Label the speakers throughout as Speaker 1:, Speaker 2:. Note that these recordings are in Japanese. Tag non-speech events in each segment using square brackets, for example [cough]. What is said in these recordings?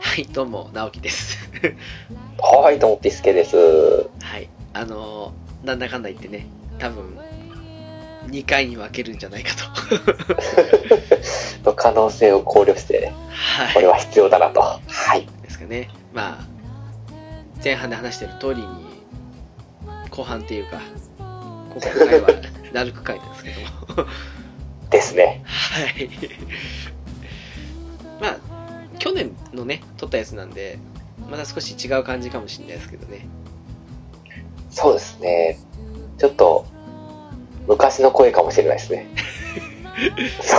Speaker 1: はい、どうも、直樹です。 [laughs]
Speaker 2: はい、どうも、ピスケです。
Speaker 1: はい、あのーなんだかんだ言ってね、多分、2回に分けるんじゃないかと。 [laughs]
Speaker 2: の可能性を考慮して、こ
Speaker 1: は
Speaker 2: れは必要だなと。はい。
Speaker 1: い、ですかね。まあ、前半で話してる通りに、後半っていうか、今回の回は、ラルク回なんですけども。 [laughs]
Speaker 2: ですね。
Speaker 1: はい。 [laughs] まあ、去年のね、撮ったやつなんで、また少し違う感じかもしれないですけどね。
Speaker 2: そうですね。ちょっと、昔の声かもしれないです [laughs] ね。そう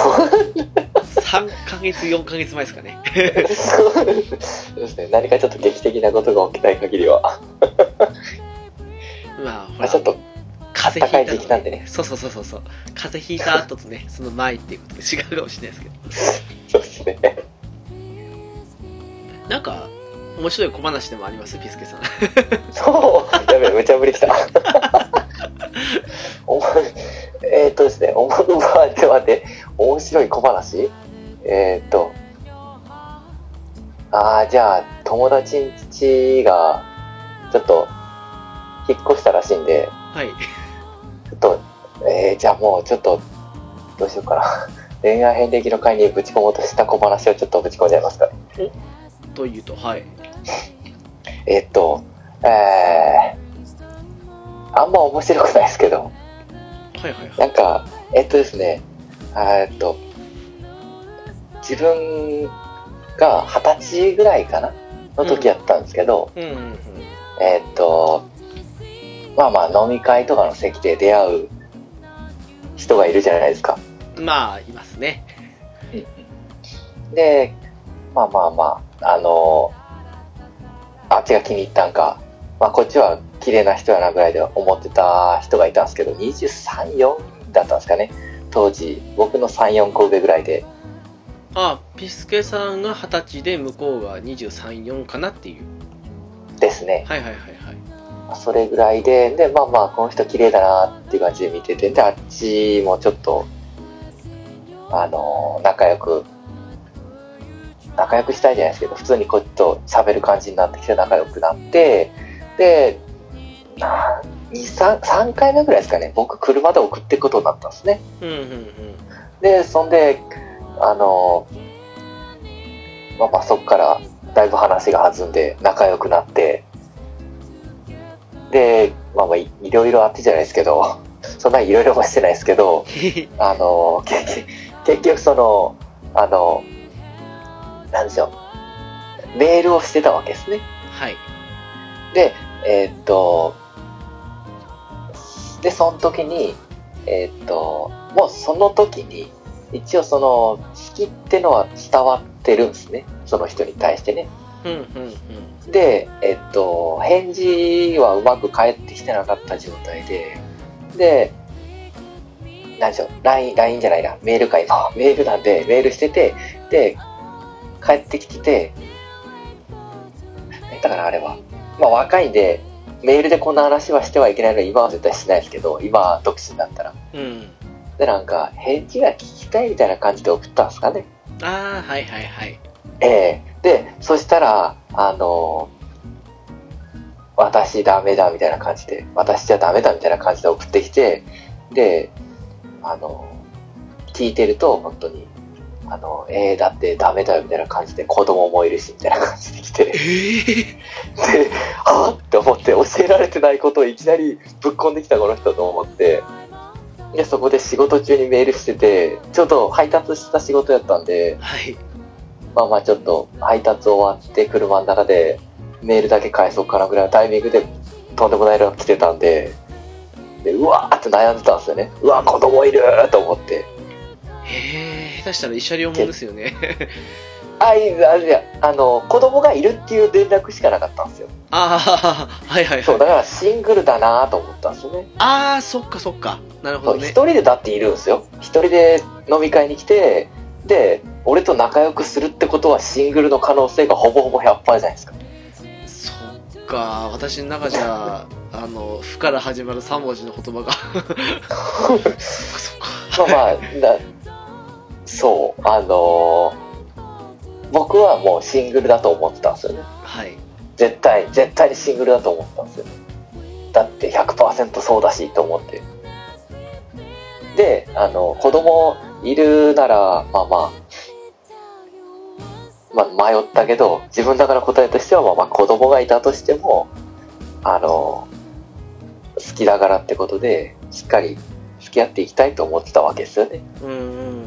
Speaker 1: 3ヶ月、4ヶ月前ですかね。 [laughs]
Speaker 2: そうですね。何かちょっと劇的なことが起きない限りは、
Speaker 1: まあ、ほ
Speaker 2: まあ
Speaker 1: ら
Speaker 2: ちょっ、と、
Speaker 1: 風邪ひいた
Speaker 2: 暖かい時期なんでね
Speaker 1: そうそうそうそうそう風邪ひいた後とねその前っていうことで違うかもしれないですけ
Speaker 2: そうですね。
Speaker 1: どなんか面白い小話でもありますピスケさん [laughs]
Speaker 2: そう、やべえ、無茶ぶりきた。 [laughs] おもえーっ、とですね、おも、うわ、ではね、面白い小話えーっ、と、ああ、じゃあ、友達ん家が、ちょっと、引っ越したらしいんで、
Speaker 1: はい
Speaker 2: ちょっと、えー、じゃあもうちょっと、どうしようかな。恋愛遍歴の会にぶち込もうとした小話をちょっとぶち込んじゃいますか。
Speaker 1: というとはい
Speaker 2: えーっと、えー、あんま面白くないですけど、
Speaker 1: はいはいは
Speaker 2: ないんか、えっとですね、えっと、自分が二十歳ぐらいかなの時やったんですけど、
Speaker 1: うんうんうん
Speaker 2: えっと、まあまあ飲み会とかの席で出会う人がいるじゃないですか。
Speaker 1: まあいますね
Speaker 2: で、まあまあまあ、あの、あっちが気に入ったんか、まあこっちは綺麗な人やなぐらいで思ってた人がいたんですけど、23、4だったんですかね。当時、僕の3、4個上ぐらいで。
Speaker 1: あピスケさんが二十歳で向こうが234かなっていう
Speaker 2: ですね。
Speaker 1: はいはいはいはい
Speaker 2: それぐらいで、で、まあまあ、この人綺麗だなっていう感じで見てて、で、あっちもちょっと、あのー仲良く、仲良くしたいじゃないですけど、普通にこっちと喋る感じになってきて仲良くなって、で、な2、3、3回目ぐらいですかね、僕車で送っていくことになったんですね。
Speaker 1: うんうんうん [laughs]
Speaker 2: で、そんで、あのーまあまあそっからだいぶ話が弾んで仲良くなって、で、まあまあいいろいろあってじゃないですけど、 [laughs] そんないろいろもしてないですけど、あのー結局結局その、あのーなんでしょう、メールをしてたわけですね。
Speaker 1: はい
Speaker 2: で、えーっと、で、その時に、えーっと、もうその時に、一応その、好きってのは伝わってるんですね。その人に対してね。
Speaker 1: うんうん
Speaker 2: で、えーっと、返事はうまく返ってきてなかった状態で、で、何でしょう、LINE、LINE じゃないな、メールか今、メールなんで、メールしてて、で、帰ってきてて、だからあれは、まあ若いんで、メールでこんな話はしてはいけないので、今は絶対しないですけど、今、独身だったら。
Speaker 1: うんうん
Speaker 2: で、なんか、返事が聞きたいみたいな感じで送ったんですかね。
Speaker 1: ああはいはいはい
Speaker 2: ええで、そしたら、あの私ダメだみたいな感じで、私じゃダメだみたいな感じで送ってきて、で、あの聞いてると本当に、あのえー、だってダメだよみたいな感じで子供もいるしみたいな感じで来て、で、
Speaker 1: ええ
Speaker 2: あーって思って教えられてないことをいきなりぶっ込んできたこの人と思って、で、そこで仕事中にメールしてて、ちょっと配達した仕事やったんで、
Speaker 1: はい
Speaker 2: まあまあちょっと配達終わって車の中でメールだけ返そうかなぐらいのタイミングでとんでもないのが来てたんででうわーって悩んでたんですよねうわ子供いるーと思って
Speaker 1: へえ下手したら慰謝料もんですよね
Speaker 2: あいあいやあの子供がいるっていう連絡しかなかったんですよ
Speaker 1: [laughs] ああはいはいはい
Speaker 2: そうだからシングルだなーと思ったんですよね
Speaker 1: ああそっかそっかなるほ
Speaker 2: そ
Speaker 1: ど
Speaker 2: う一
Speaker 1: ね
Speaker 2: 人でだっているんですよ一人で飲み会に来てで俺と仲良くするってことはシングルの可能性がほぼほぼ100%じゃないですか
Speaker 1: そっか私の中じゃあの「ふ」から始まる3文字の言葉がそっかそっか
Speaker 2: まあまあ、だそう、あのー僕はもうシングルだと思ってたんですよね
Speaker 1: はい
Speaker 2: 絶対絶対にシングルだと思ったんですよだって100%そうだしと思ってであの子供いるならまあまあまあ迷ったけど自分だから答えとしてはまあまあ子供がいたとしてもあの好きだからってことでしっかり付き合っていきたいと思ってたわけですよね
Speaker 1: うんうん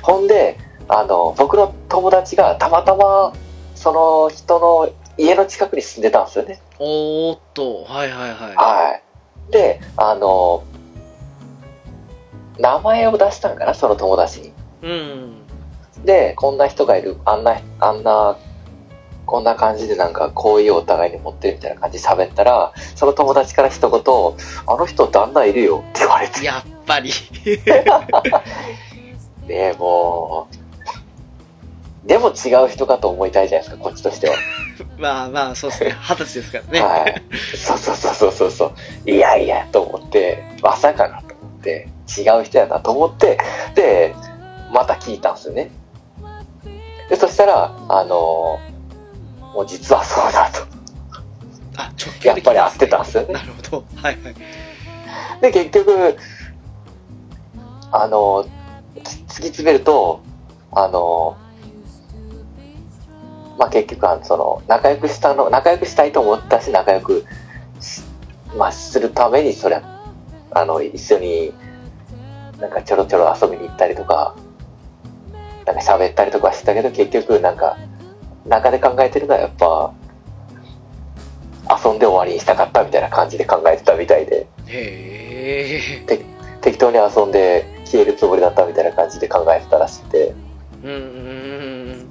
Speaker 2: ほんで、あの、僕の友達がたまたま、その人の家の近くに住んでたんですよね。
Speaker 1: おーっとはいはいは
Speaker 2: はい。で、あの、名前を出したんかな、その友達に。
Speaker 1: いうん
Speaker 2: で、こんな人がいる、あんな、あんな、こんな感じでなんか好意をお互いに持ってるみたいな感じで喋ったら、その友達から一言、あの人旦那いるよって言われて、
Speaker 1: やっぱり [laughs]
Speaker 2: ねえもう、でも違う人かと思いたいじゃないですか、こっちとしては。
Speaker 1: まあまあそうですね二十歳ですからね、
Speaker 2: はい。そうそうそうそうそうそう。いやいや、と思って、まさかなと思って、違う人やなと思って、で、また聞いたんですよね。で、そしたら、あのもう実はそうだと。
Speaker 1: あ直
Speaker 2: や
Speaker 1: 球
Speaker 2: っ
Speaker 1: で
Speaker 2: ぱ
Speaker 1: 来
Speaker 2: り合ってたん
Speaker 1: ま
Speaker 2: ですすよ
Speaker 1: ね
Speaker 2: ね。
Speaker 1: なるほどはいはい
Speaker 2: で、結局、あのつ突き詰めると、あのまあ結局あの、その、仲良くしたの、仲良くしたいと思ったし、仲良くし、まあ、するために、そりゃ、あの、一緒に、なんかちょろちょろ遊びに行ったりとか、なんか喋ったりとかしてたけど、結局、なんか、中で考えてるのはやっぱ、遊んで終わりにしたかったみたいな感じで考えてたみたいで。
Speaker 1: へえ
Speaker 2: 適当に遊んで消えるつもりだったみたいな感じで考えてたらしくて、
Speaker 1: うんうんうん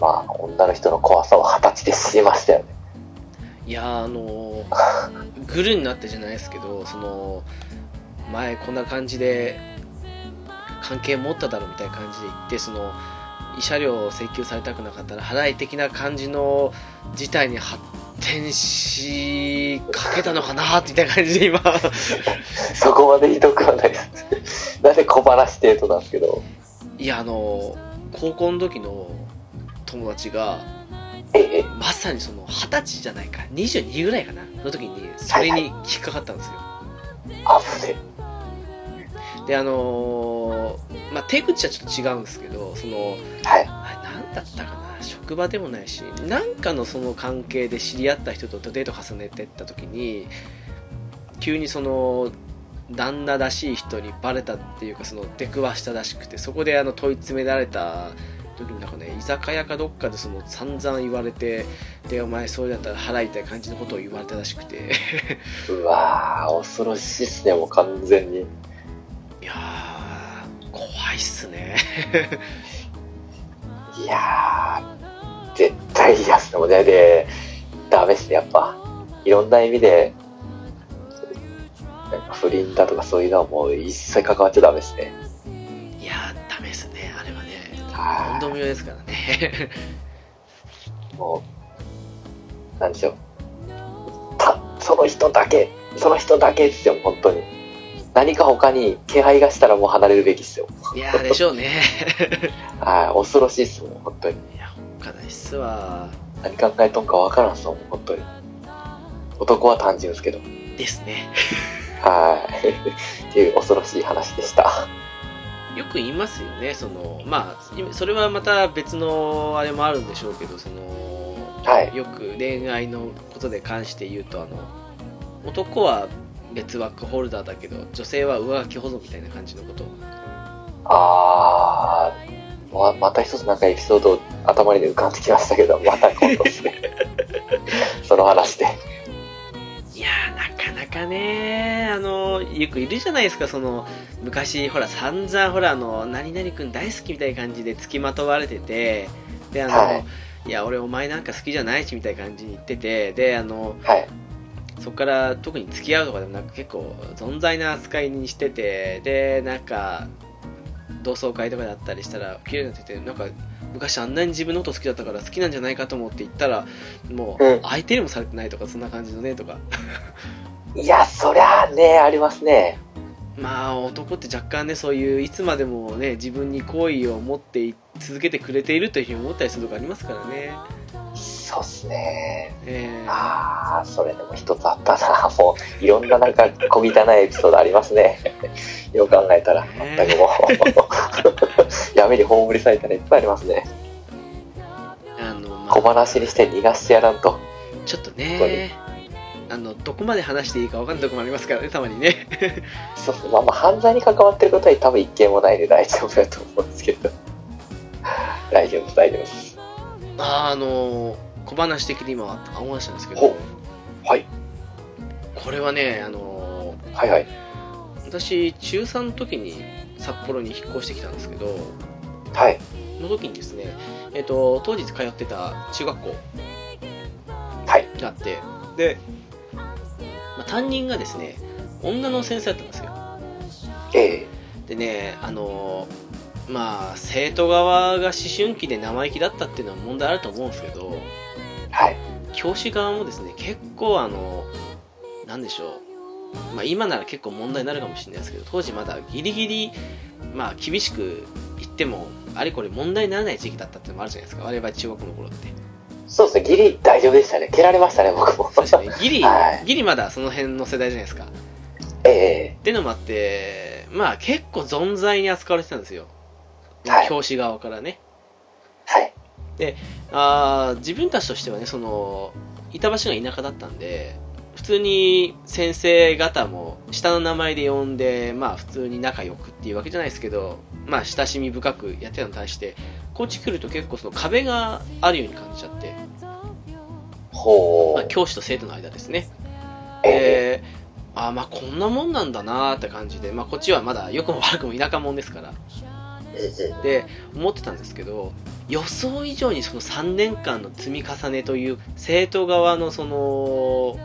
Speaker 2: まあ、女の人の怖さを二十歳で知りましたよね。 [laughs]
Speaker 1: いやーあのーグルになってじゃないですけどその前こんな感じで関係持っただろみたいな感じで言ってその慰謝料を請求されたくなかったら払い的な感じの事態に発展しかけたのかなみたいな感じで今
Speaker 2: そこまでひどくはないです。なんで小腹してとなんですけど、
Speaker 1: いやあのー高校の時の友達が
Speaker 2: ええ、
Speaker 1: まさにその二十歳じゃないか22ぐらいかなの時にそれに引っかかったんですよ
Speaker 2: あぶね。
Speaker 1: であのーまあ、手口はちょっと違うんですけどその
Speaker 2: はい。
Speaker 1: あ何だったかな職場でもないしなんかのその関係で知り合った人とデート重ねてった時に急にその旦那らしい人にバレたっていうかその出くわしたらしくてそこであの問い詰められた時になんかね居酒屋かどっかでその散々言われてでお前それだったら払いたい感じのことを言われたらしくて [laughs]
Speaker 2: うわー、恐ろしいっすね、もう完全に。
Speaker 1: いやー怖いっすね
Speaker 2: いやー、絶対嫌っすね、もうね。で、ダメっすね、やっぱ。いろんな意味で、なんか不倫だとかそういうのはもう一切関わっちゃダメっすね。
Speaker 1: いやーダメですねあれはね
Speaker 2: は
Speaker 1: 問
Speaker 2: い
Speaker 1: 答無用ですからね [laughs]
Speaker 2: もう、なんでしょう。た、その人だけ、その人だけですよ、本当に。何か他に気配がしたらもう離れるべきですよ。
Speaker 1: いやーでしょうね [laughs]
Speaker 2: はい、恐ろしいっすもん、本当に。
Speaker 1: いや他ないっすわ
Speaker 2: 何考えとんかわからんっすもん、本当に。男は単純ですけど。
Speaker 1: ですね
Speaker 2: はい。っていう [laughs] 恐ろしい話でした。
Speaker 1: よく言いますよねそのまあ今それはまた別のあれもあるんでしょうけどその
Speaker 2: はい。
Speaker 1: よく恋愛のことで関して言うとあの男は別枠ホルダーだけど女性は上書き保存みたいな感じのこと
Speaker 2: あー、ままた一つなんかエピソード頭に浮かんできましたけど、また今度ですね。その話で。
Speaker 1: いやーなかなかねあのよくいるじゃないですかその昔ほら散々ほらあの何々君大好きみたいな感じで付きまとわれててであの、
Speaker 2: はい
Speaker 1: い、や俺お前なんか好きじゃないしみたいな感じに言っててであの
Speaker 2: はい。
Speaker 1: そこから特に付き合うとかでもなく結構存在な扱いにしててでなんか同窓会とかだったりしたら綺麗になっててなんか昔あんなに自分のこと好きだったから好きなんじゃないかと思って言ったらもう
Speaker 2: うん
Speaker 1: 相手にもされてないとかそんな感じのねとか
Speaker 2: いや、そりゃあね、ありますね。
Speaker 1: まあ男って若干ねそういういつまでもね自分に好意を持ってい続けてくれているというふうに思ったりするとこありますからね。
Speaker 3: そうっすね。
Speaker 1: えー
Speaker 3: ああ、それでも一つあったな。もう、いろんななんか小汚いエピソードありますね。 [laughs] よく考えたら、全くも [laughs] う、闇に葬りされたらいっぱいありますね。
Speaker 1: あの、まあ
Speaker 3: 小話にして逃がしてやらんと。
Speaker 1: ちょっとね、あの、どこまで話していいか分かんないとこもありますからね、たまにね。
Speaker 3: そうっすね。まあまあ、犯罪に関わってることは多分一件もないんで大丈夫だと思うんですけど。 [laughs] 大丈夫です、大丈夫です。
Speaker 1: あの、小話的に今、思い出したんですけ
Speaker 3: ほ
Speaker 1: ど
Speaker 3: う、はい。
Speaker 1: これはね、あの、
Speaker 3: はいはい。
Speaker 1: 私、中3の時に札幌に引っ越してきたんですけど、
Speaker 3: はい。
Speaker 1: の時にですね、えっ、と、当時通ってた中学校
Speaker 3: はい。
Speaker 1: があって、で、まあ、担任がですね、女の先生だったんですよ。
Speaker 3: ええ
Speaker 1: でねあのまあ生徒側が思春期で生意気だったっていうのは問題あると思うんですけど
Speaker 3: はい。
Speaker 1: 教師側もですね結構あのなんでしょう、まあ、今なら結構問題になるかもしれないですけど当時まだギリギリまあ厳しく言ってもあれこれ問題にならない時期だったっていうのもあるじゃないですか我々中学の頃って
Speaker 3: そうですね、ギリ大丈夫でしたね。蹴られましたね、僕も。
Speaker 1: そうですねギリ、
Speaker 3: はい
Speaker 1: ギリまだその辺の世代じゃないですかっ
Speaker 3: ええ
Speaker 1: ていうのもあってまあ結構存在に扱われてたんですよ、
Speaker 3: はい
Speaker 1: 教師側からね
Speaker 3: はい。
Speaker 1: あー自分たちとしてはねその板橋が田舎だったんで普通に先生方も下の名前で呼んでまあ普通に仲良くっていうわけじゃないですけどまあ親しみ深くやってたのに対してこっち来ると結構その壁があるように感じちゃって、
Speaker 3: ほう。
Speaker 1: まあ、教師と生徒の間ですね
Speaker 3: え
Speaker 1: であーまあこんなもんなんだなーって感じで、まあ、こっちはまだ良くも悪くも田舎もんですから
Speaker 3: え
Speaker 1: で思ってたんですけど予想以上にその3年間の積み重ねという生徒側のその、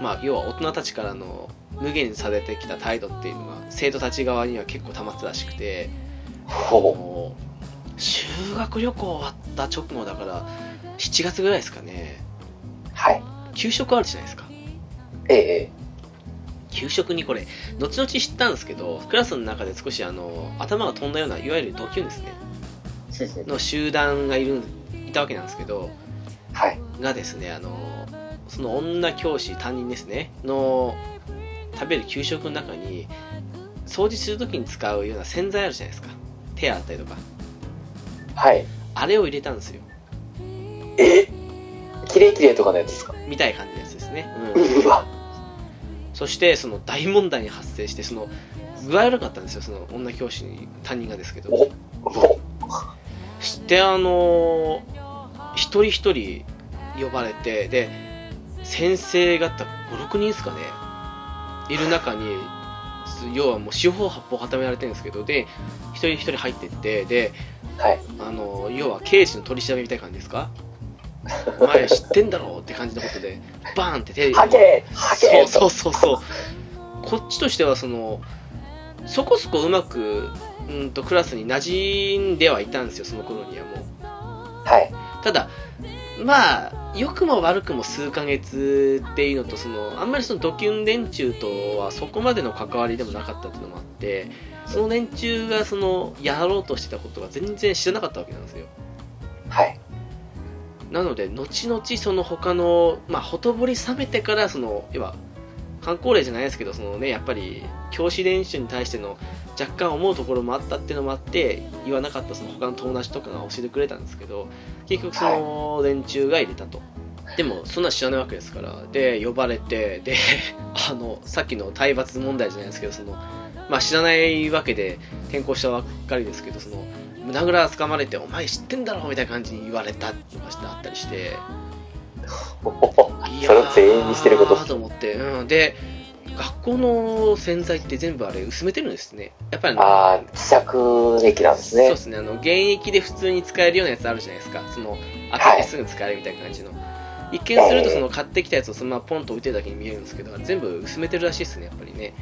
Speaker 1: まあ、要は大人たちからの無限にされてきた態度っていうのが生徒たち側には結構溜まってたらしくて
Speaker 3: ほ
Speaker 1: もう修学旅行終わった直後だから7月ぐらいですかね
Speaker 3: う。はい。
Speaker 1: 給食あるじゃないですか
Speaker 3: ええ
Speaker 1: 給食にこれ後々知ったんですけどクラスの中で少しあの頭が飛んだようないわゆるドキュンですねの集団がいるいたわけなんですけど
Speaker 3: はい。
Speaker 1: がですねあのその女教師担任ですねの食べる給食の中に掃除するときに使うような洗剤あるじゃないですか手洗ったりとか
Speaker 3: はい。
Speaker 1: あれを入れたんですよ
Speaker 3: えキレイキレイとかのやつですか
Speaker 1: みたいな感じのやつですね、うん、
Speaker 3: うわ。
Speaker 1: そしてその大問題に発生してその具合悪かったんですよその女教師に担任がですけど
Speaker 3: おも
Speaker 1: してあの一人一人呼ばれてで先生方56人ですかねいる中に要はもう四方八方固められてるんですけどで一人一人入ってってで
Speaker 3: う。はい。
Speaker 1: あの要は刑事の取り調べみたいな感じですかお前知ってんだろうって感じのことでバーンって手
Speaker 3: はけは
Speaker 1: そ
Speaker 3: け
Speaker 1: うそうそうそうこっちとしてはそのそこそこうまくうんとクラスに馴染んではいたんですよその頃にはもう
Speaker 3: はい。
Speaker 1: ただまあ良くも悪くも数ヶ月っていうのとそのあんまりそのドキュン連中とはそこまでの関わりでもなかったっていうのもあってその連中がそのやろうとしてたことが全然知らなかったわけなんですよ
Speaker 3: はい。
Speaker 1: なので後々その他のまあほとぼり冷めてからその要は観光例じゃないですけどそのねやっぱり教師練習に対しての若干思うところもあったっていうのもあって言わなかったその他の友達とかが教えてくれたんですけど結局その連中が入れたと、でもそんなん知らないわけですからで呼ばれてで [laughs] あのさっきの体罰問題じゃないですけどそのまあ知らないわけで転校したばっかりですけどその胸ぐらつかまれて「お前知ってんだろ」みたいな感じに言われたとかしてあったりして
Speaker 3: おお
Speaker 1: い
Speaker 3: それを全員にしてること
Speaker 1: やーと思って、うん、で学校の洗剤って全部あれ薄めてるんですねやっぱりあの
Speaker 3: ああ、磁石液なんです
Speaker 1: そう
Speaker 3: ね
Speaker 1: で。すねあの現役で普通に使えるようなやつあるじゃないですかその開けてすぐ使えるみたいな感じの、一見するとその買ってきたやつをそのままポンと置いてるだけに見えるんですけどあれ全部薄めてるらしいですねやっぱりね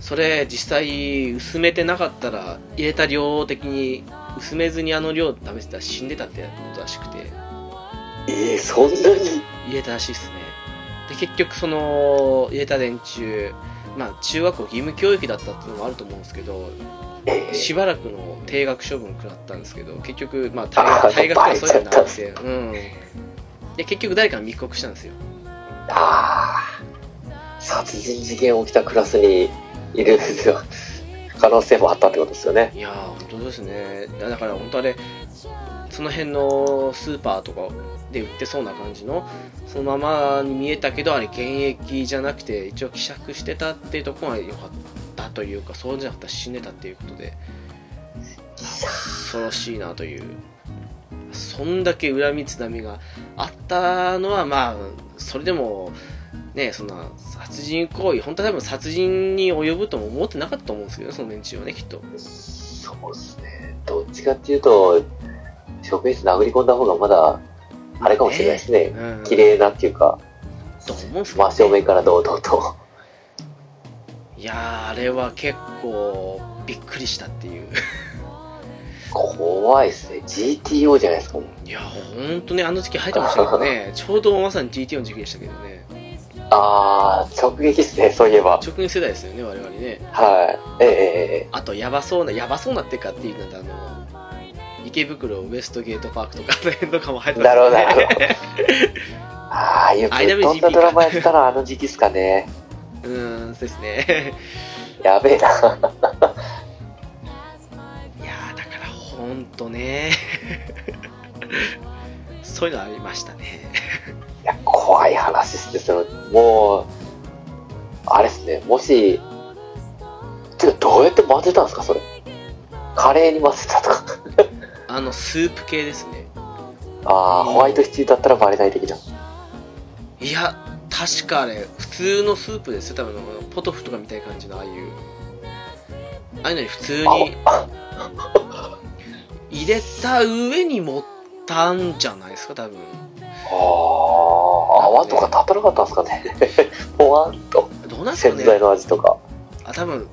Speaker 1: それ実際薄めてなかったら入れた量的に薄めずにあの量食べてたら死んでたってことらしくて
Speaker 3: ええそんなに
Speaker 1: 入れたらしいですねで結局その入れた連中まあ中学校義務教育だったっていうのもあると思うんですけど
Speaker 2: ええ
Speaker 1: しばらくの定額処分食らったんですけど結局まあ退
Speaker 2: あ
Speaker 1: 学
Speaker 2: ー
Speaker 1: 退学とかそういうの
Speaker 2: バ
Speaker 1: な
Speaker 2: レ
Speaker 1: く
Speaker 2: ち
Speaker 1: て、うん、で結局誰かが密告したんですよ
Speaker 2: ああ、殺人事件起きたクラスにいる可能性もあったってことですよね。
Speaker 1: いやー本当ですねいやだから本当あれその辺のスーパーとかで売ってそうな感じのそのままに見えたけどあれ現役じゃなくて一応希釈してたっていうところが良かったというかそうじゃなかったら死んでたっていうことで恐ろしいなというそんだけ恨みつだみがあったのはまあそれでもねそんな殺人行為本当は多分殺人に及ぶとも思ってなかったと思うんですけどねその連中はねきっと
Speaker 2: そうですね。どっちかっていうと、職員室殴り込んだ方がまだ、あれかもしれないですね。
Speaker 1: うん
Speaker 2: 綺麗なっていうか、
Speaker 1: と思うんすけど
Speaker 2: 真正面から堂々と。
Speaker 1: いやーあれは結構びっくりしたっていう
Speaker 2: 怖いですね。GTO じゃないですか、もう
Speaker 1: いやほんとねあの時期入ってましたけどねちょうどまさに GT の時期でしたけどね
Speaker 2: ああ、直撃ですね、そういえば。
Speaker 1: 直撃世代ですよね我々ね
Speaker 2: はい。えええ
Speaker 1: あとやばそうなやばそうなってかっていうのとあの池袋ウエストゲートパークとかあの辺とかも入っ
Speaker 2: え
Speaker 1: てまし
Speaker 2: な
Speaker 1: た
Speaker 2: る
Speaker 1: よ
Speaker 2: ほど、
Speaker 1: ね
Speaker 2: なるほど。ああ、いうぶっ飛んだドラマやったらあの時期っすかね。
Speaker 1: うーんそうですね
Speaker 2: やべえな。
Speaker 1: いやーだからほんとね [laughs] そういうのありましたね
Speaker 2: いや、怖い話ですね、その、もう、あれですね、もし、てか、どうやって混ぜたんですか、それ。カレーに混ぜたとか。
Speaker 1: あのスープ系ですね
Speaker 2: ああ、ホワイトシチューだったらバレない的な。
Speaker 1: いや確かあれ普通のスープですよ多分あのポトフとかみたいな感じのああいうああいうのに普通に
Speaker 2: あ、
Speaker 1: 入れた上に盛ったんじゃないですか多分
Speaker 2: あー、泡とか立たなかったんですか [laughs] ね。ポワンと。
Speaker 1: どうなんです
Speaker 2: 洗
Speaker 1: か
Speaker 2: 剤
Speaker 1: ね
Speaker 2: の味とか。
Speaker 1: あ多分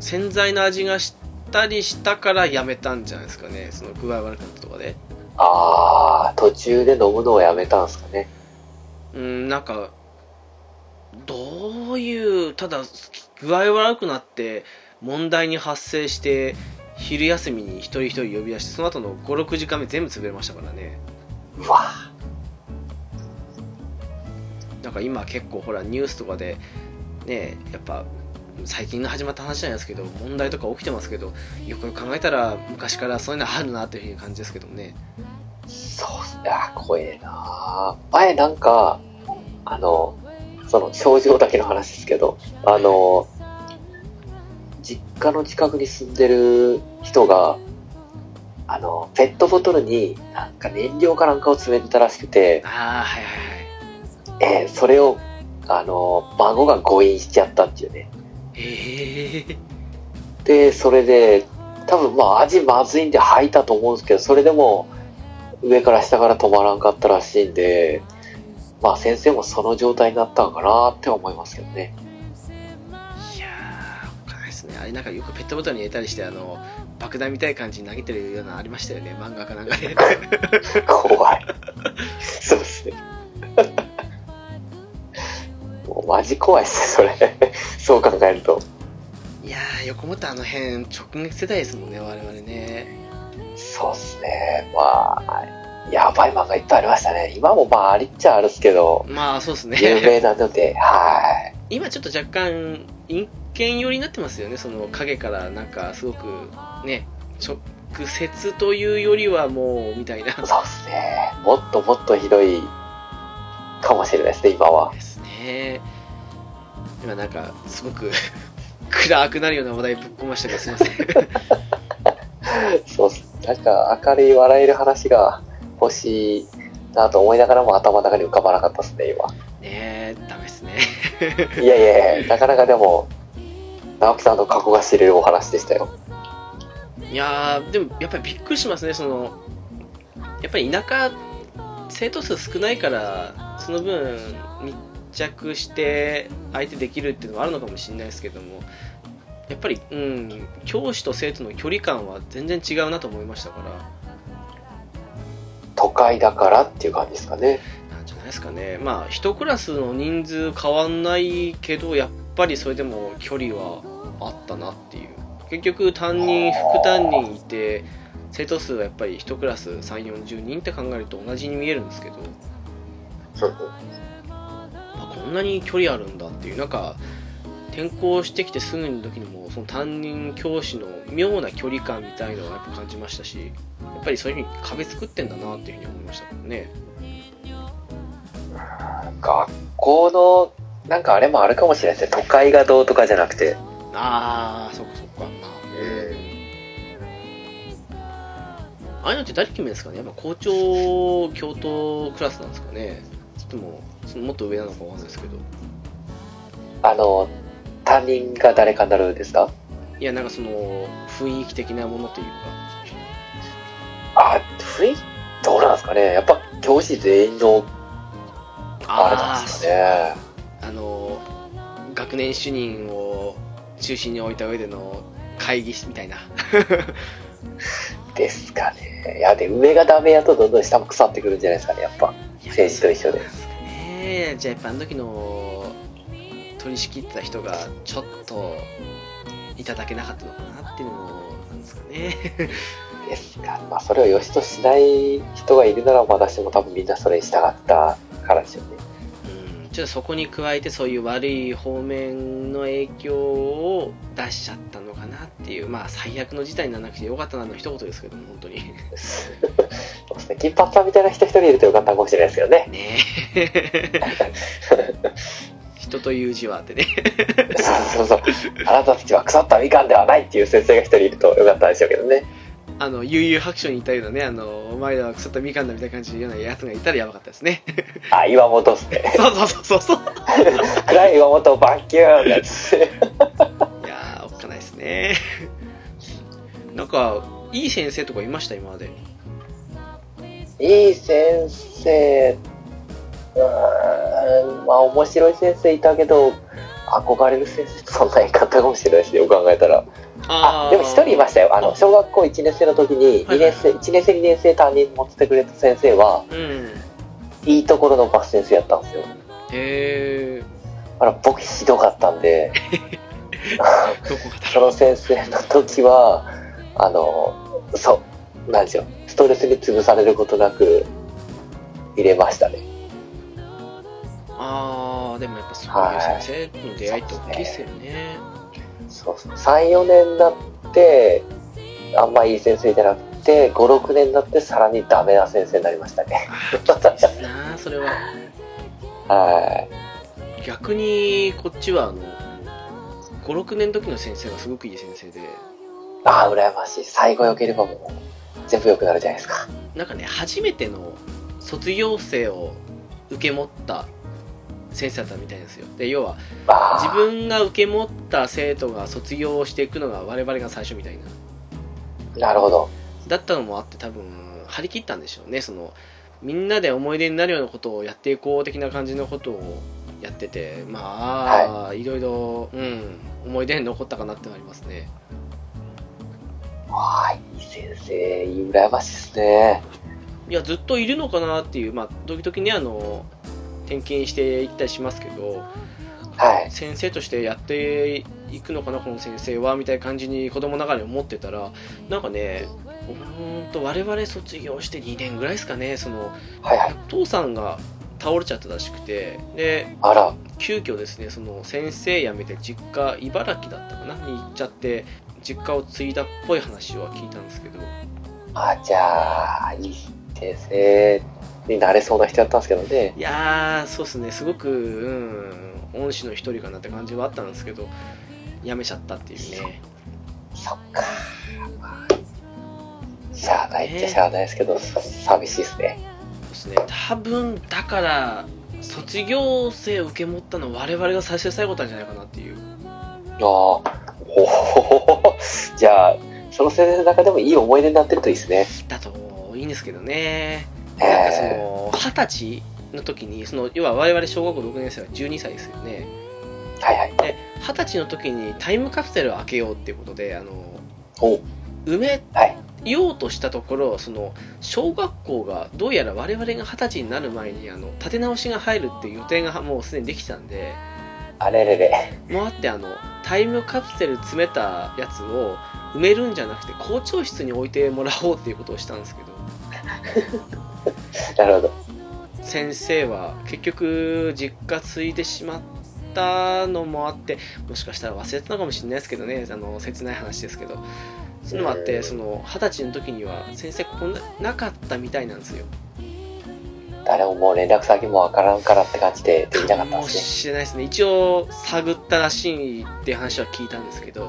Speaker 1: 洗剤の味がしたりしたからやめたんじゃないですかねその具合悪くなったとかで
Speaker 2: ああ、途中で飲むのをやめたんですかね。
Speaker 1: うんなんかどういうただ具合悪くなって問題に発生して昼休みに一人一人呼び出してその後の56時間目全部潰れましたからね
Speaker 2: うわ
Speaker 1: なんか今結構ほらニュースとかでねやっぱ最近の始まった話じゃないですけど問題とか起きてますけどよくよく考えたら昔からそういうのあるなという感じですけどもね
Speaker 2: そうっすね、あー怖えなー前なんか、あの、その症状だけの話ですけど、あの、実家の近くに住んでる人が、あの、ペットボトルになんか燃料かなんかを詰めてたらしくて、
Speaker 1: ああはいはいはい
Speaker 2: えーそれを、あの、孫が誤飲しちゃったっていうね。
Speaker 1: ええ
Speaker 2: で、それで、多分まあ味まずいんで吐いたと思うんですけど、それでも上から下から止まらんかったらしいんで、まあ先生もその状態になったんかなって思いますけどね。
Speaker 1: いやー、おっかないですね。あれなんかよくペットボトルに入れたりして、あの、爆弾みたいな感じに投げてるようなのありましたよね、漫画かなんかで。
Speaker 2: 怖い。そうですね。 [laughs] もうマジ怖いっすね、それ。そう考えると。
Speaker 1: [laughs] いやー、横もってあの辺、直撃世代ですもんね、我々ね。
Speaker 2: そうっすね。まあ、やばい漫画いっぱいありましたね。今もまあありっちゃあるっすけど、
Speaker 1: まあ、そうです
Speaker 2: 有
Speaker 1: ね。
Speaker 2: 名なので、はい。
Speaker 1: 今ちょっと若干、陰険寄りになってますよね、その影から、なんか、すごく、ね、直接というよりはもう、みたいな。
Speaker 2: そうですね。もっともっとひどいかもしれないですね、今は。
Speaker 1: ですね。今なんか、すごく、 [laughs] 暗くなるような話題ぶっ込ましたけど、すい [laughs] ません。
Speaker 2: そうっす。なんか明るい笑える話が欲しいなと思いながらも頭の中に浮かばなかったですね、
Speaker 1: ねえ、ダメですね。
Speaker 2: 今。いやいやい [laughs] や、なかなかでも、直樹さんの過去が知れるお話でしたよ。
Speaker 1: いやーでもやっぱりびっくりしますねそのやっぱり田舎生徒数少ないからその分密着して相手できるっていうのはあるのかもしれないですけどもやっぱり、うん、教師と生徒の距離感は全然違うなと思いましたから
Speaker 2: 都会だからっていう感じですかね。
Speaker 1: なんじゃないですかねまあ一クラスの人数変わんないけどやっぱりそれでも距離はあったなっていう結局担任副担任いて生徒数はやっぱり1クラス3 4 0人って考えると同じに見えるんですけど、
Speaker 2: そうそう
Speaker 1: あこんなに距離あるんだっていうなんか転校してきてすぐの時にもその担任教師の妙な距離感みたいのはやっぱ感じましたしやっぱりそういうふうに壁作ってんだなっていうふうに思いましたもんね
Speaker 2: 学校のなんかあれもあるかもしれないですね都会がどうとかじゃなくて
Speaker 1: ああそっかそっかまあああいうのって誰決めるんですかねやっぱ校長教頭クラスなんですかねちょっともうそのもっと上なのかわかんないですけど
Speaker 2: あの担任が誰かになるんですか
Speaker 1: いやなんかその雰囲気的なものというか
Speaker 2: あ雰囲気どうなんですかねやっぱ教師全員のあれなんですかね
Speaker 1: あの学年主任を中心に置いた上での会議室みたいな
Speaker 2: ですかねいやで上がダメやとどんどん下も腐ってくるんじゃないですかねやっぱ政治と一緒で
Speaker 1: ねえじゃあやっぱあの時の取り仕切ってた人がちょっといただけなかったのかなっていうのもなんですかね
Speaker 2: ですかまあそれを良しとしない人がいるなら私も多分みんなそれに従ったからですよね
Speaker 1: うんちょっとそこに加えてそういう悪い方面の影響を出しちゃったのかなっていうまあ最悪の事態にならなくてよかったなの一言ですけども本当に
Speaker 2: そうですね金髪さんみたいな人一人いるとよかったかもしれないですけどね
Speaker 1: ねえ人という字はあってね
Speaker 2: そうそうそうあなたたちは腐ったみかんではないっていう先生が一人いるとよかったんでしょうけどね
Speaker 1: あの悠々白書にいたようなねあのお前らは腐ったみかんだみたいな感じのようなやつがいたらやばかったですね
Speaker 2: あ岩本っすね
Speaker 1: そうそうそうそうそう
Speaker 2: 暗い岩本バッキューンってやつ
Speaker 1: いやーおっかないですね [laughs] なんかいい先生とかいました今まで
Speaker 2: いい先生うーんまあ面白い先生いたけど憧れる先生ってそんな言い方かもしれないですねよく考えたらあ
Speaker 1: ー
Speaker 2: でも一人いましたよあの小学校1年生の時に
Speaker 1: はいは
Speaker 2: 2
Speaker 1: い
Speaker 2: 年生1年生2年生担任持っててくれた先生は
Speaker 1: うん
Speaker 2: いいところのバス先生やったんですよ
Speaker 1: へえ
Speaker 2: あら僕ひどかったんで
Speaker 1: どこがだ
Speaker 2: そ
Speaker 1: ろう
Speaker 2: の先生の時はあのそうなんでしょうストレスに潰されることなく入れましたね
Speaker 1: ああでもやっぱそういう先生の出会いって大きいですよね
Speaker 2: そうそう34年になってあんまいい先生じゃなくて56年になってさらにダメな先生になりましたね
Speaker 1: きついなーそれは
Speaker 2: は
Speaker 1: 逆にこっちはあの56年の時の先生がすごくいい先生で
Speaker 2: いああ羨ましい最後良ければもう全部良くなるじゃないですか
Speaker 1: なんかね初めての卒業生を受け持った先生だったみたいなんですよで要は
Speaker 2: あー
Speaker 1: 自分が受け持った生徒が卒業していくのが我々が最初みたいな
Speaker 2: なるほど
Speaker 1: だったのもあって多分張り切ったんでしょうねそのみんなで思い出になるようなことをやっていこう的な感じのことをやっててまあ、い、ろいろ、うん、思い出に残ったかなってのはありますね
Speaker 2: わあいい先生羨ましいですね
Speaker 1: いやずっといるのかなっていうまあ時々ねあの転勤していったりしますけど
Speaker 2: はい
Speaker 1: 先生としてやっていくのかなこの先生はみたいな感じに子供ながらに思ってたらなんかねうーんと我々卒業して2年ぐらいですかねその
Speaker 2: はいはい
Speaker 1: 父さんが倒れちゃったらしくてで
Speaker 2: あら
Speaker 1: 急遽ですねその先生辞めて実家茨城だったかなに行っちゃって実家を継いだっぽい話は聞いたんですけど
Speaker 2: あじゃあいい先生になれそうな人だったんですけどね
Speaker 1: いやーそうですねすごく、うん、恩師の一人かなって感じはあったんですけど辞めちゃったっていうね
Speaker 2: そっかまあしゃあないっちゃしゃあないですけど、さ寂しいですね
Speaker 1: そうですね多分だから卒業生受け持ったの我々が最初で最後だったんじゃないかなっていう
Speaker 2: ああおおじゃあその先生の中でもいい思い出になってるといいですね
Speaker 1: だといいんですけどね
Speaker 2: え
Speaker 1: なんかそ
Speaker 2: え
Speaker 1: の二十歳の時にその要は我々小学校6年生は12歳ですよね
Speaker 2: はいはい
Speaker 1: で二十歳の時にタイムカプセルを開けようっていうことであの
Speaker 2: お
Speaker 1: 埋め
Speaker 2: はい
Speaker 1: ようとしたところその小学校がどうやら我々が二十歳になる前にあの立て直しが入るっていう予定がもうすでにできてたんで
Speaker 2: あれれれ。 [laughs]
Speaker 1: もあってあのタイムカプセル詰めたやつを埋めるんじゃなくて校長室に置いてもらおうっていうことをしたんですけど
Speaker 2: なるほど。
Speaker 1: 先生は結局実家継いでしまったのもあってもしかしたら忘れてたのかもしれないですけどねあの切ない話ですけどそういうのもあっ
Speaker 2: え
Speaker 1: て
Speaker 2: ー
Speaker 1: その二十歳の時には先生ここななかったみたいなんですよ
Speaker 2: 誰ももう連絡先もわからんからって感じでできなかったん
Speaker 1: も
Speaker 2: です
Speaker 1: しれないですね一応探ったらしいっていう話は聞いたんですけど、
Speaker 2: ね。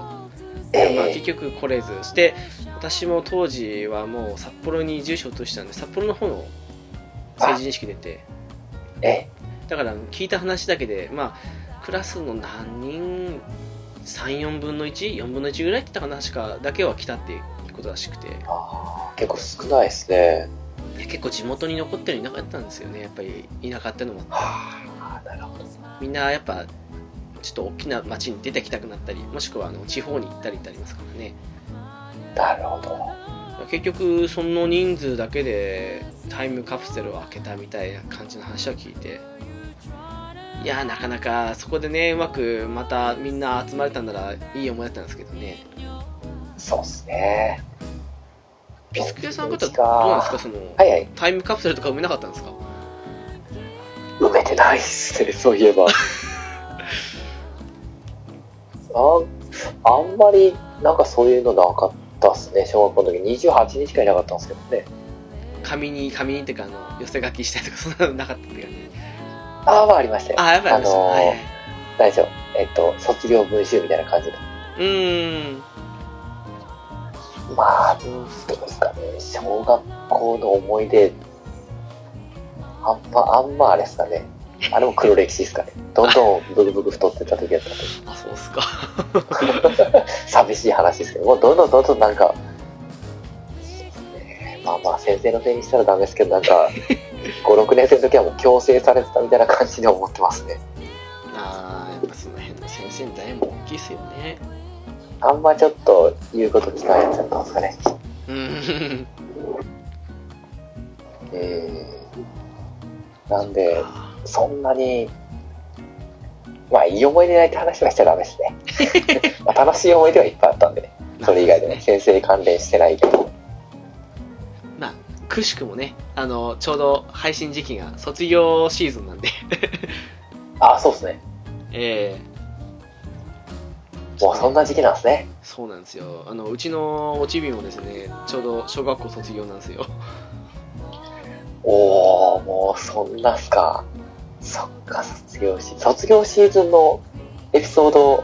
Speaker 1: まあ、
Speaker 2: え
Speaker 1: 結局来れずそして私も当時はもう札幌に住所落としたんで札幌の方の成人式出て
Speaker 2: ええ
Speaker 1: だから聞いた話だけで、まあ、クラスの何人34分の14分の1ぐらいって言ったかな確かだけは来たっていうことらしくてい
Speaker 2: えあー結構少ないですね。
Speaker 1: や結構地元に残ってるのいなかったんですよねやっぱり田舎ってのも
Speaker 2: はあ、なるほど。
Speaker 1: みんなやっぱちょっと大きな町に出てきたくなったりもしくはあの地方に行ったりってありますからね
Speaker 2: なるほど。
Speaker 1: 結局その人数だけでタイムカプセルを開けたみたいな感じの話は聞いていやーなかなかそこでねうまくまたみんな集まれたんならいい思いだったんですけどね
Speaker 2: そうですね。
Speaker 1: ピスケさん方
Speaker 2: 元
Speaker 1: は
Speaker 2: 気
Speaker 1: どうなんですか
Speaker 2: か
Speaker 1: その、
Speaker 2: はいはい。
Speaker 1: タイムカプセルとか埋めなかったんですか
Speaker 2: 埋めてないっすね、 [laughs] そういえば。あんあんまり、なんかそういうのなかったっすね、小学校の時28日しかいなかったんですけどね。
Speaker 1: 紙に紙にっていうかあの寄せ書きしたりとかそんなのなかったって感じ
Speaker 2: ああ、まあありましたよ。
Speaker 1: ああやっぱりありました、
Speaker 2: あのー
Speaker 1: はいはい
Speaker 2: 大丈夫。えっと、卒業文集みたいな感じで。
Speaker 1: うーん
Speaker 2: まあ、
Speaker 1: そうっす
Speaker 2: どうですかね、小学校の思い出、あんま、あんまあれですかね。あれも黒歴史ですかね。どんどんブクブク太ってた時やったんで
Speaker 1: あそうっすか
Speaker 2: [laughs] 寂しい話ですけど、もうどんどんどんどんなんか、ねまあまあ先生のせいにしたらダメですけど、なんか、5、6年生の時はもう強制されてたみたいな感じで思ってますね。
Speaker 1: あーやっぱその辺の先生の代も大きいっすよね
Speaker 2: あんまちょっと言うこと聞かないやつだったんですかね。
Speaker 1: うん
Speaker 2: うん。なんで、そんなに、まあいい思い出ないって話はしちゃダメですね。 [laughs] まあ楽しい思い出はいっぱいあったんで、ね、それ以外でね、先生関連してないけど。
Speaker 1: まあくしくもねあのちょうど配信時期が卒業シーズン
Speaker 2: [laughs]
Speaker 1: なんで
Speaker 2: あ、そうですね。
Speaker 1: え
Speaker 2: もうそんな時期なんですね
Speaker 1: え。そうなんですよあのうちのおちびもですねちょうど小学校卒業なんですよ [laughs]
Speaker 2: おおもうそんなっすかそっか卒業し卒業シーズンのエピソード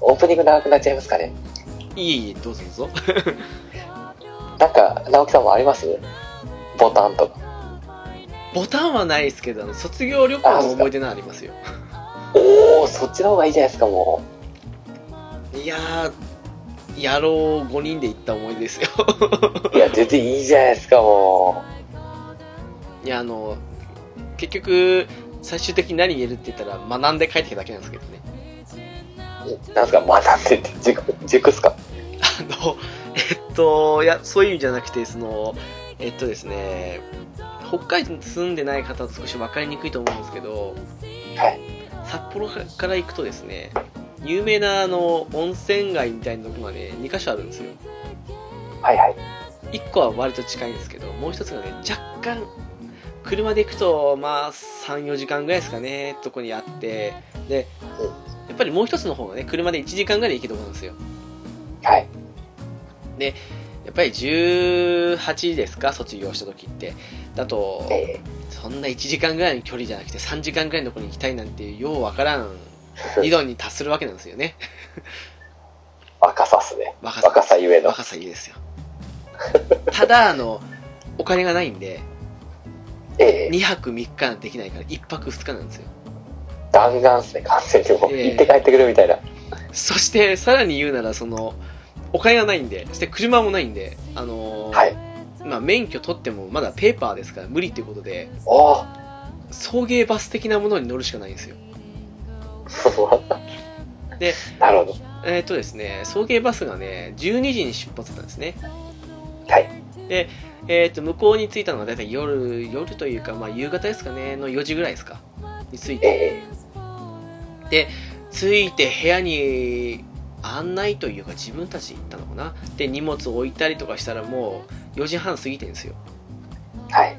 Speaker 2: オープニング長くなっちゃいますかね
Speaker 1: いえいえどうぞどうぞ
Speaker 2: なんか直樹さんもありますボタンとか
Speaker 1: ボタンはないですけどあの卒業旅行の思い出のありますよ
Speaker 2: おおそっちの方がいいじゃないですかも
Speaker 1: いやー野郎5人で行った思い出ですよ
Speaker 2: ういや全然いいじゃないですかも
Speaker 1: いやあの結局最終的に何言えるって言ったら学んで帰ってきただけなんですけどね
Speaker 2: うなんすか学んでって塾塾っすか
Speaker 1: あの、えっと、いや、そういう意味じゃなくて、その、えっとですね、北海道に住んでない方は少し分かりにくいと思うんですけど、
Speaker 2: はい
Speaker 1: 札幌から行くとですね、有名なあの温泉街みたいなとこまで2カ所あるんですよ。
Speaker 2: はいはい
Speaker 1: 1個は割と近いんですけど、もう1つがね、若干、車で行くと、まあ、3、4時間ぐらいですかね、とこにあって、で、やっぱりもう1つの方がね、車で1時間ぐらいで行けるとこなんですよ。
Speaker 2: はい
Speaker 1: やっぱり18ですか卒業した時ってだと
Speaker 2: え
Speaker 1: そんな1時間ぐらいの距離じゃなくて3時間ぐらいのところに行きたいなんていうようわからん理
Speaker 2: ー、
Speaker 1: 論に達するわけなんですよ
Speaker 2: [laughs]
Speaker 1: ね
Speaker 2: 若さっすね
Speaker 1: 若さ
Speaker 2: 若さゆえの
Speaker 1: 若さいいですよただあのお金がないんで
Speaker 2: ええ
Speaker 1: 2泊3日できないから1泊2日なんですよ
Speaker 2: 弾丸っすね完全にもう
Speaker 1: ええ
Speaker 2: 行って帰ってくるみたいな
Speaker 1: そしてさらに言うならそのお金がないんでそして車もないんであのー
Speaker 2: はい
Speaker 1: まあ、免許取ってもまだペーパーですから無理っていうことで
Speaker 2: おお
Speaker 1: 送迎バス的なものに乗るしかないんですよで
Speaker 2: [laughs] なるほど
Speaker 1: えっ、とですね、送迎バスがね、12時に出発だったんですね。
Speaker 2: はい。
Speaker 1: で、えっ、と、向こうに着いたのが大体夜、夜というか、まあ、夕方ですかね、の4時ぐらいですか、に着い
Speaker 2: え
Speaker 1: て。
Speaker 2: え
Speaker 1: で着いて部屋に案内というか自分たちで行ったのかなで荷物置いたりとかしたらもう4時半過ぎてるんですよ
Speaker 2: [laughs] はい。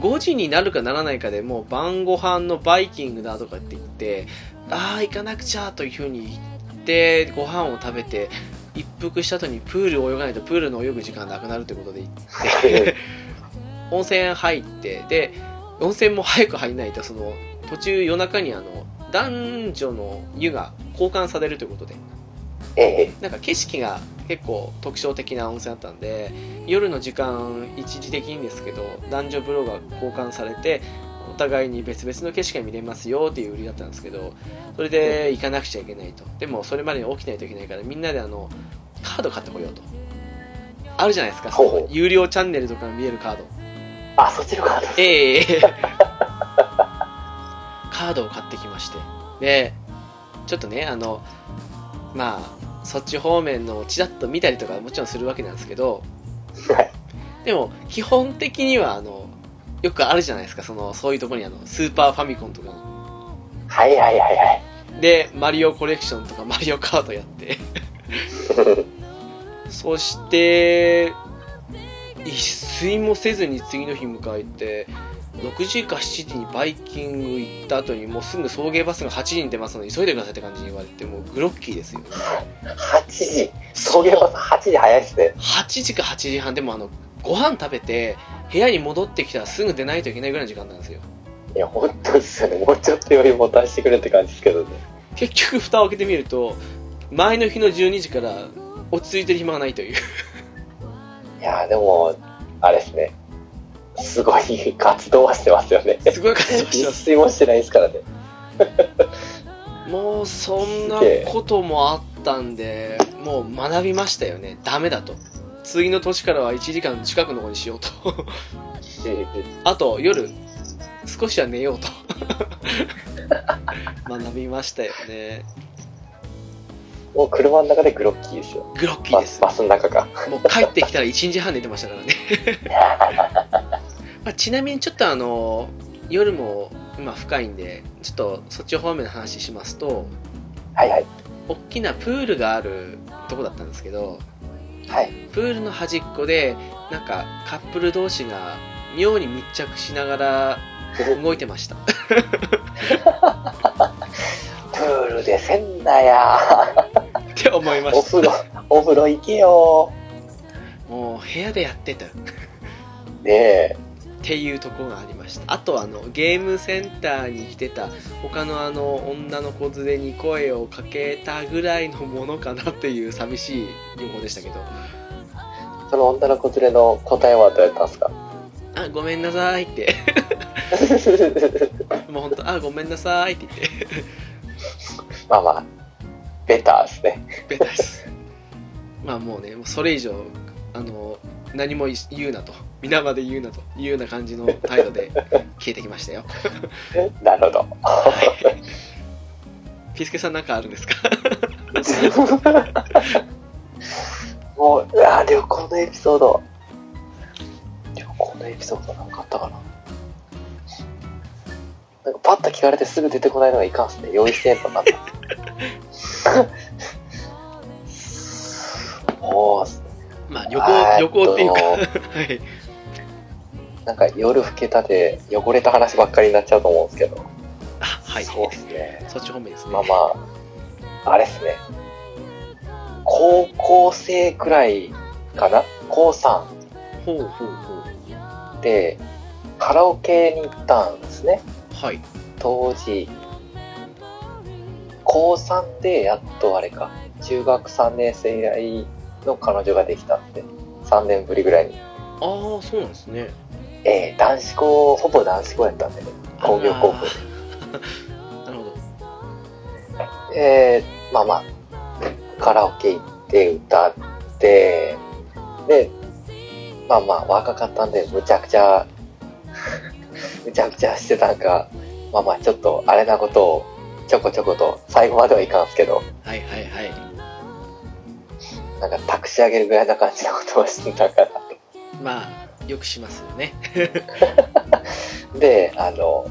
Speaker 1: 5時になるかならないかでもう晩ご飯のバイキングだとかって言ってああ行かなくちゃというふうに言ってご飯を食べて一服した後にプールを泳がないとプールの泳ぐ時間なくなるということで行って温泉入ってで温泉も早く入んないとその途中夜中にあの男女の湯が交換されるということで
Speaker 2: ええ。
Speaker 1: なんか景色が結構特徴的な温泉だったんで夜の時間一時的にですけど男女風呂が交換されてお互いに別々の景色が見れますよっていう売りだったんですけどそれで行かなくちゃいけないとでもそれまでに起きないといけないからみんなであのカード買ってこようとあるじゃないですかそ
Speaker 2: ほうほう
Speaker 1: の有料チャンネルとか見えるカード
Speaker 2: あ、そっちのカードです。
Speaker 1: ええカードを買ってきましてでちょっとねあのまあそっち方面のちらっと見たりとかもちろんするわけなんですけど
Speaker 2: はい。
Speaker 1: でも基本的にはあのよくあるじゃないですかそのそういうところにあのスーパーファミコンとかの
Speaker 2: はいはいはいはい。 [laughs]
Speaker 1: でマリオコレクションとかマリオカートやってそして一睡もせずに次の日迎えて6時か7時にバイキング行った後にもうすぐ送迎バスが8時に出ますので急いでくださいって感じに言われてもうグロッキーですよね
Speaker 2: 8時。送迎バス8時早いですね。
Speaker 1: 8時か8時半でもあのご飯食べて部屋に戻ってきたらすぐ出ないといけないぐらいの時間なんですよ
Speaker 2: いや、本当ですよね。もうちょっとよりもたしてくれって感じですけどね。
Speaker 1: 結局蓋を開けてみると前の日の12時から落ち着いてる暇がないという
Speaker 2: いや、でも、あれですね。すごい活動はしてますよね。
Speaker 1: すごい活動して
Speaker 2: 一
Speaker 1: ます
Speaker 2: 睡もしてないですからね。
Speaker 1: もうそんなこともあったんでもう学びましたよねダメだと次の年からは1時間近くの方にしようと [laughs] あと夜少しは寝ようと [laughs] 学びましたよね
Speaker 2: もう車の中でグロッキーですよ。
Speaker 1: グロッキー
Speaker 2: バ
Speaker 1: です
Speaker 2: スバスの中か。
Speaker 1: もう帰ってきたら1日半寝てましたからね [laughs] まあちなみにちょっとあの夜も今深いんでちょっとそっち方面の話しますと
Speaker 2: はいはい。
Speaker 1: 大きなプールがあるとこだったんですけど
Speaker 2: はい。
Speaker 1: プールの端っこでなんかカップル同士が妙に密着しながら動いてました
Speaker 2: プールでせんなや。
Speaker 1: って思いま
Speaker 2: お
Speaker 1: した
Speaker 2: 風呂、お風呂行けよ。
Speaker 1: もう部屋でやってたっ
Speaker 2: ねえ。
Speaker 1: ていうところがありましたあとあのゲームセンターに来てた他のあの女の子連れに声をかけたぐらいのものかなっていう寂しい旅行でしたけど
Speaker 2: その女の子連れの答えはどうやったんですか
Speaker 1: あごめんなさいってもう本当あごめんなさいって言って
Speaker 2: まあまあ、ベターですね。
Speaker 1: ベタですまあもうねもうそれ以上あの何も言うなと皆まで言うなというような感じの態度で消えてきましたよ
Speaker 2: なるほど。
Speaker 1: ピスケさんなんかあるんです
Speaker 2: [laughs]
Speaker 1: か
Speaker 2: もう、うわ旅行のエピソード。旅行のエピソードなんかあったかな。なんかパッと聞かれてすぐ出てこないのがいかんっすね。用意してんとなんだ。もう、
Speaker 1: まあ旅
Speaker 2: あ
Speaker 1: 行
Speaker 2: ー
Speaker 1: 旅行っていうかはい
Speaker 2: なんか夜更けたで汚れた話ばっかりになっちゃうと思うんですけど。
Speaker 1: あはい
Speaker 2: そうですね。
Speaker 1: そっち方面ですね
Speaker 2: まあまあ、あれっすね。高校生くらいかな高3。
Speaker 1: ほうほうほう
Speaker 2: でカラオケに行ったんですね
Speaker 1: はい
Speaker 2: 当時高3でやっとあれか中学3年生以来の彼女ができたんで3年ぶりぐらいに
Speaker 1: ああそうなんですね
Speaker 2: ええ男子校ほぼ男子校やったんでね工業高校
Speaker 1: あらー [laughs] なるほど
Speaker 2: えー、まあまあカラオケ行って歌ってでまあまあ若かったんでむちゃくちゃ [laughs] むちゃくちゃしてたんかまあまあちょっとあれなことをちょこちょこと最後まではいかんすけど
Speaker 1: はいはいはい
Speaker 2: なんか託し上げるぐらいな感じのことをしてたから
Speaker 1: まあよくしますよね
Speaker 2: であの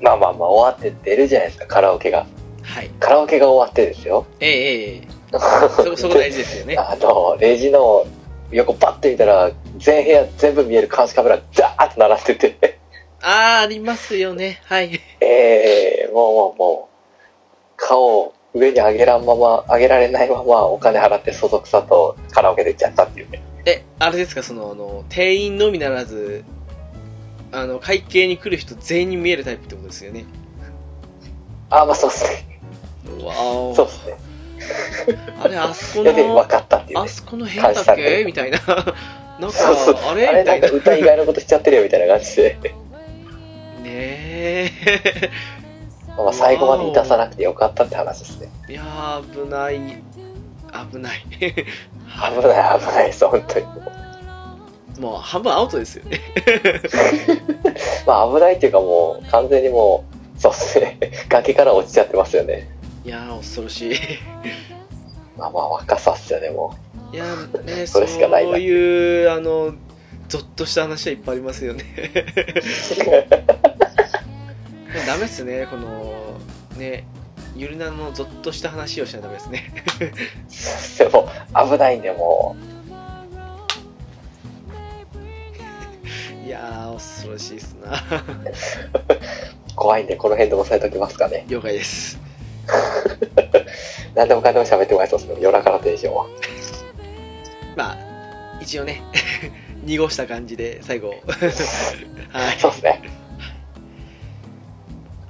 Speaker 2: まあまあまあ終わって出るじゃないですかカラオケが
Speaker 1: ははい。
Speaker 2: カラオケが終わってですよ。
Speaker 1: ええええそこそこ大事ですよね。
Speaker 2: あの、レジの横パッて見たら、全部屋全部見える監視カメラ、ザーッと並んでて、 [laughs]
Speaker 1: ああ、ありますよね。はい。
Speaker 2: えー、もうもうもう、顔を上に上げらんまま、上げられないままお金払ってそそくさとカラオケで行っちゃったっていうね。
Speaker 1: え、あれですか、その、あの、店員のみならず、あの、会計に来る人全員に見えるタイプってことですよね。
Speaker 2: あー、まあそうっすね。
Speaker 1: わ
Speaker 2: そうっ
Speaker 1: お。
Speaker 2: すね。
Speaker 1: あれ、あそこ
Speaker 2: やべえ、分
Speaker 1: の、
Speaker 2: かったっていう
Speaker 1: あ
Speaker 2: ね。
Speaker 1: そこの変だっ
Speaker 2: 感謝
Speaker 1: け
Speaker 2: ね
Speaker 1: みた
Speaker 2: [laughs]
Speaker 1: いな。なん
Speaker 2: そうそう
Speaker 1: か、あ
Speaker 2: あ
Speaker 1: れ
Speaker 2: れ
Speaker 1: みた
Speaker 2: ないんか
Speaker 1: な。
Speaker 2: 歌以外のことしちゃってるよみたいな感じで、
Speaker 1: ねえ。 [laughs]
Speaker 2: まあ最後まで満たさなくてよかったって話ですね。
Speaker 1: いやー、危ない。危ない。
Speaker 2: 危ない危ないです、本当に。
Speaker 1: もう、半分アウトですよね。
Speaker 2: まあ危ないっていうかもう完全にもうそうですね [laughs] 崖から落ちちゃってますよね
Speaker 1: いやー、恐ろしい。
Speaker 2: まあまあ若さっすよねも
Speaker 1: いやーね、
Speaker 2: それしかないな
Speaker 1: そういう、あの、ゾッとした話はいっぱいありますよね。
Speaker 2: う
Speaker 1: ダメっすね、この、ね、ゆるなのゾッとした話をしちゃダメですね。[laughs]
Speaker 2: [laughs] でも危ないんでも
Speaker 1: いやー、恐ろしいっすな。 [laughs]
Speaker 2: う怖いんでこの辺で押さえときますかね
Speaker 1: 了解です。
Speaker 2: 何でもかんでも喋ってもらえそうですけど夜中のテンションは
Speaker 1: まあ、一応ね、 [laughs] 濁した感じで最後。 [laughs] はい。
Speaker 2: そうですね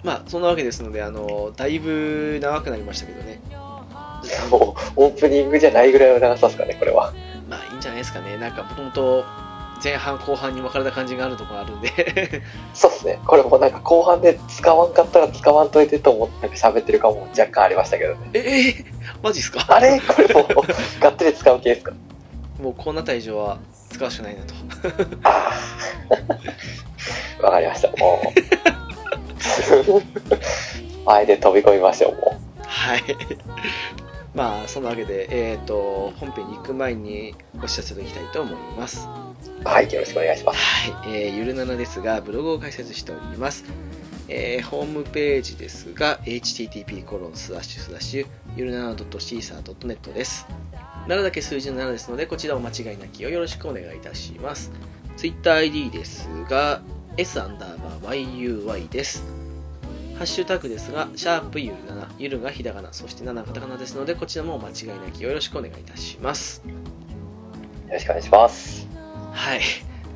Speaker 1: まあ、そんなわけですので、あの、だいぶ長くなりましたけどね。
Speaker 2: もうオープニングじゃないぐらいの長さですかねこれは
Speaker 1: まあ、いいんじゃないですかね。なんか、もともと、前半後半に分かれた感じがあるところあるんで。 [laughs]
Speaker 2: そうですねこれもなんか後半で使わんかったら使わんといてと思って喋ってるかも若干ありましたけどね
Speaker 1: ええマジっすか
Speaker 2: あれこれもうがっつり使う系ですか
Speaker 1: もうこうなった以上は使うしかないなと。
Speaker 2: あーわかりました、もう。あえて飛び込みましょう、も
Speaker 1: はい。まあ、そんなわけで、えっ、と、本編に行く前にお知らせいただきたいと思います。
Speaker 2: う。はい、よろしくお願いします。
Speaker 1: はい。えーゆるななですが、ブログを開設しております。えーホームページですが、http コロンスラッシュスラッシュ、ゆるなな .caesar.net です。7だけ数字の7ですので、こちらお間違いなきをよろしくお願いいたします。TwitterID ですが、s アンダーバー yuy です。ハッシュタグですが、シャープゆる7、ゆるがひらがな、そして7がカタカナですので、こちらもお間違いなきをよろしくお願いいたします。
Speaker 2: よろしくお願いします。
Speaker 1: はい、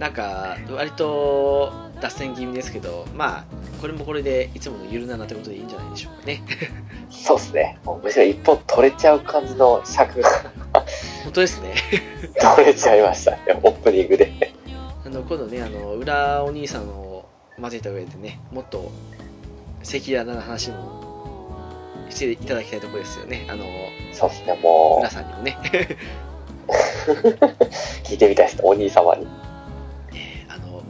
Speaker 1: なんか割と脱線気味ですけど、まあ、これもこれでいつものゆるななってことでいいんじゃないでしょうかね。 [laughs]
Speaker 2: そうですね。もうむしろ一本取れちゃう感じの尺が [laughs]
Speaker 1: 本当ですね。 [laughs]
Speaker 2: 取れちゃいましたね、オープニングで。
Speaker 1: あの今度ね、あの裏お兄さんを混ぜた上でね、もっと赤裸々な話もしていただきたいところですよね。あの
Speaker 2: そうですね、も
Speaker 1: 皆さんにもね、 [laughs]
Speaker 2: う、聞いてみたいです、お兄様に。
Speaker 1: あのもう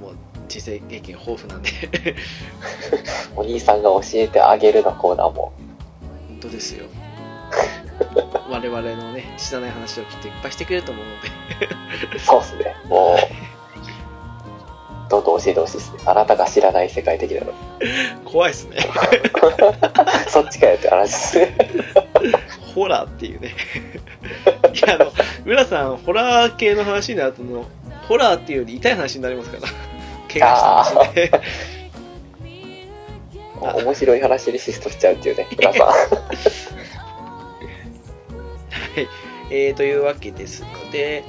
Speaker 1: 人生経験豊富なんで、 [laughs]
Speaker 2: お兄さんが教えてあげるのコーナーも。
Speaker 1: 本当ですよ。我々のね、知らない話をきっといっぱいしてくれると思うので。 [laughs]
Speaker 2: そうですね、もう、どんどん教えてほしいですね。あなたが知らない世界的なの。
Speaker 1: 怖いですね。
Speaker 2: そっちかよって話ですね。
Speaker 1: ホラーっていうね。 [laughs] いや、あの、浦さん、ホラー系の話になるとの、ホラーっていうより痛い話になりますから。 [laughs] 怪我した話で。あ
Speaker 2: 面白い話にシフトしちゃうっていうね、皆さん。
Speaker 1: [laughs] えー、というわけですので、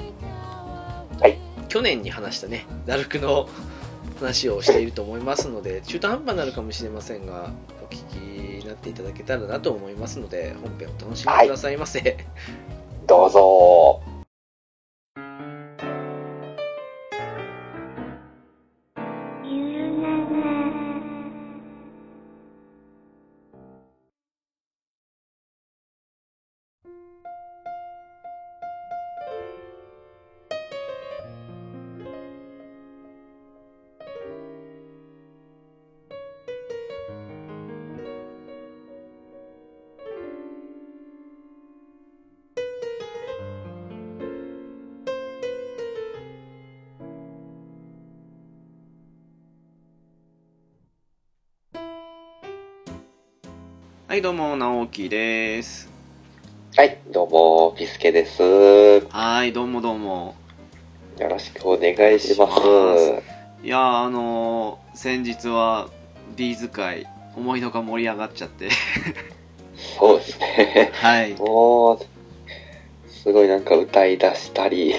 Speaker 2: はい
Speaker 1: 去年に話したね、ダルクの話をしていると思いますので、中途半端になるかもしれませんが、お聞きになっていただけたらなと思いますので、本編をお楽しみくださいませ。
Speaker 2: どうぞ。
Speaker 1: はい、どうも、直樹です。
Speaker 2: はい、どうも、ピスケです。よ
Speaker 1: はい、どうもどうも。
Speaker 2: ろしくお願いします。
Speaker 1: いやー、あのー先日は、ビーズ会、思いのが盛り上がっちゃって。
Speaker 2: そうですね。
Speaker 1: はい。
Speaker 2: もう、すごいなんか歌い出したり、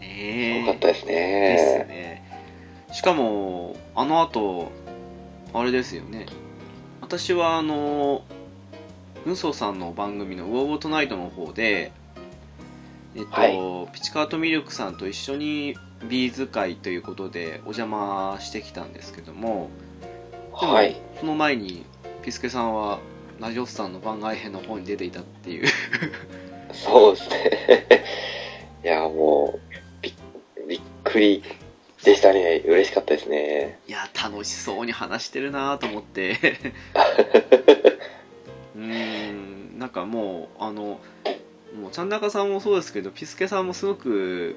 Speaker 1: え
Speaker 2: 良
Speaker 1: ー、
Speaker 2: かったで
Speaker 1: です
Speaker 2: すね。
Speaker 1: ね。しかも、あの後、あれですよね。私は、あの、運送さんの番組のウォーウォートナイトの方で、えっと、
Speaker 2: は
Speaker 1: ピチカートミルクさんと一緒にビーズ会ということでお邪魔してきたんですけども、でも
Speaker 2: はい。
Speaker 1: その前に、ピスケさんは、ラジオスさんの番外編の方に出ていたっていう。 [laughs]
Speaker 2: そうですね。いや、もう、びびっくりでしたね。嬉しかったですね。
Speaker 1: いや、楽しそうに話してるなと思って。
Speaker 2: [laughs]
Speaker 1: うーんなんかもうあのもうちゃん中さんもそうですけどピスケさんもすごく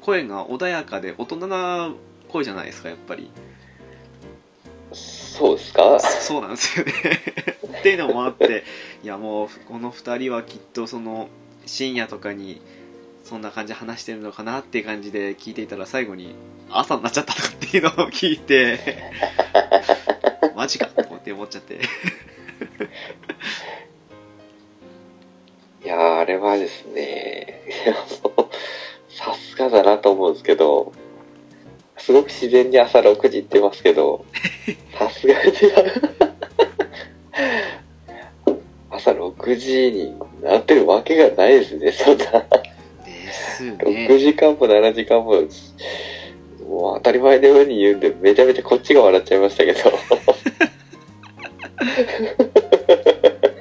Speaker 1: 声が穏やかで大人な声じゃないですかやっぱり
Speaker 2: そうですか
Speaker 1: そうなんですよねっていうのもあっていやもうこの2人はきっとその深夜とかにそんな感じで話してるのかなっていう感じで聞いていたら最後に朝になっちゃったとかっていうのを聞いて [laughs] マジかと思って思っちゃって
Speaker 2: いやー、あれはですね、 [laughs] いやもうさすがだなと思うんですけど、すごく自然に朝6時行ってますけど、さすがに [laughs] 朝6時になってるわけがないですね、そんな。
Speaker 1: ですね
Speaker 2: 6時間も7時間も、もう当たり前のように言うんで、めちゃめちゃこっちが笑っちゃいましたけど、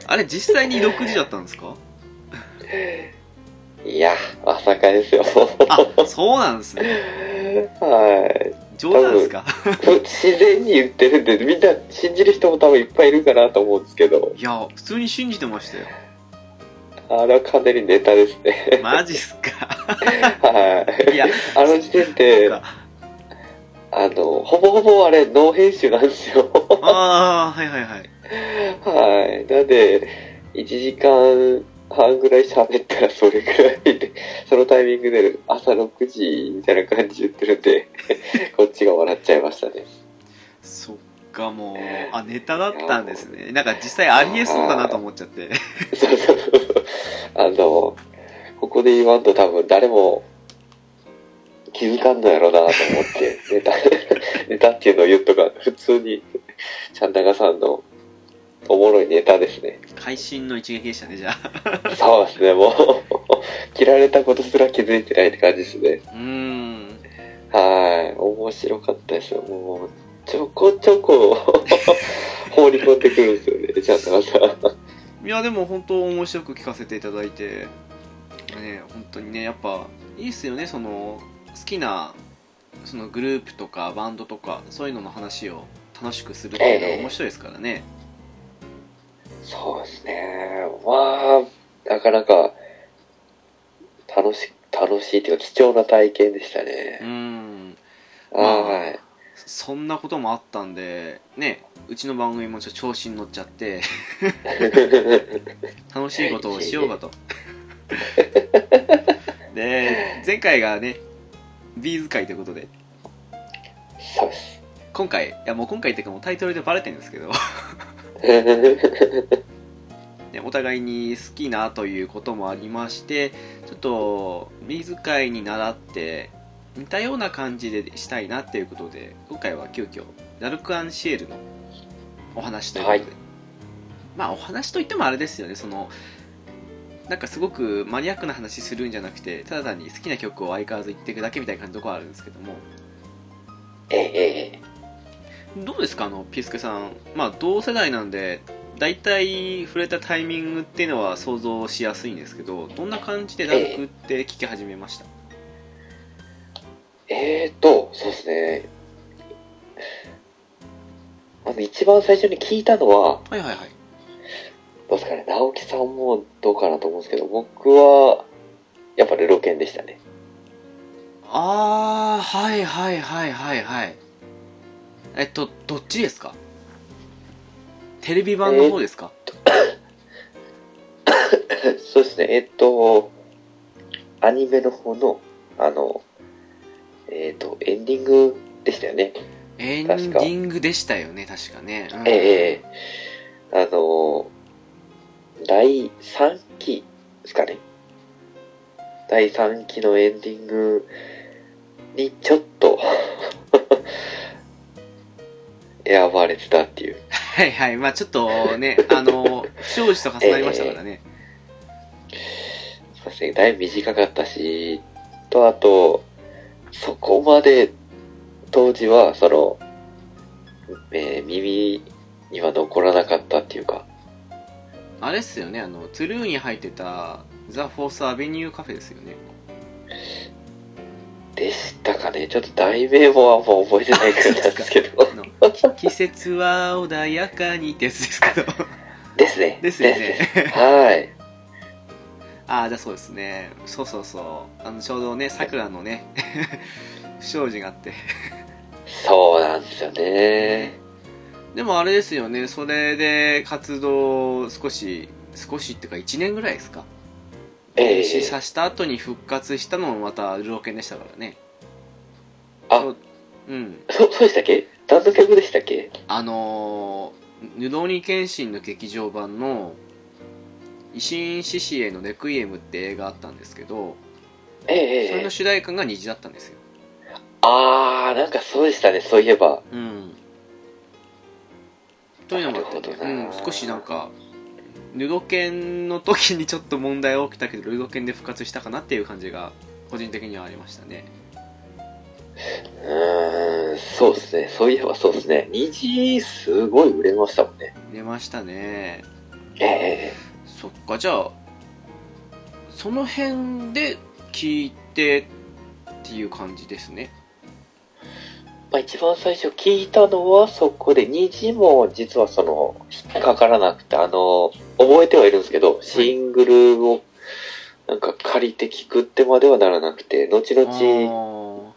Speaker 1: あれ実際に6時だったんですか
Speaker 2: いや、まさかですよ。 [laughs]
Speaker 1: あそうなんですね
Speaker 2: はい。
Speaker 1: 冗談ですか
Speaker 2: 自然に言ってるんで、みんな信じる人も多分いっぱいいるかなと思うんですけど、
Speaker 1: いや普通に信じてましたよ
Speaker 2: あれはかなりネタです
Speaker 1: [laughs]
Speaker 2: ね。
Speaker 1: マジっすか
Speaker 2: はい。
Speaker 1: いや
Speaker 2: あの時点で、あの、ほぼほぼあれ、ノー編集なんですよ。
Speaker 1: ああーはいはいはい
Speaker 2: はい。なんで、1時間半ぐらい喋ったらそれぐらいで、そのタイミングで朝6時みたいな感じで言ってるんで、こっちが笑っちゃいましたね。
Speaker 1: そっかもうあネタだったんですねなんか実際ありえそうだなと思っちゃって
Speaker 2: そうそうそう。 [laughs] あの、ここで言わんと多分誰も気づかんのやろうなと思って、 [laughs] ネタ、ネタっていうのを言っとか、普通に、ちゃんたかさんのおもろいネタですね。
Speaker 1: 会心の一撃でしたねじゃあ
Speaker 2: そう [laughs] ですね、もう、切られたことすら気づいてないって感じですね。
Speaker 1: うーん
Speaker 2: はい。面白かったですよ。もう、ちょこちょこ [laughs] 放り込んでくるんですよね、ちゃんたかさん。
Speaker 1: いやでも本当面白く聞かせていただいてね本当にねやっぱいいっすよねその好きなそのグループとかバンドとかそういうのの話を楽しくするっていうのは面白いですからね、
Speaker 2: そうですね。まあ、なかなか、楽し、楽しいというか、貴重な体験でした
Speaker 1: う
Speaker 2: ね。
Speaker 1: んまあ
Speaker 2: はい。
Speaker 1: そんなこともあったんでねうちの番組もちょっと調子に乗っちゃって楽しいことをしようかとで前回がねビーズ会ということで
Speaker 2: そうです。 [laughs]
Speaker 1: 今回いやもう今回っていうかもうタイトルでバレてるんですけどねお互いに好きなということもありましてちょっと水遣いに習って似たような感じでしたいなっていうことで今回は急遽ラルク・アンシエルのお話ということで、
Speaker 2: は
Speaker 1: まあお話といってもあれですよねそのなんかすごくマニアックな話するんじゃなくてただ単に好きな曲を相変わらず言っていくだけみたいな感じのところあるんですけども
Speaker 2: ええ、
Speaker 1: どうですかあのピースケさんまあ同世代なんで大体触れたタイミングっていうのは想像しやすいんですけどどんな感じでラルクって聞き始めました、
Speaker 2: ええ。えーと、そうですね。あの、一番最初に聞いたのは、
Speaker 1: はいはいはい
Speaker 2: どうですかね、直樹さんもどうかなと思うんですけど、僕は、やっぱりロケンでしたね。
Speaker 1: ああはいはいはいはいはいえっとどっちですかテレビ版の方ですか、
Speaker 2: そうですね、えっと、アニメの方の、あの、えっと、エンディングでしたよね。
Speaker 1: エンデ
Speaker 2: 確か
Speaker 1: ィングでしたよね確かね、うん
Speaker 2: ええあの、第3期ですかね。第3期のエンディングにちょっと [laughs] 選ばれてたっていう。
Speaker 1: はいはいまあちょっとねあの不祥事と重なりましたからね、
Speaker 2: そうですね、だいぶ短かったし、と、あと、そこまで、当時は、その、えー耳には残らなかったっていうか、
Speaker 1: あれっすよねあのトゥルーに入ってたザ・フォース・アベニューカフェですよね
Speaker 2: でしたかね。ちょっと題名もあんま覚えてないくらいなんですけ
Speaker 1: [laughs]
Speaker 2: ど。
Speaker 1: あのき季節は穏やかにってやつですけど [laughs]
Speaker 2: ですね。
Speaker 1: ですよね
Speaker 2: ですですはい。
Speaker 1: ああじゃあそうですねそうそうそうあのちょうどねさくらのね不祥事があって
Speaker 2: そうなんですよね。
Speaker 1: でもあれですよねそれで活動を少し少しっていうか1年ぐらいですか
Speaker 2: ええ
Speaker 1: 停止させた後に復活したのもまたルロケンでしたからね
Speaker 2: あ
Speaker 1: そううん
Speaker 2: そ、そうでしたっけ何の曲でしたっけ
Speaker 1: あのー「布に剣心」の劇場版の「維新志士へのレクイエム」って映画あったんですけど
Speaker 2: ええ
Speaker 1: それ
Speaker 2: ええ
Speaker 1: の主題歌が虹だったんですよ
Speaker 2: あー、なんかそうでしたね、そういえば。
Speaker 1: うんというのもあって、ね
Speaker 2: なるほどな
Speaker 1: うん、少しなんかヌドケンの時にちょっと問題が起きたけどルドケンで復活したかなっていう感じが個人的にはありましたね
Speaker 2: うーん、そうですね。そういえばそうですね。虹、すごい売れましたもんね。
Speaker 1: 出ましたね
Speaker 2: ええ
Speaker 1: そっかじゃあその辺で聞いてっていう感じですね
Speaker 2: まあ一番最初聞いたのはそこで、虹も実はその、引っかからなくて、あの、覚えてはいるんですけど、シングルを、なんか借りて聞くってまではならなくて、後
Speaker 1: あ
Speaker 2: 々
Speaker 1: ー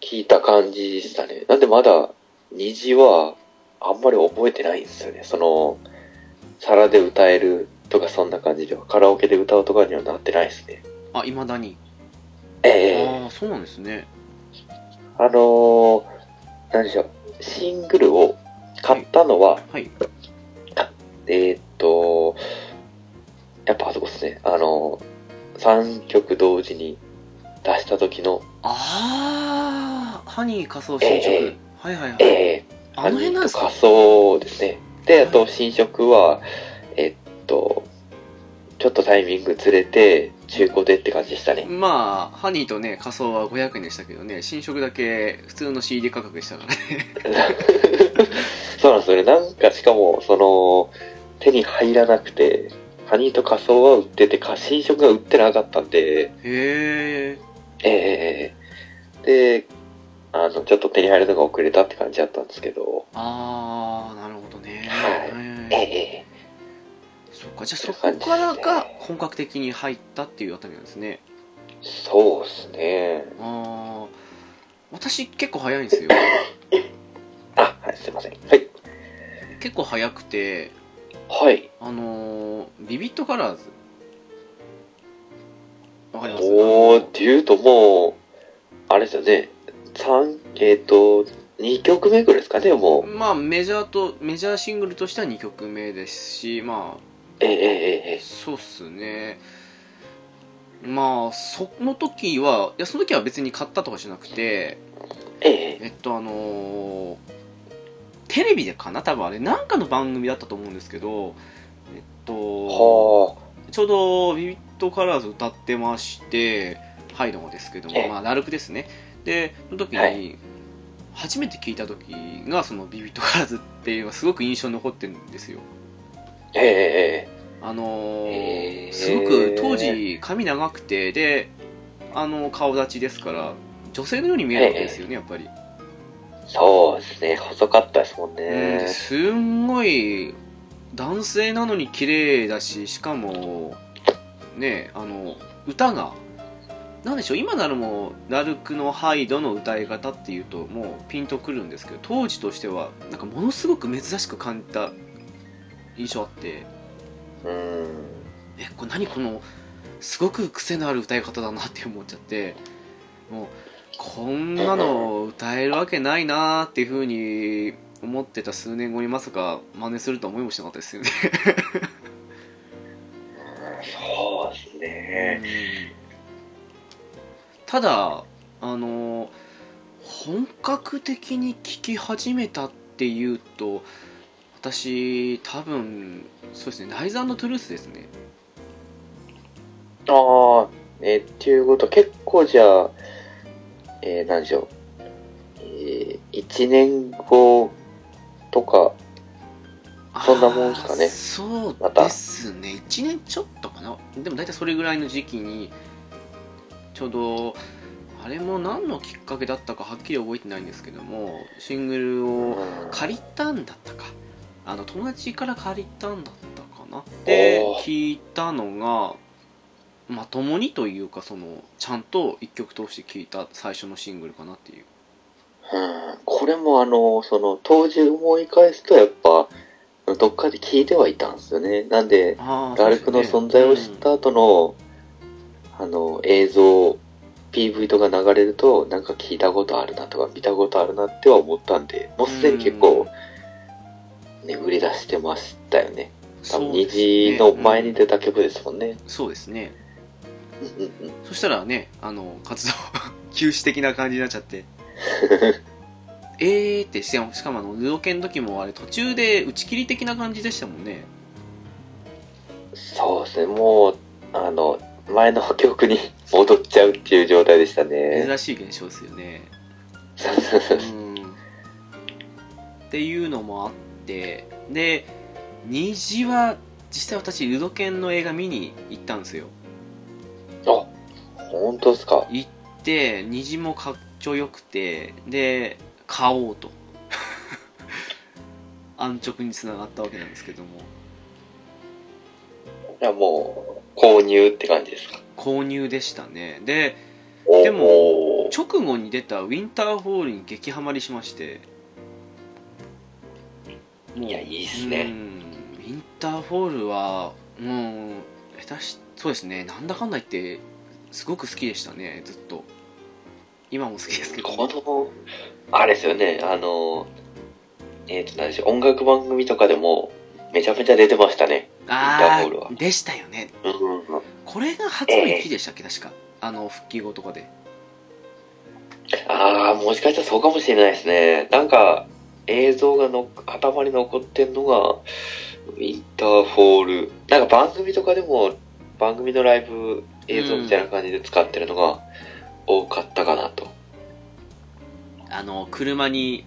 Speaker 2: 聞いた感じでしたね。なんでまだ、虹は、あんまり覚えてないんですよね。その、皿で歌えるとかそんな感じでは、カラオケで歌うとかにはなってないですね。
Speaker 1: あいまだに
Speaker 2: え
Speaker 1: あ
Speaker 2: え
Speaker 1: あそうなんですね
Speaker 2: あのー、何でしょう、シングルを買ったのは、
Speaker 1: はい
Speaker 2: えーっと、やっぱあそこですね、あのー、3曲同時に出した時の、
Speaker 1: ああハニー仮装進捗、
Speaker 2: え
Speaker 1: はいはいはい
Speaker 2: えー、
Speaker 1: あの辺なんですか
Speaker 2: 仮想ですね。で、あ
Speaker 1: は
Speaker 2: と、新色は、えっと、ちょっとタイミングずれて、中古でって感じでしたね。
Speaker 1: まあハニーとね仮装は500円でしたけどね新色だけ普通の CD 価格でしたからね [laughs]
Speaker 2: [laughs] そうなんですよね。なんかしかも、その、手に入らなくて、ハニーと仮装は売ってて、か新色が売ってなかったんで、
Speaker 1: へえ
Speaker 2: ええで、あの、ちょっと手に入るのが遅れたって感じだったんですけど、
Speaker 1: ああなるほどね、
Speaker 2: はい
Speaker 1: え
Speaker 2: え
Speaker 1: え
Speaker 2: え
Speaker 1: そっかじゃあそこからが本格的に入ったっていうあたりなんですね
Speaker 2: そうですね。
Speaker 1: ああ私結構早いんですよ
Speaker 2: あ、はい、すいません。はい。
Speaker 1: 結構早くて
Speaker 2: はい。
Speaker 1: あのービビットカラーズわかります
Speaker 2: おー、っていうともう、あれですよね。三えっ、と、2曲目ぐらいですかね、もう。
Speaker 1: まあメジャーとメジャーシングルとしては2曲目ですしま
Speaker 2: えええ
Speaker 1: あ
Speaker 2: ええ
Speaker 1: そうっすねまあその時はいやその時は別に買ったとかじゃなくて
Speaker 2: えええ
Speaker 1: えっとあのーテレビでかな多分あれなんかの番組だったと思うんですけどえっと
Speaker 2: は
Speaker 1: ちょうどビビットカラーズ歌ってましてハイドもですけど
Speaker 2: え
Speaker 1: も
Speaker 2: え
Speaker 1: まあラルクですねでその時に、
Speaker 2: はい
Speaker 1: 初めて聞いた時がそのビビットカラーズっていうのがすごく印象に残ってるんですよ
Speaker 2: あ、えええ
Speaker 1: あのー
Speaker 2: へー
Speaker 1: すごく当時髪長くてであの顔立ちですから女性のように見えるわけですよねやっぱり、
Speaker 2: えそうですね。細かったですもん
Speaker 1: うん
Speaker 2: ね
Speaker 1: で。すんごい男性なのに綺麗だししかもねあの歌がなんでしょう今ならもうラルクのハイドの歌い方っていうともうピンとくるんですけど当時としてはなんかものすごく珍しく感じた印象あって
Speaker 2: うん。
Speaker 1: えこれ何このすごく癖のある歌い方だなって思っちゃってもうこんなの歌えるわけないなーっていうふうに思ってた数年後にまさか真似するとは思いもしなかったですよね、
Speaker 2: そうですね。
Speaker 1: ただあの本格的に聴き始めたっていうと私多分そうですね「ライズトゥルース」ですね
Speaker 2: ああ、えーっていうことは結構じゃあ、えー、なんでしょう。えー、1年後とか、そんなもんですかね
Speaker 1: あーそう
Speaker 2: また
Speaker 1: ですね、1年ちょっとかな、でも大体それぐらいの時期に、ちょうど、あれも何のきっかけだったかはっきり覚えてないんですけども、シングルを借りたんだったか、あの友達から借りたんだったかな、で
Speaker 2: おー、
Speaker 1: 聞いたのが、まともにというか、そのちゃんと1曲通して聞いた最初のシングルかなっていう。
Speaker 2: うん、これもあの、その、当時思い返すとやっぱ、どっかで聞いてはいたんですよね。なんで、
Speaker 1: あー
Speaker 2: ラルクの存在を
Speaker 1: そう
Speaker 2: 知っ、
Speaker 1: ですね
Speaker 2: た後の、あの、映像、PV とか流れると、なんか聞いたことあるなとか、見たことあるなっては思ったんで、もうすでに結構、眠り出してましたよね。
Speaker 1: うん
Speaker 2: 多分、
Speaker 1: そうですね
Speaker 2: 虹の前に
Speaker 1: うん
Speaker 2: 出た曲ですもんね。
Speaker 1: そうですね
Speaker 2: うんうんうん
Speaker 1: そしたらね、あの、活動、 [laughs] 休止的な感じになっちゃって。えーって、しかも、しかもあの、ルドケンの時もあれ、途中で打ち切り的な感じでしたもんね。
Speaker 2: そうですね、もう、あの、前の曲に戻っちゃうっていう状態でしたね。
Speaker 1: 珍しい現象ですよね。
Speaker 2: そうそう
Speaker 1: う
Speaker 2: そう。
Speaker 1: ん。っていうのもあって、で、虹は、実際私、ルドケンの映画見に行ったんですよ。
Speaker 2: あ、本当ですか。
Speaker 1: 行って、虹もかっちょよくて、で、買おうと。 [laughs] 安直につながったわけなんですけども。
Speaker 2: いや、もう、購入って感じですか。
Speaker 1: 購入でしたねで
Speaker 2: で
Speaker 1: も、直後に出たウィンターホールに激ハマりしましてもう
Speaker 2: いや、いいっすね。
Speaker 1: うんウィンターホールはもう下手しそうですねなんだかんだ言ってすごく好きでしたねずっと今も好きですけど
Speaker 2: この、あれですよね、あの、えっ、と、何でしょう、音楽番組とかでも、めちゃめちゃ出てましたね。
Speaker 1: あ
Speaker 2: ウィンターホールは
Speaker 1: あでしたよね
Speaker 2: うんうんうん。
Speaker 1: これが初の日でしたっけ確かあの復帰後とかで
Speaker 2: ああ、もしかしたらそうかもしれないですね。なんか、映像がの頭に残ってんのが、ウィンターホール。なんか番組とかでも、番組のライブ映像みたいな感じで使ってるのが多かったかなと。
Speaker 1: あの車に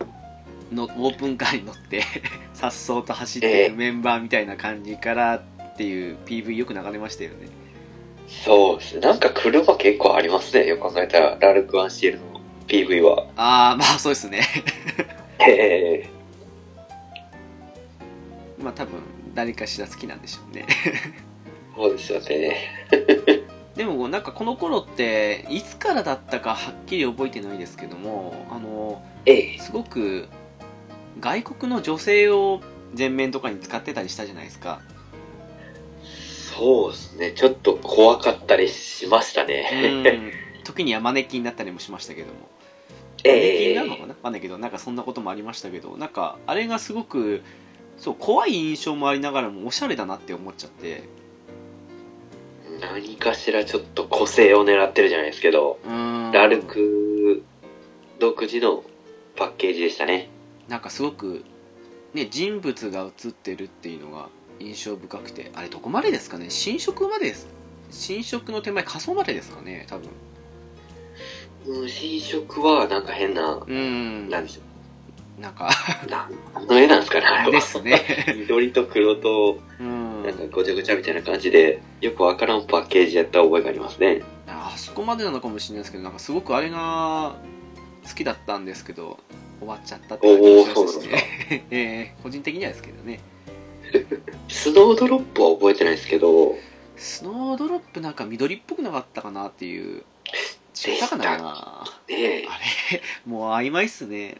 Speaker 1: のオープンカーに乗って [laughs] さっそうと走ってるメンバーみたいな感じからっていう PV よく流れましたよね
Speaker 2: そうですね。なんか車結構ありますね。よく考えたら、ラルク・アンシエルの PV は。
Speaker 1: ああまあそうですね [laughs]
Speaker 2: ええ
Speaker 1: まあ多分誰かしら好きなんでしょうね [laughs]
Speaker 2: そうですよね。
Speaker 1: でもなんかこの頃っていつからだったかはっきり覚えてないですけどもあの
Speaker 2: ええ。
Speaker 1: すごく外国の女性を前面とかに使ってたりしたじゃないですか
Speaker 2: そうですね。ちょっと怖かったりしました
Speaker 1: う
Speaker 2: ね。
Speaker 1: ん時にはマネキンだったりもしましたけども平均なのかな、わかんないけどなんかそんなこともありましたけどなんかあれがすごくそう怖い印象もありながらもおしゃれだなって思っちゃって
Speaker 2: 何かしらちょっと個性を狙ってるじゃないですけど、
Speaker 1: うーん
Speaker 2: ラルク独自のパッケージでしたね。
Speaker 1: なんかすごく、ね、人物が映ってるっていうのが印象深くてあれどこまでですかね新色までです新色の手前仮装までですかね多分
Speaker 2: うん、新色はなんか変な、
Speaker 1: うーん
Speaker 2: なんでしょ
Speaker 1: なんか [laughs]
Speaker 2: う、な何の絵なんですかね、あれは。
Speaker 1: です。ね
Speaker 2: 緑と黒と、
Speaker 1: う
Speaker 2: なんか
Speaker 1: ん
Speaker 2: ごちゃごちゃみたいな感じで、よくわからんパッケージやった覚えがありますね。
Speaker 1: あそこまでなのかもしれないですけどなんかすごくあれが好きだったんですけど終わっちゃったって感じがしました
Speaker 2: おーそうなん
Speaker 1: ね、 [laughs] えー個人的にはですけどね
Speaker 2: スノードロップは覚えてないですけど、
Speaker 1: スノードロップなんか緑っぽくなかったかなっていう違ったかな
Speaker 2: ねえ
Speaker 1: あれもう曖昧っすね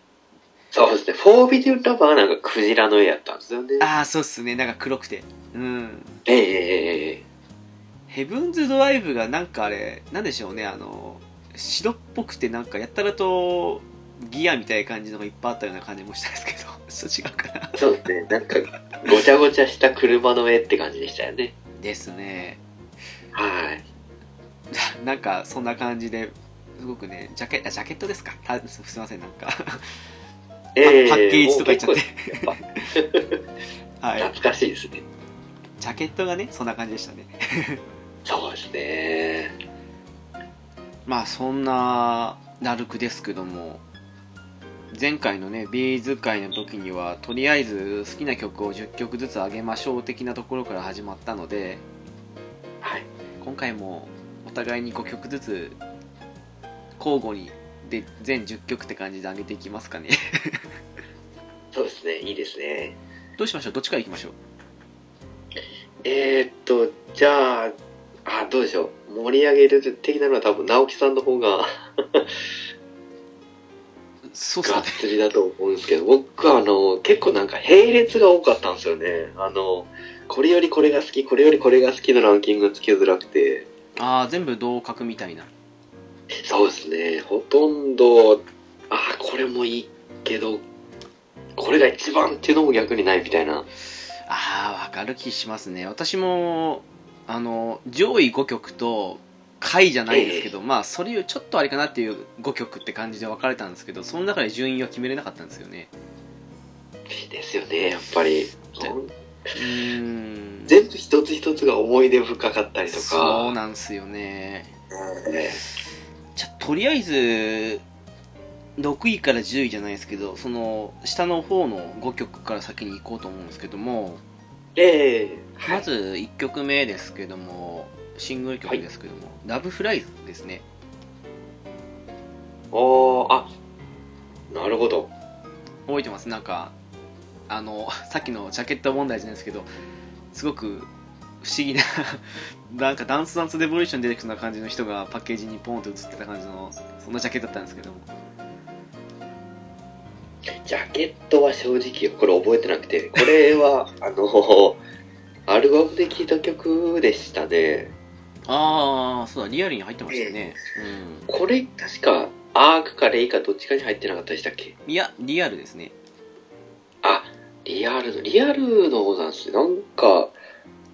Speaker 2: そうですね。フォービデンラバーなんかクジラの絵やったんですよね。
Speaker 1: ああそうっすねなんか黒くてうん
Speaker 2: ええええええ
Speaker 1: ヘブンズ・ドライブがなんかあれなんでしょうねあの白っぽくてなんかやったらとギアみたいな感じのがいっぱいあったような感じもしたんですけど [laughs] ちょっと違うかな
Speaker 2: そうですね。なんか、ごちゃごちゃした車の絵って感じでしたよね。
Speaker 1: ですね
Speaker 2: はい。
Speaker 1: なんかそんな感じですごくねジャケあジャケットですかあすすいませんなんか [laughs]
Speaker 2: ええ
Speaker 1: パッケージとか言っちゃって
Speaker 2: もう結構
Speaker 1: は
Speaker 2: やっぱ
Speaker 1: い
Speaker 2: 懐かしいですね。
Speaker 1: ジャケットがねそんな感じでしたね
Speaker 2: そうですね。
Speaker 1: まあそんなダルクですけども前回のねビーズ会の時にはとりあえず好きな曲を10曲ずつ上げましょう的なところから始まったので
Speaker 2: はい。
Speaker 1: 今回もお互いに5曲ずつ交互にで全10曲って感じで上げていきますかね [laughs]
Speaker 2: そうですね。いいですね。
Speaker 1: どうしましょうどっちからいきましょう
Speaker 2: えー、っと、じゃあ、あ、どうでしょう。盛り上げる的なのは多分、直樹さんの方が
Speaker 1: そうっすか
Speaker 2: がっ
Speaker 1: ね
Speaker 2: つりだと思うんですけど、僕はあの、結構なんか並列が多かったんですよね。あの、これよりこれが好き、これよりこれが好きのランキングつけづらくて。
Speaker 1: ああ全部同格みたいな
Speaker 2: そうですね。ほとんど、あ、これもいいけど、これが一番っていうのも逆にないみたいな。
Speaker 1: ああわかる気しますね私もあの上位5曲と下位じゃないですけど、まあそれよりちょっとあれかなっていう5曲って感じで分かれたんですけどその中で順位は決めれなかったんですよね
Speaker 2: ですよね、やっぱ
Speaker 1: で
Speaker 2: り。
Speaker 1: うーん
Speaker 2: 全部一つ一つが思い出深かったりとか。
Speaker 1: そうなんですよね
Speaker 2: ね
Speaker 1: じゃとりあえず6位から10位じゃないですけどその下の方の5曲から先に行こうと思うんですけども
Speaker 2: ええ
Speaker 1: まず1曲目ですけどもシングル曲ですけども「ラブフライズですね
Speaker 2: おーあなるほど
Speaker 1: 覚えてますなんかあの [laughs] さっきのジャケット問題じゃないですけどすごく不思議な [laughs] なんかダンスダンスレボリューション出てくるような感じの人がパッケージにポンと映ってた感じのそんなジャケットだったんですけども
Speaker 2: ジャケットは正直これ覚えてなくてこれはあのアルバムで聴いた曲でしたね
Speaker 1: ああそうだリアルに入ってましたよね、
Speaker 2: これ確かアークかレイかどっちかに入ってなかったでしたっけ
Speaker 1: うん、いやリアルですね
Speaker 2: あリアルのリアルの方なんですねなんか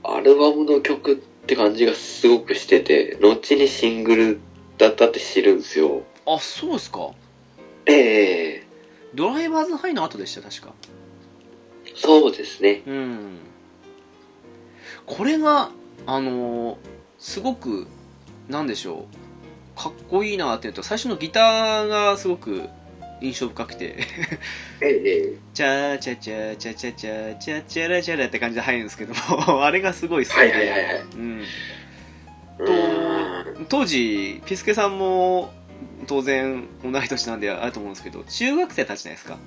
Speaker 2: アルバムの曲って感じがすごくしてて後にシングルだったって知るんですよ
Speaker 1: あそうですか
Speaker 2: ええ
Speaker 1: ドライバーズハイの後でした確か
Speaker 2: そうですね
Speaker 1: うんこれがあのーすごくなんでしょうかっこいいなっていうと最初のギターがすごく印象深くて
Speaker 2: ええ
Speaker 1: チャーチャチャチャチャチャチャチャラチャラって感じで入るんですけどもあれがすごい好きで、
Speaker 2: はいはいはいはい
Speaker 1: うん、
Speaker 2: うーん
Speaker 1: 当時ピスケさんも当然同い年なんであると思うんですけど中学生たちじゃないですか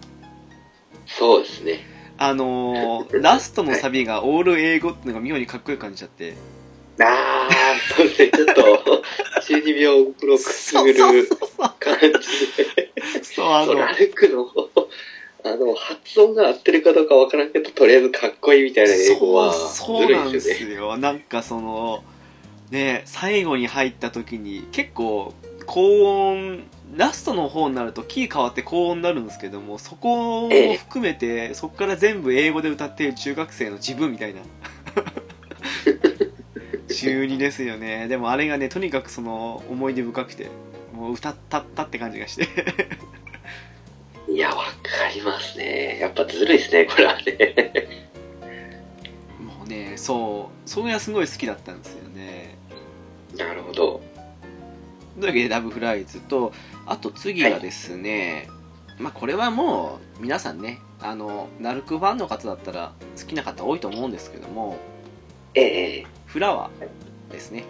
Speaker 2: そうですね。
Speaker 1: あのーラストのサビがオール英語っていうのが妙にかっこよく感じちゃって
Speaker 2: あー、そうですね。ちょっと、中二病をブロックす
Speaker 1: そう
Speaker 2: る
Speaker 1: そうそうそう
Speaker 2: 感じで。
Speaker 1: そうあ
Speaker 2: そ
Speaker 1: の
Speaker 2: う、ラルクの、あの、発音が合ってるかどうかわからんけど、とりあえずかっこいいみたいな英語は、
Speaker 1: そうそう
Speaker 2: ずる
Speaker 1: なん
Speaker 2: い
Speaker 1: で
Speaker 2: です
Speaker 1: す
Speaker 2: よね。
Speaker 1: よなんかそのね最後に入った時に結構高音ラストの方になるとキー変わって高音になるんですけどもそこも含めてそこから全部英語で歌っている中学生の自分み
Speaker 2: [laughs]
Speaker 1: たいな中二ですよねでもあれがねとにかくその思い出深くてもう歌ったったって感じがして [laughs]
Speaker 2: いや、わかりますね。やっぱずるいですね、これはね。
Speaker 1: もうねそうそれがすごい好きだったんですよね
Speaker 2: なるほど。
Speaker 1: というわけでラブフライズとあと次がですね、まあこれはもう皆さんねあのナルクファンの方だったら好きな方多いと思うんですけども
Speaker 2: ええ
Speaker 1: フラワーですね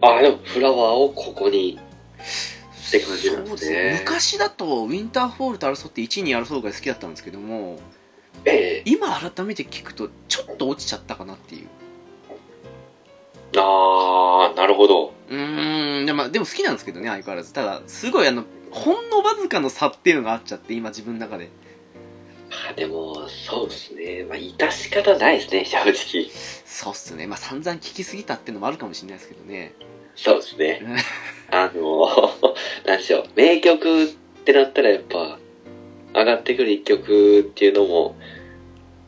Speaker 2: あ、でも、フラワーをここに。て感じなんですね
Speaker 1: そう昔だとウィンターフォールと争って1位に争うが好きだったんですけども
Speaker 2: ええ
Speaker 1: 今改めて聞くとちょっと落ちちゃったかなっていう
Speaker 2: あー、なるほど。
Speaker 1: うーんでもでも好きなんですけどね相変わらずただすごいあのほんのわずかの差っていうのがあっちゃって今自分の中で
Speaker 2: あでも、そうですね。まあ、致し方ないですね、正直。
Speaker 1: そうっすねまあ散々聞きすぎたっていうのもあるかもしれないですけどね
Speaker 2: そうですね。あの、 [laughs] なんでしょう。名曲ってなったらやっぱ、上がってくる一曲っていうのも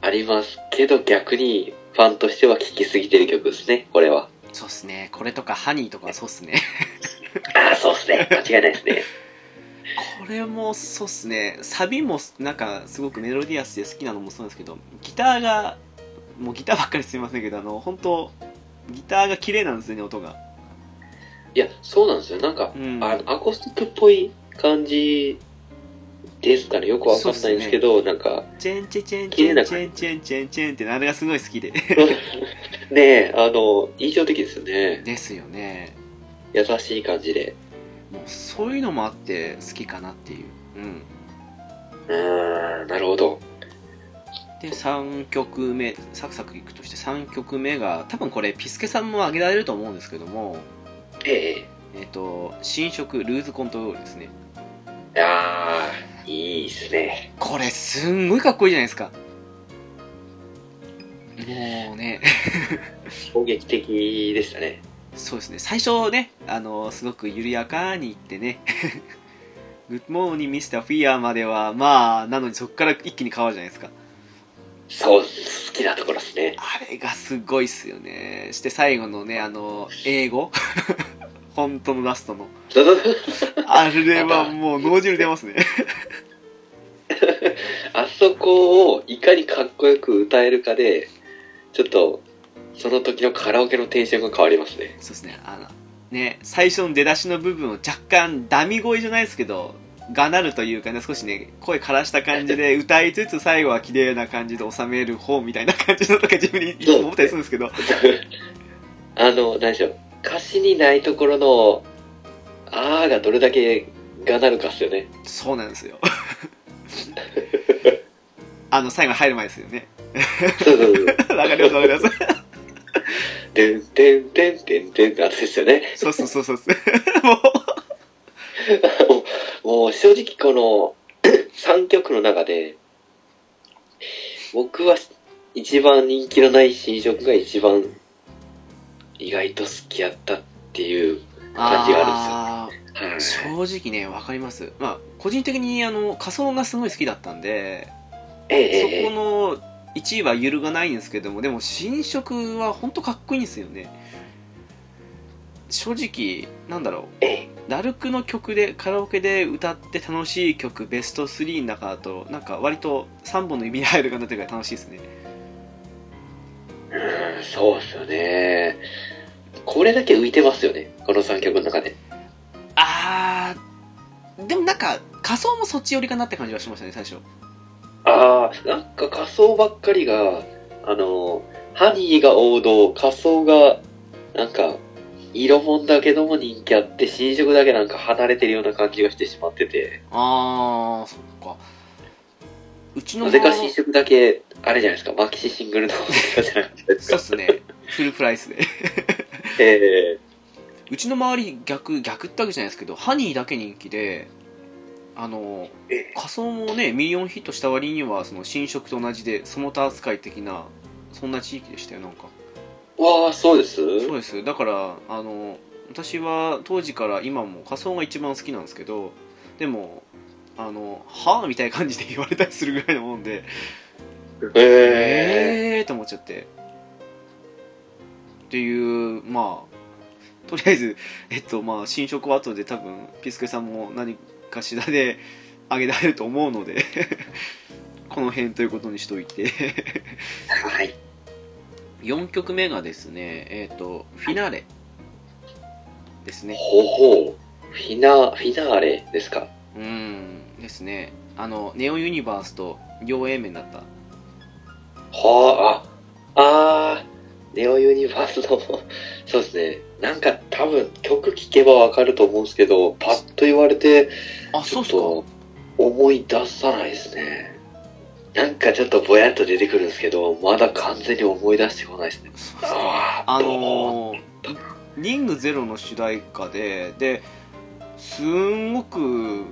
Speaker 2: ありますけど、逆にファンとしては聴きすぎてる曲ですね、これは。
Speaker 1: そうっすねこれとかハニーとかそうっすね
Speaker 2: ああ、そうですね。間違いないですね。
Speaker 1: これもそうっすねサビもなんかすごくメロディアスで好きなのもそうですけどギターがもうギターばっかりすいませんけどあの本当ギターが綺麗なんですよね音が
Speaker 2: いや、そうなんですよ。なんか、
Speaker 1: うん
Speaker 2: あの、アコースティックっぽい感じですからよくわかんないんですけど、なんか、 [laughs]
Speaker 1: チェンチェチェンチ
Speaker 2: 綺麗
Speaker 1: ェ
Speaker 2: な
Speaker 1: ンチェンチェンチェンチェンってあれがすごい好きで
Speaker 2: ねえ、あの、印象的ですよね。
Speaker 1: ですよね
Speaker 2: 優しい感じで。
Speaker 1: もうそういうのもあって好きかなっていう、うん、
Speaker 2: うーん、なるほど。
Speaker 1: で3曲目サクサクいくとして3曲目が多分これピスケさんも挙げられると思うんですけども
Speaker 2: え
Speaker 1: えっ、と新色ルーズコントロールですね
Speaker 2: え。ああ、いいですね。
Speaker 1: これすんごいかっこいいじゃないですかもうね [laughs]
Speaker 2: 衝撃的でしたね。
Speaker 1: そうですね最初ねあのすごく緩やかにいってね [laughs] グッドモーニーミスターフィアーまではまあなのにそこから一気に変わるじゃないですか
Speaker 2: そう、好きなところですね。 [laughs]
Speaker 1: あれがすごいっすよねして最後のねあの英語 [laughs] 本当のラストの
Speaker 2: そうそうそう
Speaker 1: あれはもう脳汁出ますね
Speaker 2: あそこをいかにかっこよく歌えるかで、ちょっと、その時のカラオケのテンションが変わりますね。
Speaker 1: そうですねあのね最初の出だしの部分を若干ダミ声じゃないですけどがなるというかね少しね声枯らした感じで歌いつつ最後は綺麗な感じで収める方みたいな感じのとか自分にいつも思ったりするんですけど
Speaker 2: あの、何でしょう。歌詞にないところの、あーがどれだけがなるかっすよ [laughs] ね。
Speaker 1: そうなんですよあの最後入る前ですよね
Speaker 2: そうそうそう。
Speaker 1: わかりますわかります
Speaker 2: てんてんてんてんてんってあれですよね。
Speaker 1: そうそうそうそうそうもう
Speaker 2: もう正直この [coughs] 3曲の中で、僕は一番人気のない新色が一番意外と好きやったっていう感じが
Speaker 1: あ
Speaker 2: あ
Speaker 1: ー
Speaker 2: るんですよ。はい
Speaker 1: 正直ね分かりますまあ個人的にあの仮装がすごい好きだったんで
Speaker 2: ええ
Speaker 1: そ
Speaker 2: ええ
Speaker 1: この1位は揺るがないんですけどもでも新色は本当かっこいいんですよね正直なんだろ
Speaker 2: ええ
Speaker 1: うダルクの曲でカラオケで歌って楽しい曲ベスト3の中だとなんか割と3本の指に入るかなというか楽しいですね
Speaker 2: うんそうっすよね。これだけ浮いてますよね。この3曲の中で。
Speaker 1: あーでもなんか仮装もそっち寄りかなって感じはしましたね最初
Speaker 2: ああ、なんか仮想ばっかりが、あの、ハニーが王道、仮想が、なんか、色もんだけども人気あって、新色だけなんか離れてるような感じがしてしまってて、
Speaker 1: ああそっかうちの
Speaker 2: なぜか新色だけ、あれじゃないですか、マキシシングルの方じゃないです
Speaker 1: そう
Speaker 2: か
Speaker 1: っ。すねフルプライスで
Speaker 2: [laughs] え
Speaker 1: うちの周り逆逆ってわけじゃないですけどハニーだけ人気であの
Speaker 2: え
Speaker 1: 仮想もねミリオンヒットした割にはその新色と同じでその他扱い的なそんな地域でしたよなんか
Speaker 2: ー、わあ、そうです。
Speaker 1: そうですだからあの私は当時から今も仮想が一番好きなんですけどでもあのはあみたいな感じで言われたりするぐらいのもんで
Speaker 2: ええ
Speaker 1: えーと思っちゃってっていうまあとりあえずえっとまあ新色は後で多分ピスケさんも何かしらで [laughs] あげられると思うので [laughs] この辺ということにしといて
Speaker 2: はい。
Speaker 1: 4曲目がですねえっ、とフィナーレですね
Speaker 2: ほうほう。フィナ、フィナーレですか。
Speaker 1: うんですねあのネオユニバースと両 A 面だった
Speaker 2: はあ、あ、あーネオユニバースの、そうですね。なんか多分曲聴けばわかると思うんですけど、パッと言われて、
Speaker 1: あ
Speaker 2: ち
Speaker 1: そ
Speaker 2: ょ
Speaker 1: う
Speaker 2: っ
Speaker 1: っすか
Speaker 2: と思い出さないですね。なんかちょっとぼやっと出てくるんですけど、まだ完全に思い出してこないですね。
Speaker 1: そうそう
Speaker 2: あー
Speaker 1: あのー、リングゼロの主題歌で、で、すんごく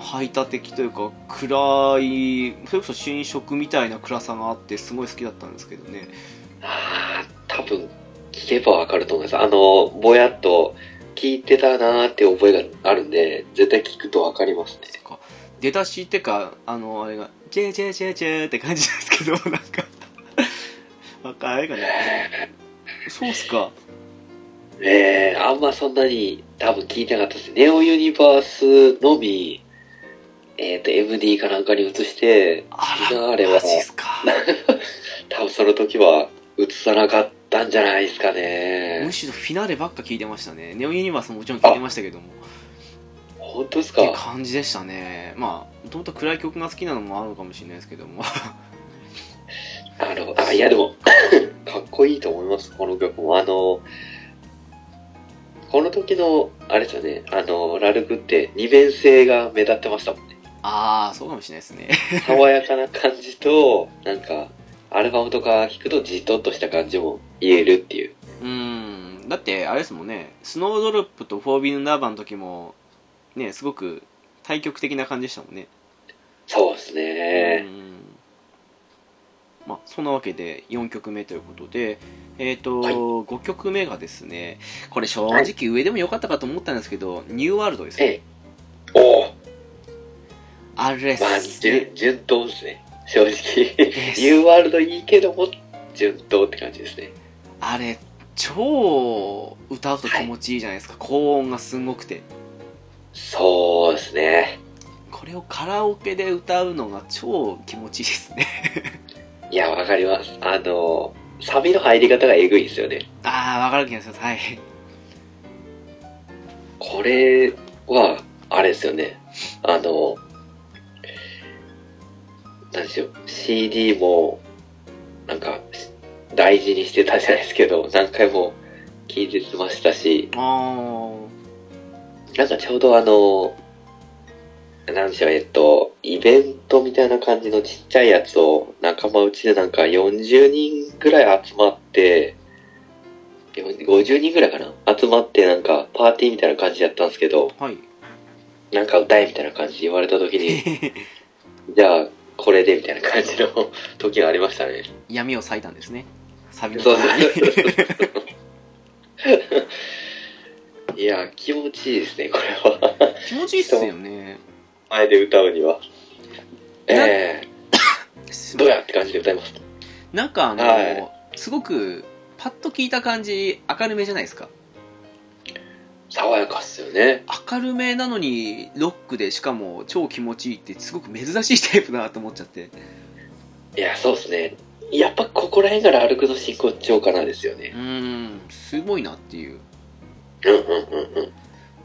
Speaker 1: 排他的というか暗いそれこそ新色みたいな暗さがあってすごい好きだったんですけどね
Speaker 2: ああ、多分、聞けばわかると思います。あの、ぼやっと聞いてたなーって覚えがあるんで、絶対聞くとわかりますね。
Speaker 1: そっか出だしってかあのあれが「ジェジェジェジェ」って感じですけどなんか若いあれかねそうっすか
Speaker 2: ええあんまそんなに多分聞いてなかったです。ネオユニバースのみ、えっ、と、MD かなんかに移して、
Speaker 1: あ
Speaker 2: い
Speaker 1: ら
Speaker 2: やあれは
Speaker 1: マジっすか
Speaker 2: 多分その時は移さなかったんじゃないですか
Speaker 1: む
Speaker 2: ね。
Speaker 1: しろフィナーレばっか聞いてましたねネオユニバースももちろん聞いてましたけども
Speaker 2: 本当です
Speaker 1: って
Speaker 2: か
Speaker 1: 感じでしたねまあもともと暗い曲が好きなのもあるのかもしれないですけど
Speaker 2: [laughs]
Speaker 1: も
Speaker 2: あの、あ、いやでも、 [laughs] かっこいいと思います、この曲も。あの、この時の、あれですよね、あの、ラルクって二面性が目立ってましたもんね。
Speaker 1: ああそうかもしれないですね
Speaker 2: 爽やかな感じと、なんか、アルバムとか弾くとじとっとした感じも言えるっていう。
Speaker 1: うーんだってあれですもんねスノードロップとフォービルナーバーの時もねすごく対極的な感じでしたもんね
Speaker 2: そうです
Speaker 1: う
Speaker 2: ね。
Speaker 1: んまあそんなわけで4曲目ということでえっ、と、
Speaker 2: はい
Speaker 1: 5曲目がですねこれ正直上でも良かったかと思ったんですけど、ニューワールドです
Speaker 2: え
Speaker 1: ね
Speaker 2: え。おお、
Speaker 1: あれっすね
Speaker 2: まあ、順、順当ですね。正直。
Speaker 1: です
Speaker 2: U ワールドいいけども、順当って感じですね。
Speaker 1: あれ超歌うと気持ちいいじゃないですか、高音がすごくて
Speaker 2: そうですね。
Speaker 1: これをカラオケで歌うのが超気持ちいいですね [laughs]
Speaker 2: いや、わかります。あの、サビの入り方がえぐいですよね。
Speaker 1: ああわかる気がしますはい
Speaker 2: これは、あれですよね。あの、なんでしょう、CD も、なんか、大事にしてたじゃないですけど、 [laughs] 何回も聞いてましたし、
Speaker 1: あー
Speaker 2: なんかちょうどあの、なんでしょう、えっと、イベントみたいな感じのちっちゃいやつを仲間内でなんか40人ぐらい集まって、40 50人ぐらいかな集まってなんかパーティーみたいな感じだったんですけど、
Speaker 1: はい
Speaker 2: なんか歌えみたいな感じで言われた時 [laughs] に、じゃあこれでみたいな感じの時がありましたね。
Speaker 1: 闇を裂いたんですねサビの
Speaker 2: そう
Speaker 1: 時
Speaker 2: そう
Speaker 1: に
Speaker 2: いや、気持ちいいですね、これは。
Speaker 1: 気持ちいいっすよね
Speaker 2: 前で歌うには。
Speaker 1: な
Speaker 2: ええどうやって感じで歌います。
Speaker 1: なんかあの、
Speaker 2: はい
Speaker 1: すごくパッと聞いた感じ明るめじゃないですか
Speaker 2: 爽やかっすよね。
Speaker 1: 明るめなのにロックでしかも超気持ちいいってすごく珍しいタイプだなと思っちゃって
Speaker 2: いや、そうですね。やっぱここら辺から歩くの真骨頂かなですよ
Speaker 1: う
Speaker 2: ね。
Speaker 1: ーんすごいなっていう
Speaker 2: うんうんうんうん。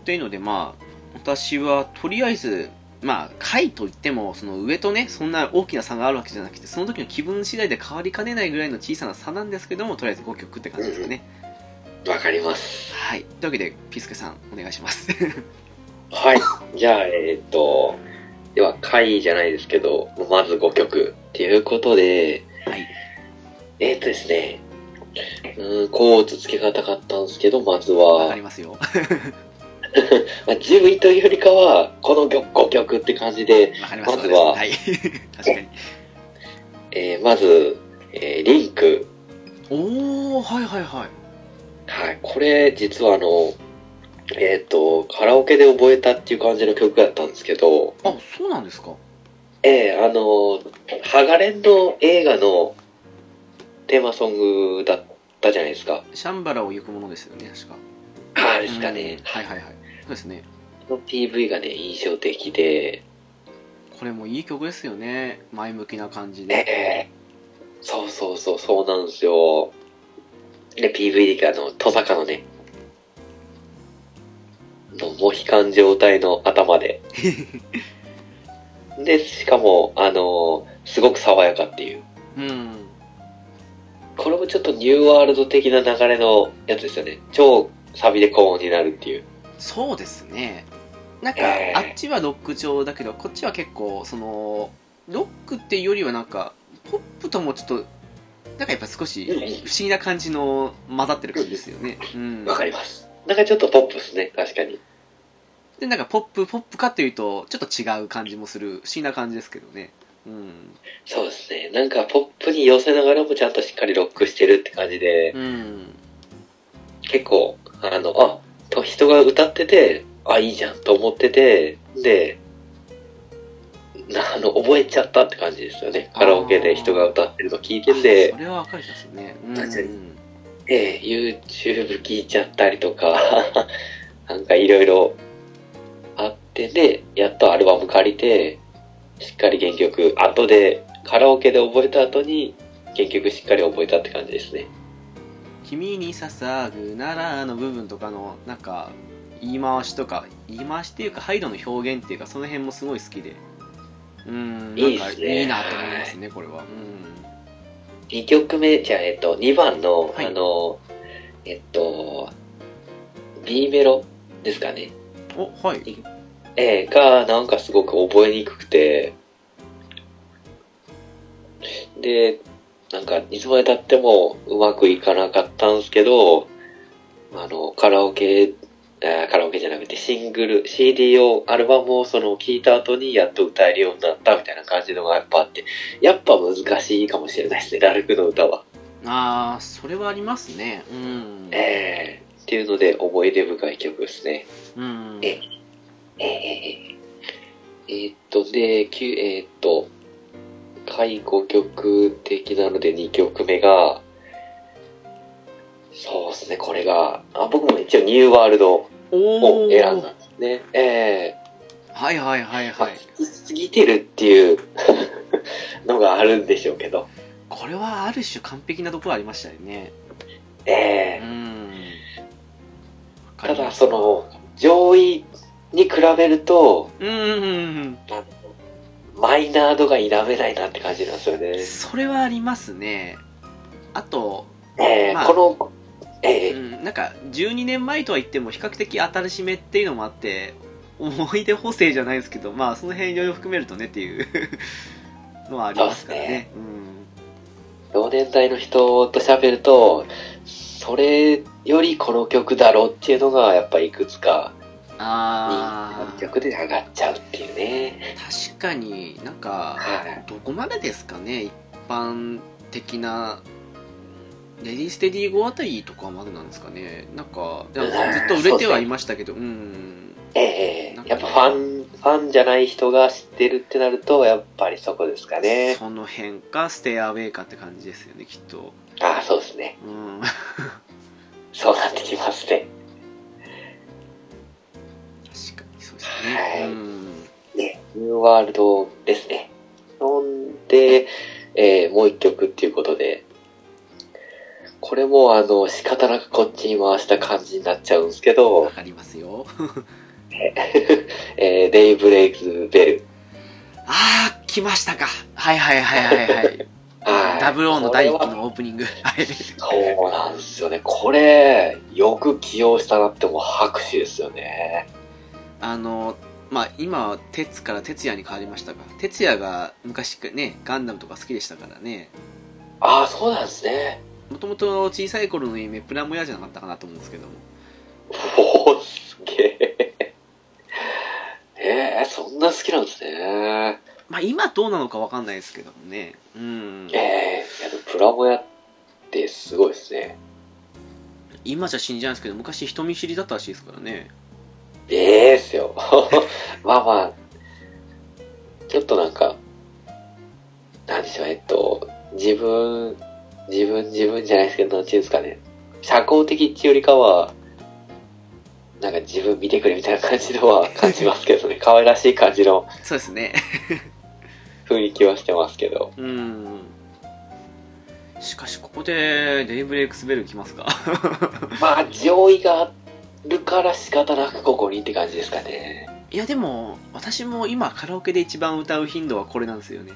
Speaker 1: というのでまあ私はとりあえずまあ回といってもその上とねそんな大きな差があるわけじゃなくてその時の気分次第で変わりかねないぐらいの小さな差なんですけどもとりあえず5曲って感じですかね、
Speaker 2: わかります。
Speaker 1: はいというわけでピスケさんお願いします
Speaker 2: [laughs] はい。じゃあ、えーっ、と、では、回じゃないですけど、まず5曲。ということで、
Speaker 1: はい
Speaker 2: えーっ、とですね、うーん、こうつつけがたかったんですけど、まず
Speaker 1: わか
Speaker 2: は
Speaker 1: り、ますよわ
Speaker 2: まあ、10位というよりかは、この曲5曲って感じで、
Speaker 1: かります
Speaker 2: まずは
Speaker 1: はい [laughs] 確かに
Speaker 2: えーまず、えーリンク。
Speaker 1: おおはいはいはい
Speaker 2: はい、これ実はあの、えっ、と、カラオケで覚えたっていう感じの曲だったんですけど、
Speaker 1: あそうなんですか
Speaker 2: ええあの、ハガレンの映画のテーマソングだったじゃないですか。
Speaker 1: シャンバラを行くものですよね確か
Speaker 2: ああですかね
Speaker 1: うん。はいはいはいそうですね
Speaker 2: この PV がね、印象的で、
Speaker 1: これもいい曲ですよね前向きな感じ
Speaker 2: え
Speaker 1: で
Speaker 2: えそうそうそう、そうなんですよ。で、PV があの、トサカのね、の、モヒカン状態の頭 [laughs] で。で、しかも、あの、すごく爽やかっていう。
Speaker 1: うん
Speaker 2: これもちょっとニューワールド的な流れのやつですよね。超サビで高音になるっていう。
Speaker 1: そうですねなんか、
Speaker 2: ええ
Speaker 1: あっちはロック調だけどこっちは結構そのロックっていうよりはなんかポップともちょっとなんかやっぱ少し不
Speaker 2: うんうん
Speaker 1: 思議な感じの混ざってる感じですよねうん
Speaker 2: わかります。なんかちょっとポップですね、確かに。
Speaker 1: でなんかポップポップかというとちょっと違う感じもする不思議な感じですけどねうん
Speaker 2: そうですね。なんかポップに寄せながらもちゃんとしっかりロックしてるって感じで、
Speaker 1: うん
Speaker 2: 結構、あの、あ、と人が歌ってて、あ、いいじゃんと思ってて、で、なあの、覚えちゃったって感じですよね。カラオケで人が歌ってるの聞いてて
Speaker 1: そ、れは分かりますねうん
Speaker 2: 確かにええ YouTube 聞いちゃったりとか、 [laughs] なんかいろいろあってで、やっとアルバム借りて、しっかり原曲、後で、カラオケで覚えた後に、原曲しっかり覚えたって感じですね。
Speaker 1: 君に捧ぐならの部分とかのなんか言い回しとか言い回しっていうかハイドの表現っていうかその辺もすごい好きでうん
Speaker 2: いい
Speaker 1: なんか
Speaker 2: ですね
Speaker 1: いいなと思いますねこれはう
Speaker 2: 2曲目、じゃあ、えっと、2番の、
Speaker 1: はい
Speaker 2: あの、えっと、B メロですかね。
Speaker 1: んおはい
Speaker 2: えーが、なんかすごく覚えにくくて、で、なんか、いつまで経ってもうまくいかなかったんですけど、あの、カラオケ、あーカラオケじゃなくてシングル、CD を、アルバムをその聞いた後にやっと歌えるようになったみたいな感じのがやっぱあって、やっぱ難しいかもしれないですね、ラルクの歌は。
Speaker 1: ああそれはありますねうん
Speaker 2: えー、っていうので思い出深い曲ですね。
Speaker 1: うん
Speaker 2: ええー、えーっと、で、きゅえーっと、介護曲的なので2曲目が、そうですね、これが、あ僕も一応ニューワールド
Speaker 1: お
Speaker 2: を
Speaker 1: お
Speaker 2: 選んだんですね。え
Speaker 1: はいはいはい
Speaker 2: ー、
Speaker 1: はい
Speaker 2: 好きすぎてるっていう [laughs] のがあるんでしょうけど、
Speaker 1: これはある種完璧なところありましたよねう
Speaker 2: えー、
Speaker 1: んわか
Speaker 2: た
Speaker 1: りま
Speaker 2: だ
Speaker 1: す
Speaker 2: その、上位に比べると、
Speaker 1: うんうんうんうん
Speaker 2: マイナー度が否めないなって感じなんですよね。
Speaker 1: それはありますねあと
Speaker 2: えー
Speaker 1: まあ
Speaker 2: この、え
Speaker 1: う
Speaker 2: ー
Speaker 1: んなんか12年前とは言っても比較的新しめっていうのもあって思い出補正じゃないですけどまあその辺いろいろ含めるとねっていう [laughs] のはありますからね
Speaker 2: 同年代の人と喋ると、それよりこの曲だろうっていうのが、やっぱいくつか、
Speaker 1: うん
Speaker 2: 人
Speaker 1: あ
Speaker 2: 気
Speaker 1: あ
Speaker 2: 曲で上がっちゃうっていうね。
Speaker 1: 確かになんか
Speaker 2: はい。
Speaker 1: どこまでですかね一般的なレディーステディーゴあたりとかまでなんですかねなんかでもずっと売れてはいましたけどうん
Speaker 2: え
Speaker 1: なん
Speaker 2: ー、
Speaker 1: か
Speaker 2: やっぱファン、ファンじゃない人が知ってるってなると、やっぱりそこですかね。
Speaker 1: その辺かステアウェイかって感じですよねきっと
Speaker 2: ああ、そうですね。
Speaker 1: うん
Speaker 2: そうなってきますね。
Speaker 1: 確かにそうです
Speaker 2: はい
Speaker 1: ね、うん
Speaker 2: ね、ニューワールドですね。飲んで、えーもう一曲っていうことで、これもあの、仕方なくこっちに回した感じになっちゃうんですけ
Speaker 1: わ
Speaker 2: ど、
Speaker 1: かりますよ
Speaker 2: えーデイブレイクズベル。
Speaker 1: ああ来ましたかはいはいはいはいはい
Speaker 2: はい
Speaker 1: ダブルオーの第一期
Speaker 2: これは
Speaker 1: のオープニングはい
Speaker 2: そうなんですよね。これ、よく起用したなってもう拍手ですよね。
Speaker 1: あのまあ今は鉄から鉄也に変わりましたが鉄也が昔ねガンダムとか好きでしたからね
Speaker 2: ああ、そうなんですね。
Speaker 1: もともと小さい頃の夢プラモヤじゃなかったかなと思うんですけども
Speaker 2: おお、すげえ。えー、そんな好きなんですね。
Speaker 1: まあ今どうなのかわかんないですけどもねうん
Speaker 2: ええいやでもプラモヤってすごいですね。
Speaker 1: 今じゃ信じないですけど昔人見知りだったらしいですからね
Speaker 2: ええっすよ。 [laughs] まあまあ、ちょっとなんか、なんでしょう、えっと、自分、自分、自分じゃないですけど、なんていうんですかね。社交的っていうよりかは、なんか自分見てくれみたいな感じのは感じますけどね。可愛らしい感じの
Speaker 1: そうですね
Speaker 2: 雰囲気はしてますけど。
Speaker 1: うんしかしここでデイブレイクスベル来ますか
Speaker 2: まあ、上位があるから仕方なくここにって感じですかね。
Speaker 1: [laughs] いやでも私も今カラオケで一番歌う頻度はこれなんですよね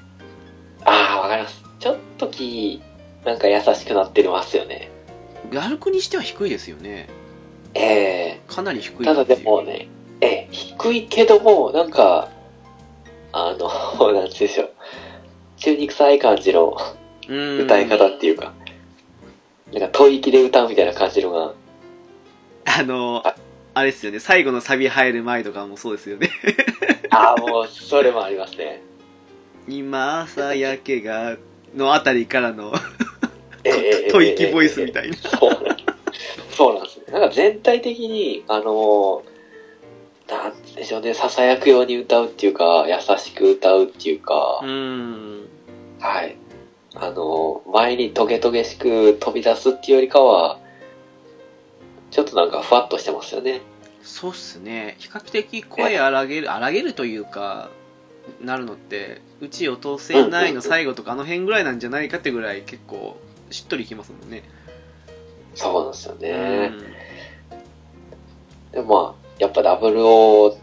Speaker 2: ああ、わかります。ちょっと気、なんか優しくなってますよね。
Speaker 1: ラルクにしては低いですよね
Speaker 2: ええ
Speaker 1: かなり低い
Speaker 2: ただでも
Speaker 1: ね
Speaker 2: ね、ええ低いけども、なんか、あの、 [laughs] なんて言うんでしょう。中に臭い感じの歌い方っていうか、なんか吐息で歌うみたいな感じのが、
Speaker 1: あのあれですよね、最後のサビ入る前とかもそうですよね。 [laughs]
Speaker 2: ああ、もう、それもありますね。
Speaker 1: 今朝焼けが、のあたりからの
Speaker 2: ええ
Speaker 1: [laughs] 吐息ボイスみたいな。
Speaker 2: そうなんそうなんですね。なんか全体的に、あのー、なんでしょうね、ささやくように歌うっていうか、優しく歌うっていうか、
Speaker 1: うん。
Speaker 2: はい。あのー、前にトゲトゲしく飛び出すっていうよりかは、ちょっとなんかふわっとしてますよね。
Speaker 1: そうっすね。比較的声荒げる、荒げるというか、なるのって、うちお通せないの最後とかあの辺ぐらいなんじゃないかってぐらい結構しっとりきますもんね。
Speaker 2: そうなんですよ
Speaker 1: う
Speaker 2: ね。
Speaker 1: ん
Speaker 2: でもまあ、やっぱダブルを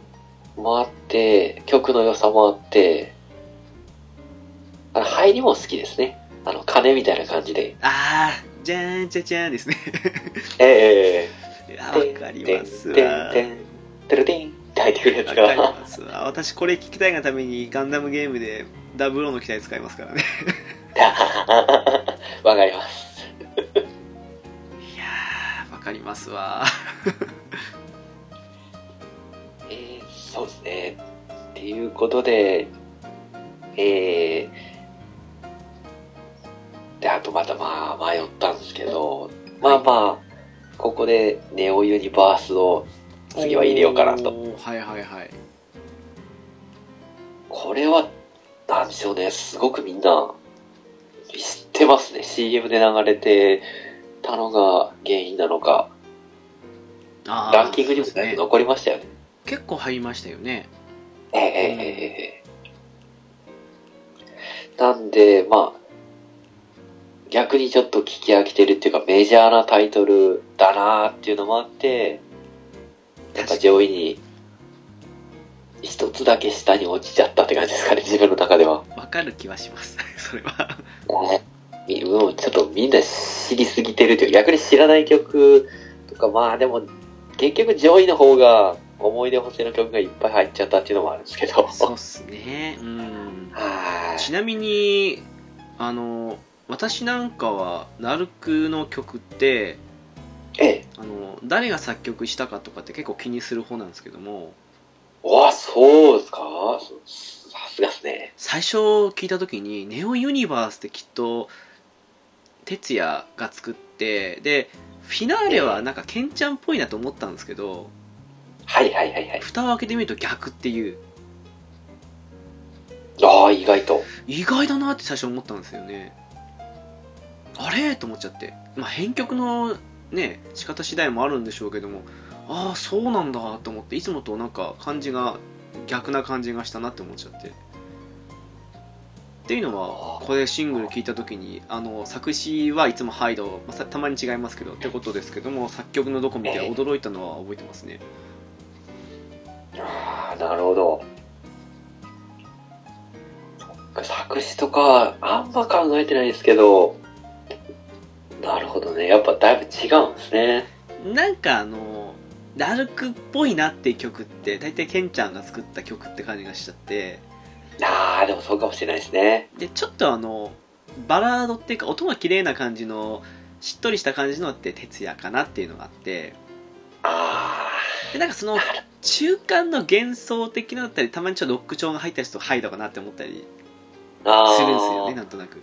Speaker 2: 回って、曲の良さもあって、あの入りも好きですね。あの、鐘みたいな感じで。
Speaker 1: あー、じゃーんじゃじゃーんですね。 [laughs]
Speaker 2: ええ
Speaker 1: あわかります
Speaker 2: てん
Speaker 1: わ。
Speaker 2: てんてんてるてんって入ってくるやつ
Speaker 1: わかり
Speaker 2: が。
Speaker 1: ますわ。私これ聞きたいがためにガンダムゲームでダブロの機体使います
Speaker 2: [laughs]
Speaker 1: からね。
Speaker 2: わかります。
Speaker 1: いやー、わかりますわ。
Speaker 2: えーそうですね。っていうことで、えーで、あとまたまあ迷ったんですけど、まあまあ、ここでネオユニバースを次は入れようかなと。
Speaker 1: おー。はいはいはい。
Speaker 2: これは、なんでしょうね、すごくみんな、知ってますね。CM で流れてたのが原因なのか、
Speaker 1: あー
Speaker 2: ランキングにも
Speaker 1: そう
Speaker 2: だい
Speaker 1: で
Speaker 2: ぶ
Speaker 1: すね
Speaker 2: 残りましたよね。
Speaker 1: 結構入りましたよね。
Speaker 2: ええええええなんで、まあ、逆にちょっと聞き飽きてるっていうか、メジャーなタイトルだなーっていうのもあって、やっぱ上位に、一つだけ下に落ちちゃったって感じですかね、自分の中では。
Speaker 1: わかる気はします。 [laughs] それは。
Speaker 2: みもうちょっとみんな知りすぎてるというか逆に知らない曲とか、まあでも、結局上位の方が思い出補正の曲がいっぱい入っちゃったっていうのもあるんですけど。 [laughs]
Speaker 1: そうっすね。うん。
Speaker 2: はい
Speaker 1: ちなみに、あの、私なんかは、ナルクの曲って、
Speaker 2: ええ。
Speaker 1: あの、誰が作曲したかとかって結構気にする方なんですけども、
Speaker 2: わあ、そうですかそさすがっすね。
Speaker 1: 最初聞いた時にネオユニバースってきっと哲也が作ってでフィナーレはなんかケンちゃんっぽいなと思ったんですけど
Speaker 2: はいはいはいはい。
Speaker 1: 蓋を開けてみると逆っていう
Speaker 2: ああ、意外と。
Speaker 1: 意外だなって最初思ったんですよねあれと思っちゃって、まあ、編曲のね仕方次第もあるんでしょうけどもああそうなんだと思っていつもとなんか感じが逆な感じがしたなって思っちゃってっていうのはこれシングル聴いた時にあの作詞はいつもハイド、まあさたまに違いますけどってことですけども作曲のどこ見て驚いたのは覚えてますね
Speaker 2: ああ、なるほど。そっか作詞とか、あんま考えてないですけど、なるほどね。やっぱだいぶ違うんですね。
Speaker 1: なんかあのダルクっぽいなっていう曲って大体ケンちゃんが作った曲って感じがしちゃって
Speaker 2: ああ、でもそうかもしれないですね。
Speaker 1: でちょっとあのバラードっていうか音が綺麗な感じのしっとりした感じのって徹夜かなっていうのがあって
Speaker 2: あ
Speaker 1: でなんかその中間の幻想的なだったりたまにちょっとロック調が入ったりするとハイドかなって思ったり
Speaker 2: あ、ああ。
Speaker 1: するんですよねなんとなく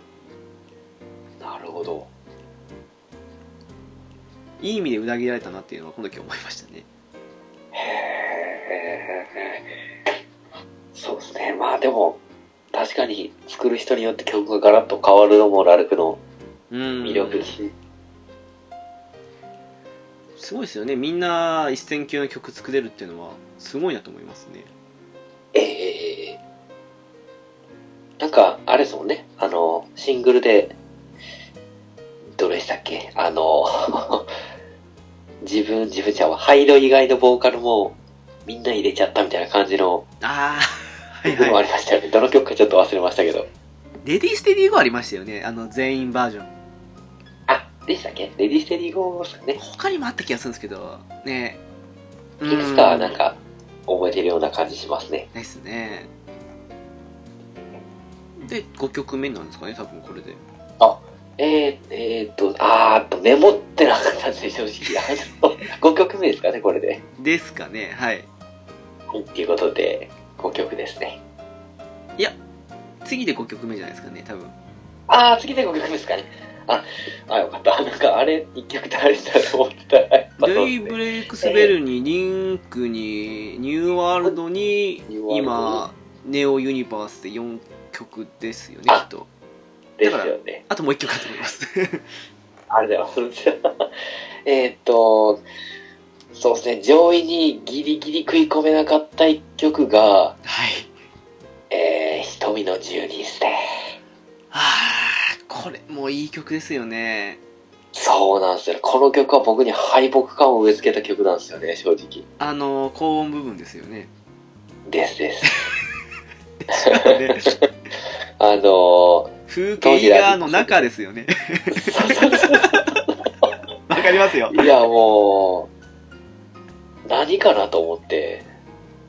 Speaker 2: なるほど。
Speaker 1: いい意味で裏切られたなっていうのはこの時思いましたね
Speaker 2: へー [laughs] そうですね。まあでも、確かに作る人によって曲がガラッと変わるのもラルクの
Speaker 1: うん
Speaker 2: 魅力ですね。
Speaker 1: すごいですよねみんな一線級の曲作れるっていうのはすごいなと思いますね
Speaker 2: ええなんか、あれですもんね。あの、シングルで、どれでしたっけあの、 [laughs] 自分、自分ちゃんは、ハイド以外のボーカルも、みんな入れちゃったみたいな感じの、
Speaker 1: ああはい
Speaker 2: 部分も
Speaker 1: は
Speaker 2: あ
Speaker 1: い
Speaker 2: りましたよね。どの曲かちょっと忘れましたけど。
Speaker 1: レディーステディーゴありましたよねあの全員バージョン
Speaker 2: あ、でしたっけレディステリーゴーですかね。
Speaker 1: 他にもあった気がするんですけどねう
Speaker 2: いくつかなんか覚えてるような感じしますね。
Speaker 1: ないっすねで5曲目なんですかね多分これで
Speaker 2: えー、えー、っと、あーっと、メモってなかったんで、正直。あの、5曲目ですかね、これで。
Speaker 1: ですかねはい
Speaker 2: はい、っていうことで、5曲ですね。
Speaker 1: 次で5曲目じゃないですかね多分
Speaker 2: あー、次で5曲目ですかね。あ、あ、よかった。なんか、あれ、1曲足りたと思ってたら、やっぱそ
Speaker 1: デ
Speaker 2: うで
Speaker 1: イ
Speaker 2: すね
Speaker 1: ブレイクスベルにリンクにニューワールドに
Speaker 2: ニューワールドに
Speaker 1: 今ネオユニバースで4曲ですよねき
Speaker 2: あ
Speaker 1: っと
Speaker 2: ですよね。
Speaker 1: あともう1曲あると思います [laughs]
Speaker 2: ありがとうございます。えーっと、そうですね、上位にギリギリ食い込めなかった1曲が、
Speaker 1: はい
Speaker 2: えー、瞳の12ですね。
Speaker 1: あーこれもういい曲ですよね
Speaker 2: そうなんですよ。この曲は僕に敗北感を植え付けた曲なんですよね、正直。
Speaker 1: あの高音部分ですよね
Speaker 2: ですです。 [laughs]
Speaker 1: ね
Speaker 2: あのー、
Speaker 1: 風
Speaker 2: [laughs]
Speaker 1: 景画の中ですよね [laughs] わかりますよ
Speaker 2: いやもう、何かなと思って、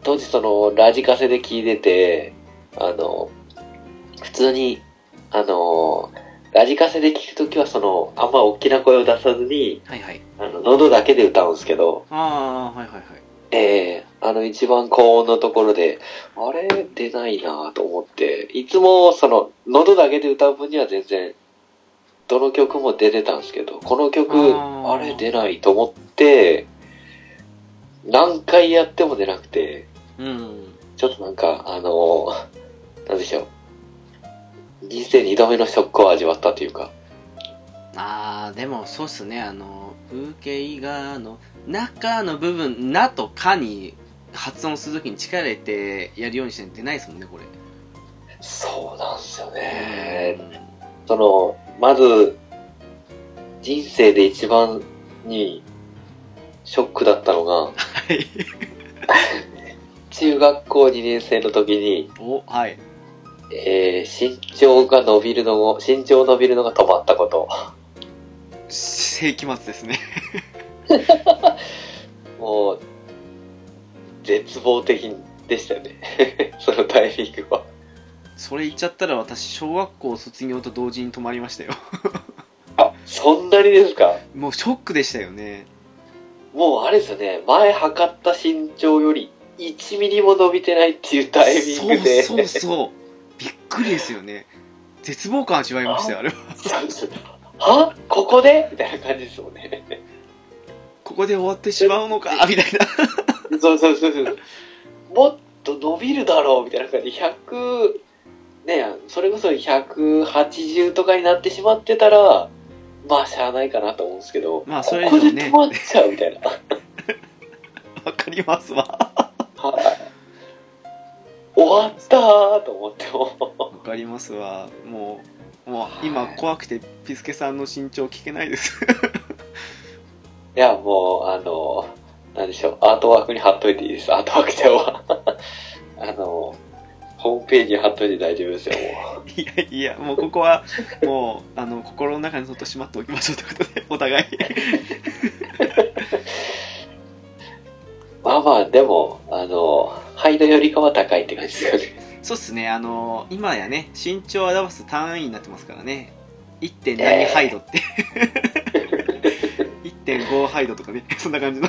Speaker 2: 当時その、ラジカセで聴いてて、あの、普通に、あの、ラジカセで聴くときはその、あんま大きな声を出さずに、
Speaker 1: [laughs] はいはい
Speaker 2: あの、喉だけで歌うんですけど、
Speaker 1: ああはいはいはい
Speaker 2: ええあの一番高音のところで、あれ出ないなと思って、いつもその喉だけで歌う分には全然、どの曲も出てたんですけど、この
Speaker 1: あ
Speaker 2: 曲、
Speaker 1: ー
Speaker 2: あれ出ないと思って、何回やっても出なくて、
Speaker 1: うん
Speaker 2: ちょっとなんか、あの、なんでしょう。人生二度目のショックを味わったというか、
Speaker 1: あーでもそうっすねあの風景画の中の部分「な」と「か」に発音するときに力入れてやるようにして出ないですもんねこれ
Speaker 2: そうなんですよね。その、まず、人生で一番に、ショックだったのが、
Speaker 1: はい
Speaker 2: 中学校2年生の時に、
Speaker 1: おはい
Speaker 2: えー、身長が伸びるのを、身長伸びるのが止まったこと。
Speaker 1: 世紀末ですね
Speaker 2: もう、絶望的でしたよね。 [laughs] そのタイミングは。
Speaker 1: それ言っちゃったら私小学校卒業と同時に止まりましたよ
Speaker 2: あ、そんなにですか
Speaker 1: もうショックでしたよね
Speaker 2: もうあれですよね、前測った身長より1ミリも伸びてないっていうタイミングで。
Speaker 1: そうそうそうびっくりですよね絶望感味わいましたよあれは
Speaker 2: そうです [laughs] はここでみたいな感じですもんね。
Speaker 1: ここで終わってしまうのかみたいな
Speaker 2: そうそうそうそう。もっと伸びるだろうみたいな感じで、100、ね、それこそ180とかになってしまってたら、まあ、しゃあないかなと思うんですけど、
Speaker 1: まあそれ以
Speaker 2: ここで
Speaker 1: 上ね
Speaker 2: 止まっちゃうみたいな。
Speaker 1: わかります
Speaker 2: [laughs]
Speaker 1: わ
Speaker 2: はい終わったーと思っても、
Speaker 1: わかりますわもうもう今怖くてピスケさんの身長聞けないです [laughs]
Speaker 2: いや、もう、あの、なんでしょう、アートワークに貼っといていいです。アートワークちゃうわ。あの、ホームページに貼っといて大丈夫ですよ、もう。
Speaker 1: いやいやもうここはもうあの心の中にそっとしまっておきましょうということでお互い
Speaker 2: まあまあ、でも、あの、ハイドよりかは高いって感じですよね。 [laughs]
Speaker 1: そうっすねあの今やね身長を表す単位になってますからね 1. 何ハイドって、1.5ハイドとかね [laughs] そんな感じの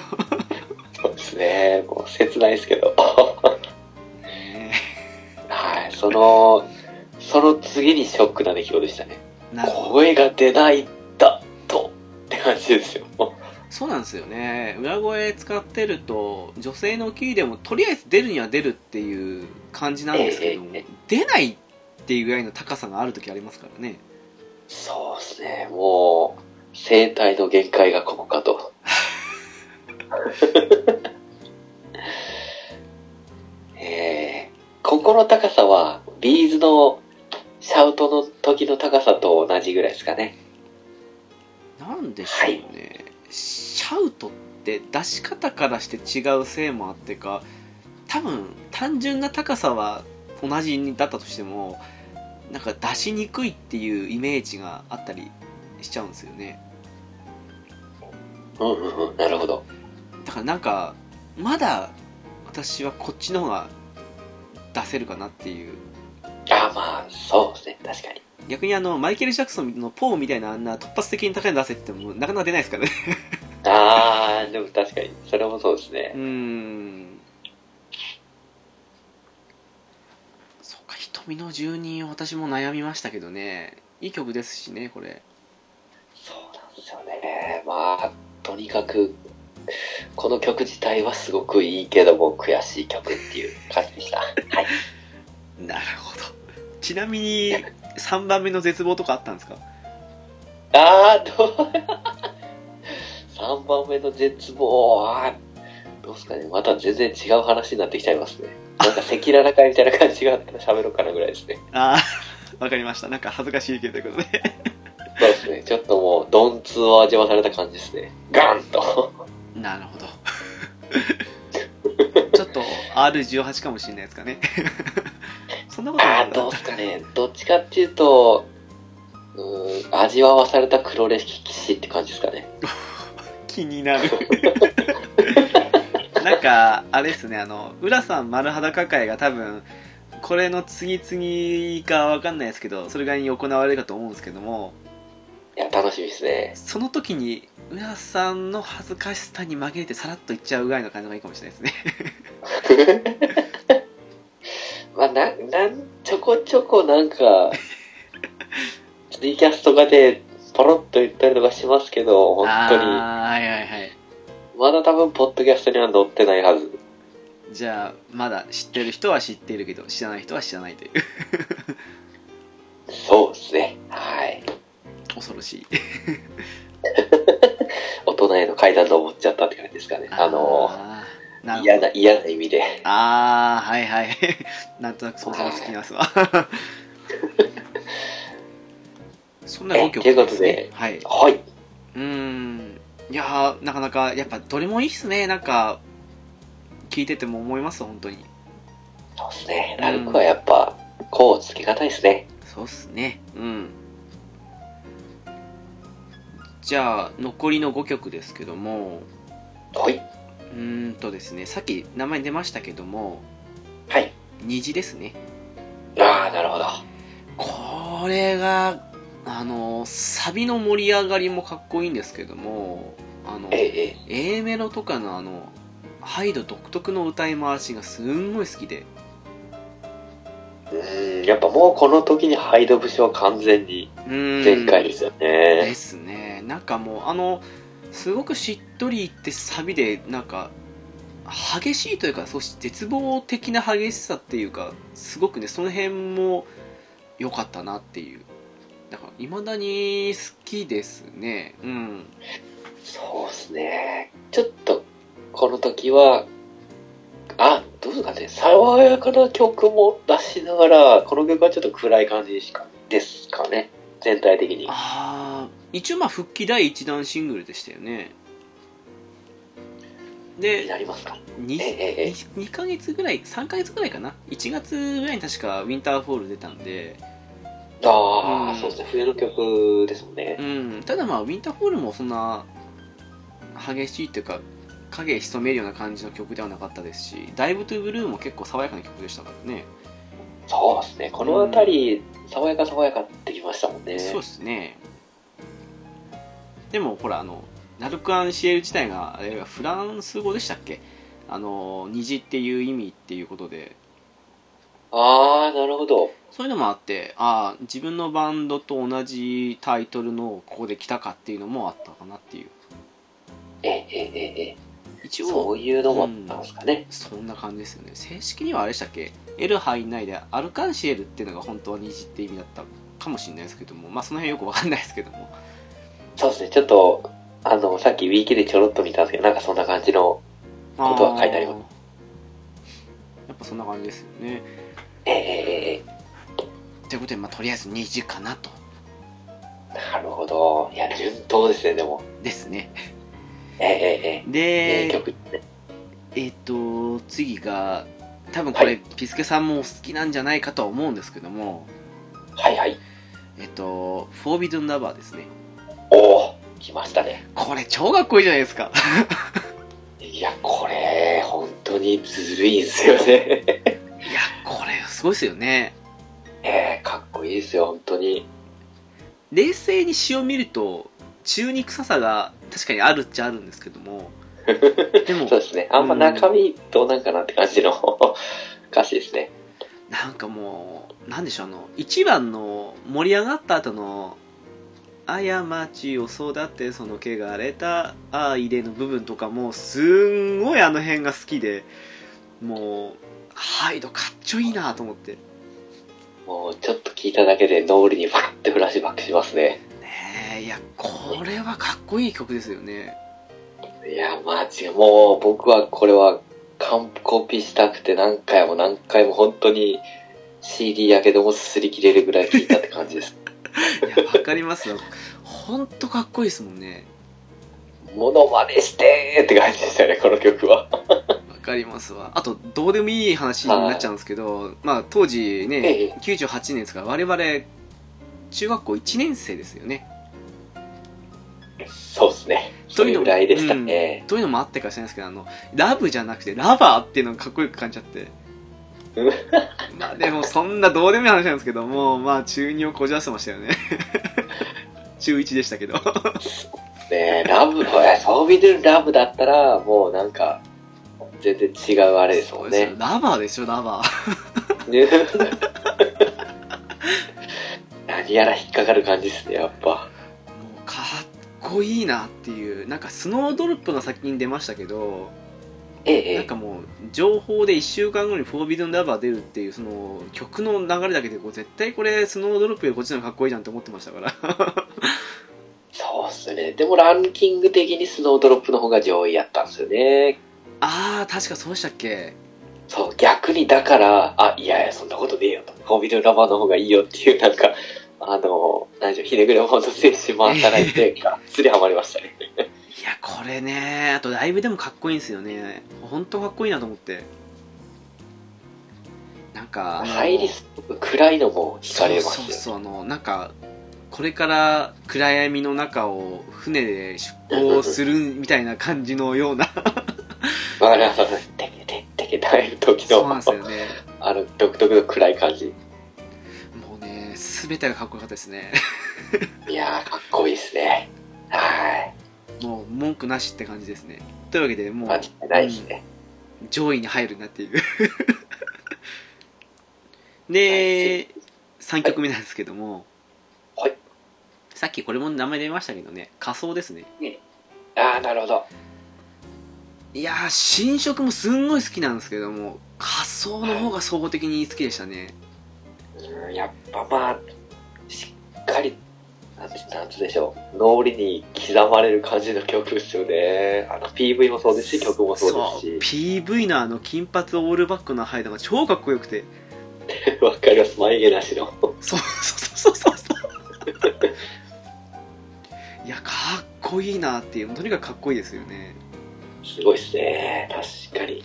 Speaker 2: そうですね。もう切ないですけど。 [laughs]
Speaker 1: ね
Speaker 2: はい。その、その次にショックな出来事でしたね。
Speaker 1: なるほど
Speaker 2: 声が出ないんだと。って感じですよ。
Speaker 1: そうなんですよね裏声使ってると女性のキーでもとりあえず出るには出るっていう感じなんですけども、
Speaker 2: ええ
Speaker 1: 出ないっていうぐらいの高さがある時ありますからね
Speaker 2: そうですね。もう、声帯の限界がここかと。 [laughs] えー、ここの高さは、ビーズのシャウトの時の高さと同じぐらいですかね。
Speaker 1: なんでしょうね、シャウトって出し方からして違うせいもあってか多分単純な高さは同じだったとしてもなんか出しにくいっていうイメージがあったりしちゃうんですよね
Speaker 2: うんうんうん、なるほど。
Speaker 1: だからなんかまだ私はこっちの方が出せるかなっていう
Speaker 2: あまあ、そうですね、確かに。
Speaker 1: 逆にあのマイケル・ジャクソンのポーみたいなあんな突発的に高いの出せって言ってもなかなか出ないですからね
Speaker 2: あー、でも確かに、それもそうです
Speaker 1: う
Speaker 2: ね。
Speaker 1: ーんそうか瞳の住人は私も悩みましたけどねいい曲ですしねこれ
Speaker 2: そうなんですよね。まあ、とにかく、この曲自体はすごくいいけども、悔しい曲っていう感じでした。はい。
Speaker 1: なるほどちなみに3番目の絶望とかあったんですか
Speaker 2: あー、どう3番目の絶望は、どうですかね。また全然違う話になってきちゃいますね。なんか赤裸々会みたいな感じがあったら喋ろうかなぐらいですね。
Speaker 1: ああわかりましたなんか恥ずかしいけどということで
Speaker 2: そうですね。ちょっともう、ドンツーを味わされた感じですね。ガンと。
Speaker 1: なるほ [laughs] どちょっと R18 かもしれないですかね [laughs] そんなことな
Speaker 2: あ
Speaker 1: い
Speaker 2: ー、どうですかね。どっちかっていうと、うーん、味わわされた黒歴史って感じですかね。
Speaker 1: 気になる
Speaker 2: [laughs]
Speaker 1: なんかあれですねあの浦さん丸裸会が多分これの次々かわかんないですけどそれがに行われるかと思うんですけども
Speaker 2: いや、楽しみですね。 [laughs]
Speaker 1: その時に浦さんの恥ずかしさに紛れてさらっといっちゃうぐらいの感じがいいかもしれないですね
Speaker 2: まあ、な、なん、ちょこちょこなんか、ツイキャスとかで、ポロッと言ったりとかしますけど、本当に。
Speaker 1: あーはいはいはい
Speaker 2: まだ多分、ポッドキャストには載ってないはず。
Speaker 1: じゃあまだ知ってる人は知っているけど知らない人は知らないという
Speaker 2: そうですね。はい。
Speaker 1: 恐ろしい
Speaker 2: 大人への階段登っちゃったって感じですかね。あの、
Speaker 1: あーなるほど
Speaker 2: 嫌な、嫌な意味で。
Speaker 1: ああはいはい [laughs] なんとなく想像つきますわ [laughs] そんな5曲
Speaker 2: えということで
Speaker 1: はい、う
Speaker 2: はい。
Speaker 1: ーんいやーなかなかやっぱどれもいいっすねなんか聞いてても思います本当に
Speaker 2: そうですね。ラルクはやっぱ、こうつけがたいですね。
Speaker 1: そうっすねうんじゃあ残りの5曲ですけども
Speaker 2: はい。
Speaker 1: うーんとですねさっき名前出ましたけども
Speaker 2: はい。
Speaker 1: 虹ですね
Speaker 2: ああ、なるほど。
Speaker 1: これがあのサビの盛り上がりもかっこいいんですけどもあの
Speaker 2: え
Speaker 1: A
Speaker 2: え、ええ。
Speaker 1: メロとかのあのハイド独特の歌い回しがすんごい好きで
Speaker 2: うん、やっぱもうこの時にハイド節は完全に
Speaker 1: うーん
Speaker 2: 全開ですよ
Speaker 1: で
Speaker 2: ね。
Speaker 1: すねなんかもうあのすごくしっとりいってサビでなんか激しいというか少し絶望的な激しさっていうかすごくねその辺も良かったなっていうだから未だに好きですねうん
Speaker 2: そうですね。ちょっと、この時は、あ、どうですかね。爽やかな曲も出しながら、この曲はちょっと暗い感じしかですかね。全体的に。
Speaker 1: ああ一応まあ復帰第1弾シングルでしたよね
Speaker 2: にな
Speaker 1: で
Speaker 2: りますか。ええ、
Speaker 1: 2,
Speaker 2: ええ。
Speaker 1: 2ヶ月ぐらい3ヶ月ぐらいかな1月ぐらいに確かウィンターフォール出たんで
Speaker 2: あ
Speaker 1: う
Speaker 2: あ、
Speaker 1: ん
Speaker 2: そうですね。冬の曲ですもんね。
Speaker 1: うんただまあウィンターフォールもそんな激しいっていうか影潜めるような感じの曲ではなかったですし「ダイブ・トゥ・ブルー」も結構爽やかな曲でしたからね、
Speaker 2: そうですね。この辺り、爽やか爽やかってきましたもんね。
Speaker 1: そうですねでもほらあのナルク・アンシエル自体があれがフランス語でしたっけあの虹っていう意味っていうことで
Speaker 2: ああ、なるほど。
Speaker 1: そういうのもあってああ自分のバンドと同じタイトルのここで来たかっていうのもあったかなっていう
Speaker 2: ええ、ええ、え
Speaker 1: 一
Speaker 2: え。
Speaker 1: 応
Speaker 2: そういうのもあったんですかね。
Speaker 1: そんな感じですよね正式にはあれでしたっけエルハイないでアルカンシエルっていうのが本当は虹って意味だったかもしれないですけどもまあその辺よくわかんないですけども
Speaker 2: そうですね。ちょっと、あの、さっきウィーキでちょろっと見たんですけど、なんかそんな感じの、ことは書いてあります
Speaker 1: ーやっぱそんな感じですよね
Speaker 2: ええ、ええ、え
Speaker 1: ということで、まあ、とりあえず虹かなと
Speaker 2: え。なるほど。いや、順当ですね、でも。
Speaker 1: ですね
Speaker 2: ええ、ええ、ええ。名
Speaker 1: で
Speaker 2: 曲ですね。
Speaker 1: えっ、と次が多分これ、
Speaker 2: はい
Speaker 1: ピスケさんもお好きなんじゃないかとは思うんですけども
Speaker 2: はいはい。
Speaker 1: えっ、と「フォービドンラバー」ですね
Speaker 2: おお来ましたね。
Speaker 1: これ超かっこいいじゃないです
Speaker 2: [laughs]
Speaker 1: か
Speaker 2: いや、これ、本当にずるいんですよね。 [laughs]
Speaker 1: いやこれすごいですよね
Speaker 2: ええ、かっこいいですよ、本当に。
Speaker 1: 冷静に詩を見ると中に臭さが確かにあるっちゃあるんですけど
Speaker 2: [laughs]
Speaker 1: もでも
Speaker 2: そうですね。あんま中身どうなんかなって感じの [laughs] 歌詞ですね。
Speaker 1: なんかもうなんでしょうあの一番の盛り上がった後の「過ちを育てその汚れた愛で」の部分とかもすんごいあの辺が好きでもうハイドかっちょいいなと思って
Speaker 2: もうちょっと聞いただけで脳裏にバッてフラッシュバックしますね。
Speaker 1: ねえいやこれはかっこいい曲ですよね
Speaker 2: いや、マジ、もう僕はこれは完コピしたくて何回も何回も本当に CD やけども擦り切れるぐらい聞いたって感じです。 [laughs]
Speaker 1: いやわかりますよほんとかっこいいですもんね
Speaker 2: モノマネしてーって感じでしたね、この曲 [laughs] は。
Speaker 1: わかりますわあとどうでもいい話になっちゃうんですけど、まあ、当時ね
Speaker 2: ええ
Speaker 1: 98年ですから我々中学校1年生ですよね
Speaker 2: そうですね。それぐらいでしたね。
Speaker 1: というのもあってか知らないですけどあのラブじゃなくてラバーっていうのがかっこよく感じちゃって
Speaker 2: うん
Speaker 1: まあでもそんなどうでもいい話なんですけどもうまあ中2をこじらせてましたよ
Speaker 2: [laughs]
Speaker 1: ね中1でしたけど
Speaker 2: ねえラブ、これ、そう見てるラブだったら、もうなんか、全然違うあれですもんね。
Speaker 1: ラバーでしょラバー
Speaker 2: ね何やら引っかかる感じですね、やっぱ。
Speaker 1: もうかっこいいなっていうなんかスノードロップが先に出ましたけど
Speaker 2: ええ、え
Speaker 1: なん
Speaker 2: え
Speaker 1: かもう情報で1週間後に「フォービドンラバー出るっていうその曲の流れだけでこう絶対これスノードロップよりこっちの方がかっこいいじゃんって思ってましたから
Speaker 2: そうっすね。でもランキング的にスノードロップの方が上位やったんですよね。
Speaker 1: [laughs] ああ確かそうでしたっけ
Speaker 2: そう、逆にだから、あ、いやいや、そんなことねえよと。コンビニラバーの方がいいよっていう、なんか、あの、何でしょう、ひねくれほの精神も働
Speaker 1: [laughs]
Speaker 2: いて、がっつりハマりましたね。
Speaker 1: いやこれねあとライブでもかっこいいんですよね本当かっこいいなと思ってなんかあの
Speaker 2: 入りすごく暗いのも惹かれま
Speaker 1: そうそう
Speaker 2: し
Speaker 1: そうあのなんかこれから暗闇の中を船で出航するみたいな感じの [laughs] ような
Speaker 2: た。わかりました。てけてけてけ耐える時
Speaker 1: そうなんですよ
Speaker 2: の、
Speaker 1: ね
Speaker 2: あの、独特の暗い感じ。
Speaker 1: もうね全てがかっこよかったですね
Speaker 2: いやー、かっこいいですね。は
Speaker 1: もう文句なしって感じですねというわけで
Speaker 2: い。
Speaker 1: も
Speaker 2: 間違
Speaker 1: う
Speaker 2: いないですね。
Speaker 1: 上位に入るな [laughs] っていうで3曲目なんですけども
Speaker 2: はい
Speaker 1: さっきこれも名前出ましたけどね仮想ですね
Speaker 2: あー、なるほど。
Speaker 1: いやー新色もすんごい好きなんですけども仮想の方が総合的に好きでしたね
Speaker 2: うんやっぱまあ、しっかり、なんて、なんてでしょう、脳裏に刻まれる感じの曲ですよね。あの、PV もそうですし、曲もそうですし、
Speaker 1: PV のあの金髪オールバックのハイドが超かっこよくて
Speaker 2: [laughs] わかります、眉毛なしの。
Speaker 1: そうそうそうそうそういやかっこいいなっていうとにかくかっこいいですよね
Speaker 2: すごいですね、確かに。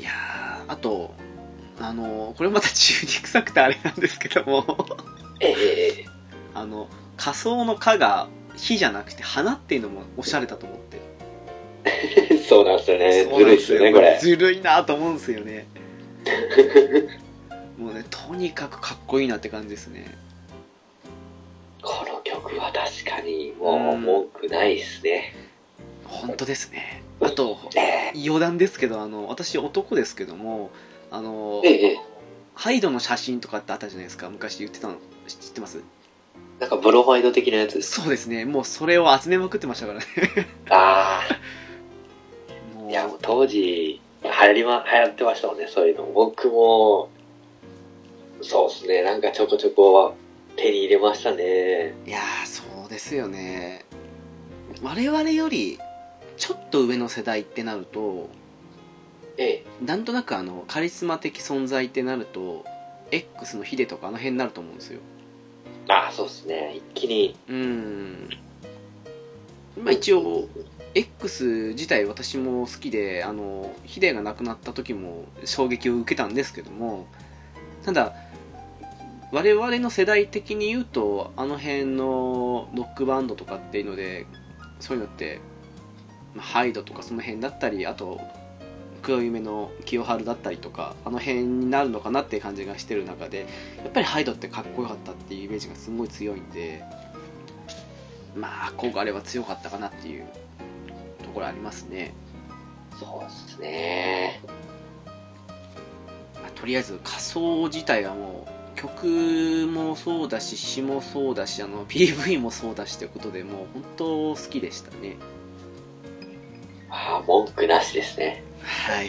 Speaker 1: いやーあとあのこれまた中に臭くてあれなんですけども [laughs]
Speaker 2: ええ
Speaker 1: あの仮想の「蚊が火じゃなくて花っていうのもおしゃれだと思って
Speaker 2: そうなんですよね、
Speaker 1: そうなん
Speaker 2: ずるい
Speaker 1: で
Speaker 2: ですよね、これ。
Speaker 1: ずるいなと思うんですよねもうねとにかくかっこいいなって感じですね
Speaker 2: この曲は確かに、
Speaker 1: う
Speaker 2: もうん文句ないですね。
Speaker 1: 本当ですねあと
Speaker 2: え
Speaker 1: 余談ですけどあの私男ですけどもあの
Speaker 2: えええ
Speaker 1: ハイドの写真とかってあったじゃないですか昔言ってたの知ってます
Speaker 2: なんかブロマイド的なやつです。
Speaker 1: そうですねもうそれを集めまくってましたからね
Speaker 2: あ
Speaker 1: も
Speaker 2: あ、
Speaker 1: う
Speaker 2: [laughs] いや、もう当時、流行りま、流行ってましたもんね、そういうの。僕も、そうですね、なんかちょこちょこは手に入れましたね。
Speaker 1: いやーそうですよね我々よりちょっと上の世代ってなると
Speaker 2: ええ、
Speaker 1: なんとなくあのカリスマ的存在ってなると X のヒデとかあの辺になると思うんですよ
Speaker 2: ああ、そうですね、一気に。
Speaker 1: うーんまあ一応 X 自体私も好きであのヒデが亡くなった時も衝撃を受けたんですけどもただ我々の世代的に言うとあの辺のロックバンドとかっていうのでそういうのってまあハイドとかその辺だったりあと黒夢の清春だったりとかあの辺になるのかなっていう感じがしてる中でやっぱりハイドってかっこよかったっていうイメージがすごい強いんでまあ憧れは強かったかなっていうところありますね、
Speaker 2: そうですね。
Speaker 1: まあとりあえず仮想自体はもう曲もそうだし詩もそうだしあの PV もそうだしということでもう本当好きでしたね
Speaker 2: ああ、文句なしですね。
Speaker 1: はい。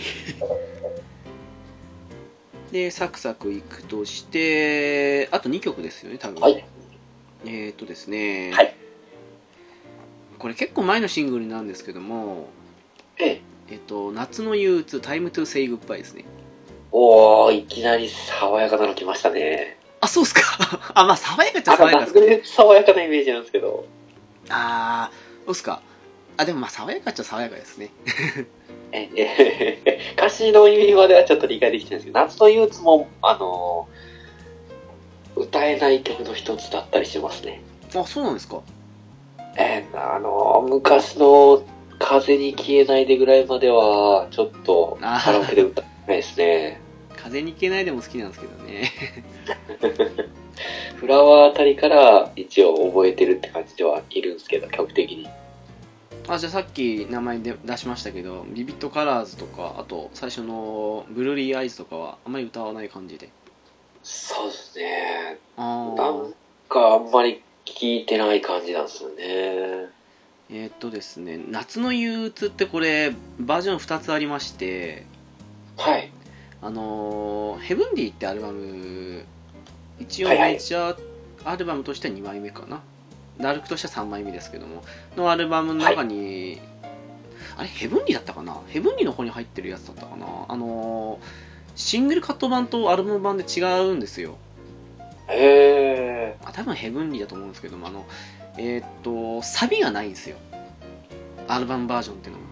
Speaker 1: で、サクサクいくとして、あと2曲ですよね、多分。
Speaker 2: はい
Speaker 1: えーっとですね、
Speaker 2: はい
Speaker 1: これ結構前のシングルなんですけども、
Speaker 2: ええ。
Speaker 1: えっと、夏の憂鬱、タイムトゥ say goodbye ですね。
Speaker 2: おー、いきなり爽やかなの来ましたね。
Speaker 1: あ、そうっすか。 [laughs] あ、まあ、爽やかっちゃ
Speaker 2: あ
Speaker 1: 爽やかですけ
Speaker 2: 夏
Speaker 1: ど。
Speaker 2: で爽やかなイメージなんですけど。
Speaker 1: あー、そうっすか。あ、でもまあ、爽やかっちゃ爽やかですね。
Speaker 2: ええ、 [laughs] 歌詞の意味まではちょっと理解できてるんですけど、夏の憂鬱も、あのー歌えない曲の一つだったりしますね。
Speaker 1: あ、そうなんですか。
Speaker 2: ええ、あのー昔の風に消えないでぐらいまでは、ちょっと
Speaker 1: あー
Speaker 2: カラオケで歌えないですね。
Speaker 1: 風に行けないでも好きなんですけどね。 [laughs]
Speaker 2: フラワーあたりから一応覚えてるって感じではいるんですけど、曲的に。
Speaker 1: あじゃあさっき名前で出しましたけどビビットカラーズとかあと最初のブルーリーアイズとかはあんまり歌わない感じで
Speaker 2: そうですね。
Speaker 1: あ
Speaker 2: な
Speaker 1: あ
Speaker 2: んかあんまり聞いてない感じなんですよね。
Speaker 1: えーっとですね「夏の憂鬱」ってこれバージョン2つありまして
Speaker 2: はい。
Speaker 1: あのーヘブンディ」ってアルバム一応
Speaker 2: はいはい
Speaker 1: メジャーアルバムとしては2枚目かなダルクとしては3枚目ですけどものアルバムの中に、あれヘブンディだったかなヘブンディの方に入ってるやつだったかなあのーシングルカット版とアルバム版で違うんですよ
Speaker 2: え
Speaker 1: あ多分ヘブンリーだと思うんですけどもあのえーっとサビがないんですよアルバムバージョンっていうのは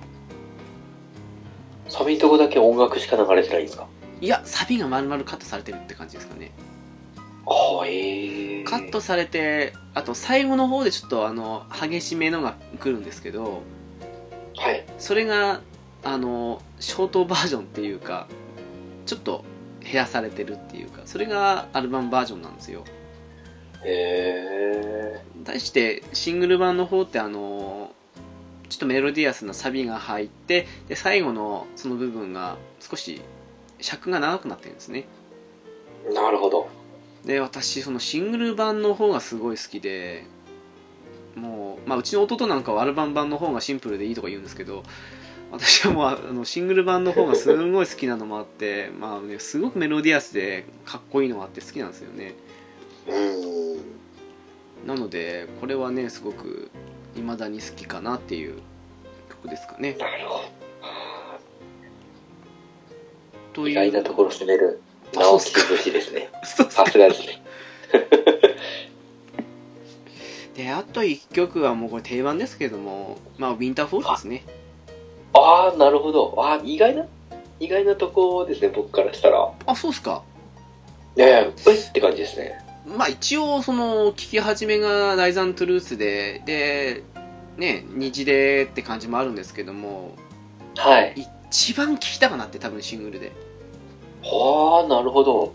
Speaker 2: ー、サビのとこだけ音楽しか流れてないんですか
Speaker 1: いやサビが丸々カットされてるって感じですかね
Speaker 2: あえー。
Speaker 1: カットされてあと最後の方でちょっとあの激しめのが来るんですけど
Speaker 2: はい。
Speaker 1: それがあのショートバージョンっていうかちょっと減らされてるっていうかそれがアルバムバージョンなんですよ
Speaker 2: え
Speaker 1: 対してシングル版の方ってあのちょっとメロディアスなサビが入ってで最後のその部分が少し尺が長くなってるんですね
Speaker 2: ー、なるほど。
Speaker 1: で私そのシングル版の方がすごい好きでもう、まあ、うちの弟なんかはアルバム版の方がシンプルでいいとか言うんですけど私はもうあのシングル版の方がすごい好きなのもあって、まあね、すごくメロディアスでかっこいいのもあって好きなんですよね
Speaker 2: うーん。
Speaker 1: なのでこれはねすごく未だに好きかなっていう曲ですかね
Speaker 2: なるほどあ
Speaker 1: と
Speaker 2: ー。
Speaker 1: いう
Speaker 2: 意外なところ攻める。
Speaker 1: あそう
Speaker 2: 直
Speaker 1: っす
Speaker 2: 木
Speaker 1: か
Speaker 2: 節ですね。
Speaker 1: そうっす
Speaker 2: さすがですね。
Speaker 1: であと1曲はもうこれ定番ですけどもまあウィンターフォールですね
Speaker 2: [laughs] ああ、なるほど。ああ、意外な、意外なとこですね、僕からしたら。
Speaker 1: あそうっすか
Speaker 2: いやいや、ういって感じですね。
Speaker 1: まあ一応その聞き始めが「ライザントゥルースで」でね虹でって感じもあるんですけども
Speaker 2: はい。
Speaker 1: 一番聴きたかなって多分シングルで
Speaker 2: はあ、なるほど。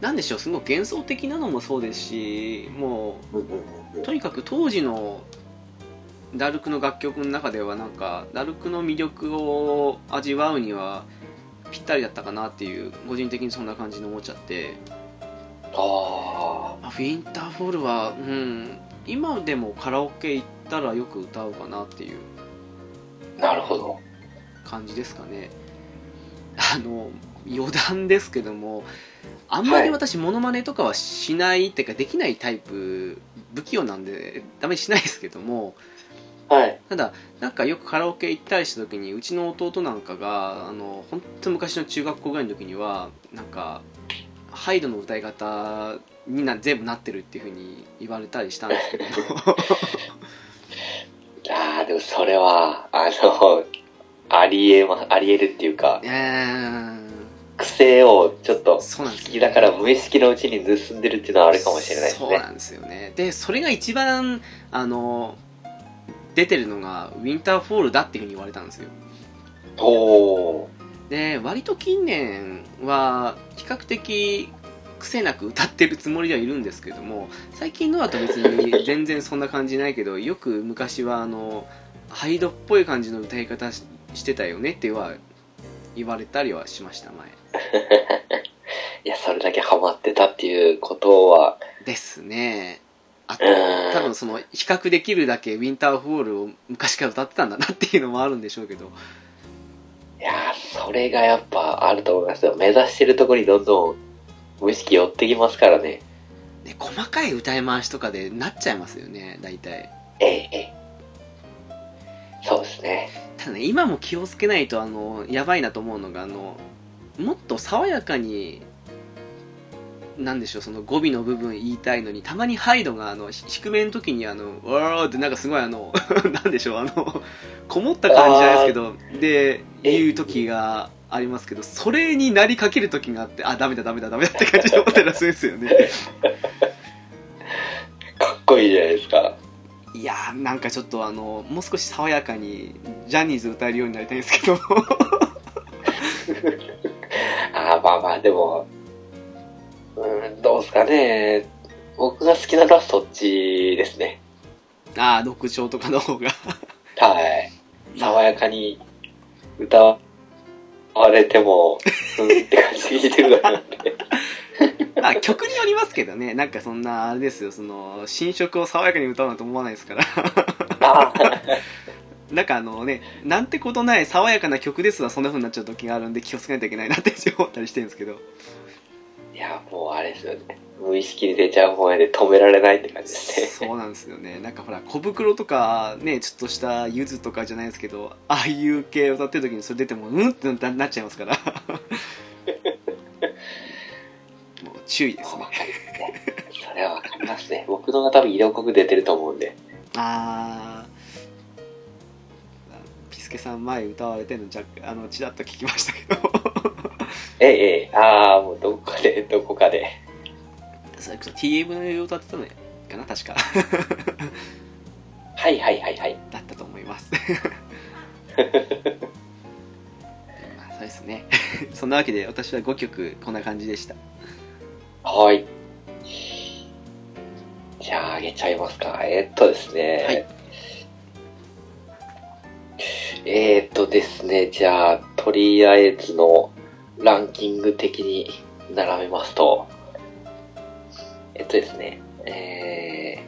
Speaker 1: なんでしょうすごく幻想的なのもそうですしも
Speaker 2: うんうんうんう
Speaker 1: うんとにかく当時のダルクの楽曲の中ではなんかダルクの魅力を味わうにはぴったりだったかなっていう個人的にそんな感じに思っちゃって
Speaker 2: あ
Speaker 1: まあウィンターフォールは、うん、今でもカラオケ行ったらよく歌うかなっていう
Speaker 2: あ、なるほど。
Speaker 1: 感じですかね。あの、余談ですけども、あんまり私、モノマネとかはしないっていうか、できないタイプ、不器用なんで、ダメにしないですけども、
Speaker 2: はい。
Speaker 1: ただ、なんかよくカラオケ行ったりした時に、うちの弟なんかが、あの、本当昔の中学校ぐらいの時には、なんか、ハイドの歌い方にな全部なってるっていうふうに言われたりしたんです
Speaker 2: [laughs]
Speaker 1: けども、
Speaker 2: ああ、でもそれは、あの、ありえま、ありえるっていうか
Speaker 1: う、ーん
Speaker 2: 癖をちょっと、
Speaker 1: そうなんですよ
Speaker 2: だから無意識のうちに盗んでるっていうのはあるかもしれないです
Speaker 1: そう
Speaker 2: ね。
Speaker 1: なんですよねでそれが一番あの出てるのがウィンターフォールだっていうふうに言われたんですよ
Speaker 2: おおー。
Speaker 1: で割と近年は比較的癖なく歌ってるつもりではいるんですけども最近のだと別に全然そんな感じないけどよく昔はあのハイドっぽい感じの歌い方ししてたよねっては言われたりはしました前
Speaker 2: いや、それだけハマってたっていうことは、
Speaker 1: ですねあと
Speaker 2: うん
Speaker 1: 多分その比較できるだけウィンターホールを昔から歌ってたんだなっていうのもあるんでしょうけど
Speaker 2: いやー、それがやっぱあると思いますよ。目指してるところにどんどん無意識寄ってきますからね。
Speaker 1: ね、細かい歌い回しとかでなっちゃいますよね大体
Speaker 2: ええ、ええ。そうですね。
Speaker 1: ただね今も気をつけないとあのやばいなと思うのがあのもっと爽やかになんでしょうその語尾の部分言いたいのにたまにハイドがあのひ低めの時にあの「わー」ってなんかすごいあの [laughs] なんでしょうあのこもった感じじゃないですけどで
Speaker 2: え
Speaker 1: 言う時がありますけどそれになりかける時があってあダメだダメだダメだって感じで思ったりはするんですよね
Speaker 2: かっこいいじゃないですか。
Speaker 1: いやーなんかちょっとあのもう少し爽やかにジャニーズ歌えるようになりたいんですけど
Speaker 2: ああ、まあまあ、でも、うーん、どうですかね。僕が好きなのはそっちですね。
Speaker 1: ああ独唱とかの方が
Speaker 2: はい。爽やかに歌われても、うんって感じで弾いてるだけ [laughs] なんで。
Speaker 1: まあ曲によりますけどねなんかそんなあれですよその新色を爽やかに歌うなんて思わないですから [laughs]
Speaker 2: あ
Speaker 1: なんかあのねなんてことない爽やかな曲ですがそんな風になっちゃう時があるんで気をつけないといけないなって思ったりしてるんですけど
Speaker 2: ーいや、もうあれですよね。無意識に出ちゃう方で止められないって感じですね。
Speaker 1: そうなんですよねなんかほら小袋とかねちょっとしたゆずとかじゃないですけどああいう系歌ってる時にそれ出てもうんってななっちゃいますからもう注意ですね
Speaker 2: わかりますね。それはわかりますね。僕のが多分色濃く出てると思うんで。
Speaker 1: あーあピスケさん前歌われてるのじゃあのちらっと聞きましたけど
Speaker 2: ええ、ええ、ああ、もうどこかで、 [laughs] どこかで。
Speaker 1: [laughs] それこそ TM の歌ってたのかな [laughs] 確か
Speaker 2: はいはいはいはい。
Speaker 1: だったと思い [laughs] ますまあそうですね [laughs] そんなわけで私は5曲こんな感じでした
Speaker 2: はい。じゃあ、あげちゃいますか。えーっとですね。
Speaker 1: はい
Speaker 2: えーっとですね、じゃあ、とりあえずのランキング的に並べますと、えっとですね、え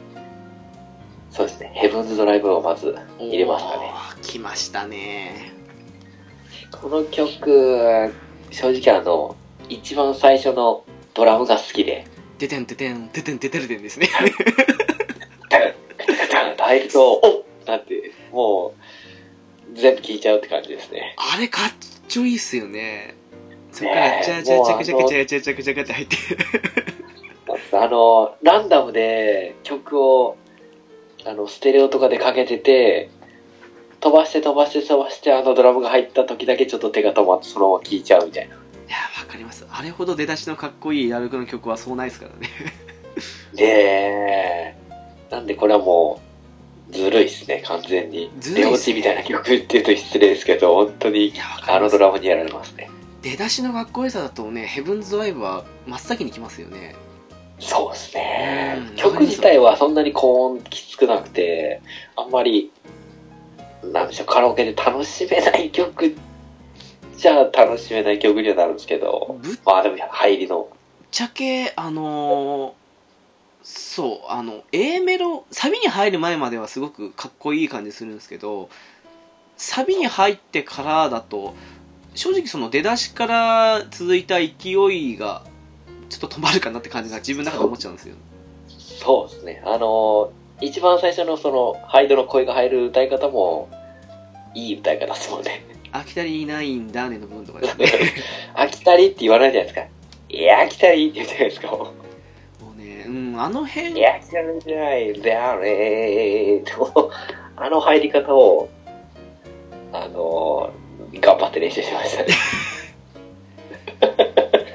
Speaker 2: ー、そうですね、ヘブンズドライブをまず入れますかね。
Speaker 1: おー来ましたね
Speaker 2: この曲、正直あの、一番最初のドラムが好きで、
Speaker 1: ててんててんててんててるてん
Speaker 2: [laughs]
Speaker 1: ですね
Speaker 2: だいぶおなんて、もう、全部聞いちゃうって感じですね。
Speaker 1: あれかっちょいいっすよねそっから
Speaker 2: ねえ
Speaker 1: チャチャチャクチャクチャチャチャクチャクチャクチャクって入って
Speaker 2: あの、ランダムで曲を、あの、ステレオとかでかけてて、飛ばして飛ばして飛ばして、あのドラムが入った時だけちょっと手が止まって、そのまま聴いちゃうみたいな。
Speaker 1: いやわかりますあれほど出だしのかっこいいラルクの曲はそうないですからね
Speaker 2: で、なんでこれはもう、ずるいっすね、完全に。
Speaker 1: ずる
Speaker 2: 出
Speaker 1: いっ
Speaker 2: 落
Speaker 1: す
Speaker 2: ち
Speaker 1: ね
Speaker 2: みたいな曲っていうと失礼ですけど、本当に
Speaker 1: い、やわかりま
Speaker 2: あの
Speaker 1: す
Speaker 2: ドラムにやられますね。
Speaker 1: 出だしのかっこよさだとねヘブンズ・ドライブは真っ先に来ますよね
Speaker 2: そうですね
Speaker 1: うん。
Speaker 2: 曲自体はそんなに高音きつくなくて、あんまり、なんでしょう、カラオケで楽しめない曲じゃ楽しめない曲にはなるんですけど、
Speaker 1: ぶっ
Speaker 2: まあでも入りの、
Speaker 1: ちゃけあのーそうあの A メロサビに入る前まではすごくかっこいい感じするんですけどサビに入ってからだと正直その出だしから続いた勢いがちょっと止まるかなって感じが自分の中で思っちゃうんですよ
Speaker 2: そうですね。あの、一番最初のその、ハイドの声が入る歌い方も、いい歌い方ですもんね。
Speaker 1: 飽きたりないんだねの部分とかですね
Speaker 2: 飽きたりって言わないじゃないですか。いや、飽きたりって言うじゃないですか。も
Speaker 1: もうね、うん、あの
Speaker 2: う
Speaker 1: 辺
Speaker 2: いや、飽きたりじゃない、であれーってもうあの入り方を、あのー、頑張って練習しましたね。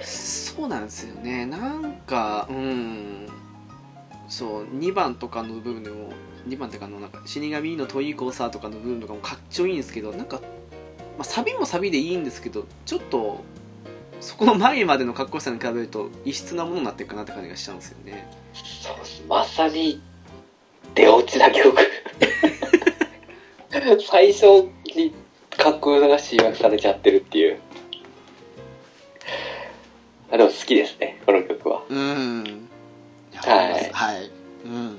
Speaker 1: そうなんですよねなんかうんそう2番とかの部分でも2番とかあのなんか死神の問いコーサーとかの部分とかもかっちょいいんですけどなんかまあ、サビもサビでいいんですけどちょっとそこの前までのかっこよさに比べると異質なものになってるかなって感じがしちゃうんですよね
Speaker 2: そうですまさに出落ちな曲 [laughs] 最初にかっこよさが集約されちゃってるっていうあでも好きですねこの曲は
Speaker 1: うんや
Speaker 2: はい
Speaker 1: わかりますはい、うん、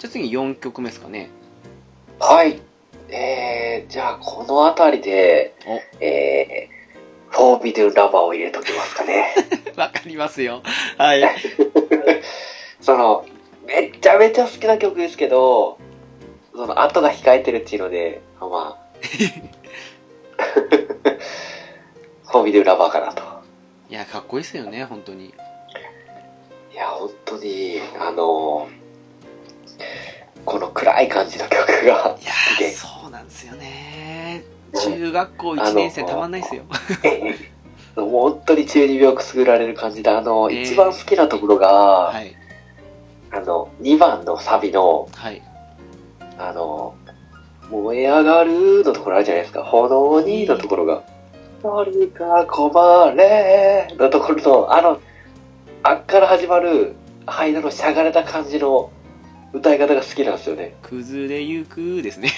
Speaker 1: じゃあ次4曲目ですかね
Speaker 2: はいえー、じゃあこの辺りでえー、フォービドゥラバーを入れときます
Speaker 1: [laughs]
Speaker 2: かね
Speaker 1: [laughs] わかりますよはい
Speaker 2: その、めちゃめちゃ好きな曲ですけど、その後が控えてるっていうので、ま
Speaker 1: [laughs]
Speaker 2: あ、ホビでラバーかなと。
Speaker 1: いやかっこいいですよね本当に
Speaker 2: いや、本当に、あのこの暗い感じの曲が
Speaker 1: [laughs] いや
Speaker 2: 好きで
Speaker 1: ー、そうなんですよね中学校1年生たまんないですよ
Speaker 2: もう本当に中二病くすぐられる感じで、あの、
Speaker 1: えー
Speaker 2: 一番好きなところが、
Speaker 1: はい
Speaker 2: あの、2番のサビの、
Speaker 1: はい
Speaker 2: あの、燃え上がるのところあるじゃないですか。炎にのところが。何か困れのところと、あの、あっから始まる間のしゃがれた感じの歌い方が好きなんですよね。
Speaker 1: 崩れゆくですね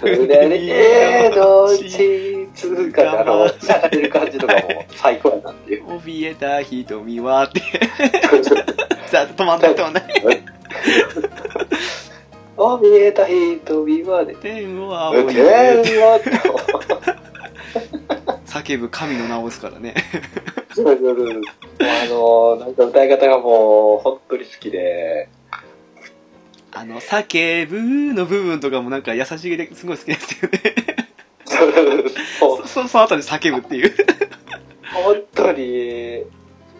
Speaker 2: それでね、えのちつかあの、しゃがれる感じとかも最高やなっていう。
Speaker 1: 怯えた瞳は
Speaker 2: [laughs]
Speaker 1: って
Speaker 2: 怯
Speaker 1: さあ止まんない止まんない
Speaker 2: えた瞳はね、
Speaker 1: 天を仰
Speaker 2: 受
Speaker 1: い
Speaker 2: け
Speaker 1: で
Speaker 2: はと。
Speaker 1: 叫ぶ神の名をですからね
Speaker 2: そうそうそうもうあのなんか歌い方がもう、本当に好きで。
Speaker 1: あの「叫ぶ」の部分とかもなんか優しげですごい好きなんですよね
Speaker 2: そう
Speaker 1: そそ [laughs] その後に叫ぶっていう
Speaker 2: 本当に、